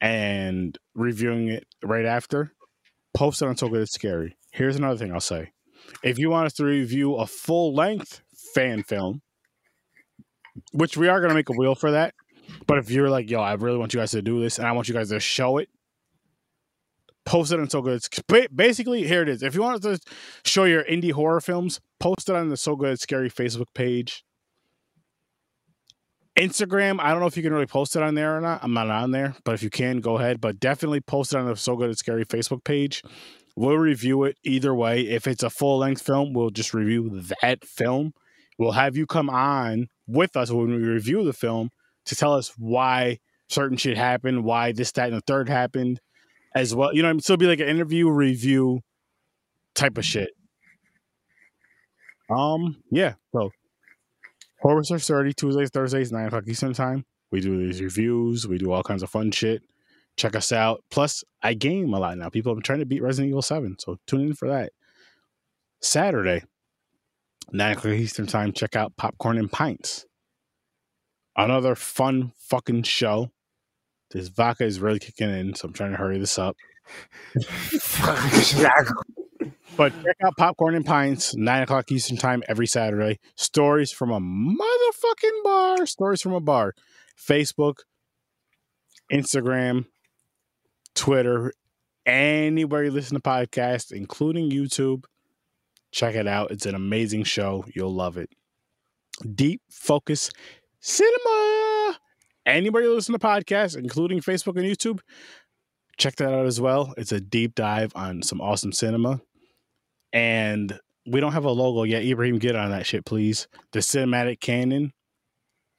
and reviewing it right after post it on so good it's scary here's another thing i'll say if you want us to review a full length fan film which we are going to make a wheel for that but if you're like yo i really want you guys to do this and i want you guys to show it post it on so good it's ba- basically here it is if you want us to show your indie horror films, post it on the So Good Scary Facebook page. Instagram, I don't know if you can really post it on there or not. I'm not on there, but if you can, go ahead. But definitely post it on the So Good Scary Facebook page. We'll review it either way. If it's a full length film, we'll just review that film. We'll have you come on with us when we review the film to tell us why certain shit happened, why this, that, and the third happened as well. You know, what I mean? so it'll be like an interview review type of shit. Um, yeah. So Horror Search 30, Tuesdays, Thursdays, 9 o'clock Eastern time. We do these reviews, we do all kinds of fun shit. Check us out. Plus, I game a lot now. People I'm trying to beat Resident Evil 7. So tune in for that. Saturday, 9 o'clock Eastern time, check out Popcorn and Pints. Another fun fucking show. This vodka is really kicking in, so I'm trying to hurry this up. But check out Popcorn and Pints, 9 o'clock Eastern Time every Saturday. Stories from a motherfucking bar. Stories from a bar. Facebook, Instagram, Twitter, anywhere you listen to podcasts, including YouTube. Check it out. It's an amazing show. You'll love it. Deep Focus Cinema. Anywhere you listen to podcasts, including Facebook and YouTube, check that out as well. It's a deep dive on some awesome cinema and we don't have a logo yet. Ibrahim, get on that shit, please. The cinematic canon.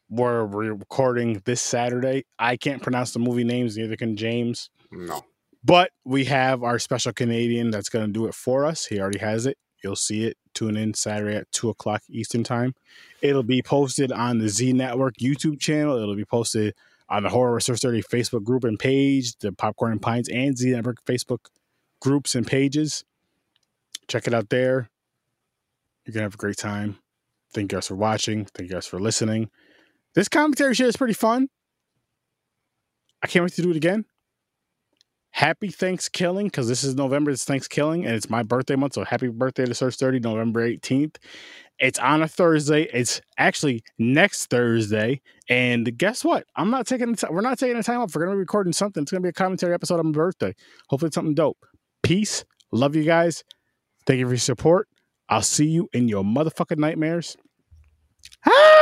We're recording this Saturday. I can't pronounce the movie names, neither can James.
No.
But we have our special Canadian that's going to do it for us. He already has it. You'll see it. Tune in Saturday at 2 o'clock Eastern Time. It'll be posted on the Z Network YouTube channel. It'll be posted on the Horror Research 30 Facebook group and page, the Popcorn and Pines and Z Network Facebook groups and pages. Check it out there. You're going to have a great time. Thank you guys for watching. Thank you guys for listening. This commentary shit is pretty fun. I can't wait to do it again happy Thanksgiving because this is November. It's Thanksgiving and it's my birthday month. So happy birthday to Search 30, November 18th. It's on a Thursday. It's actually next Thursday. And guess what? I'm not taking the time. We're not taking the time off. We're going to be recording something. It's going to be a commentary episode on my birthday. Hopefully, it's something dope. Peace. Love you guys. Thank you for your support. I'll see you in your motherfucking nightmares. Ah!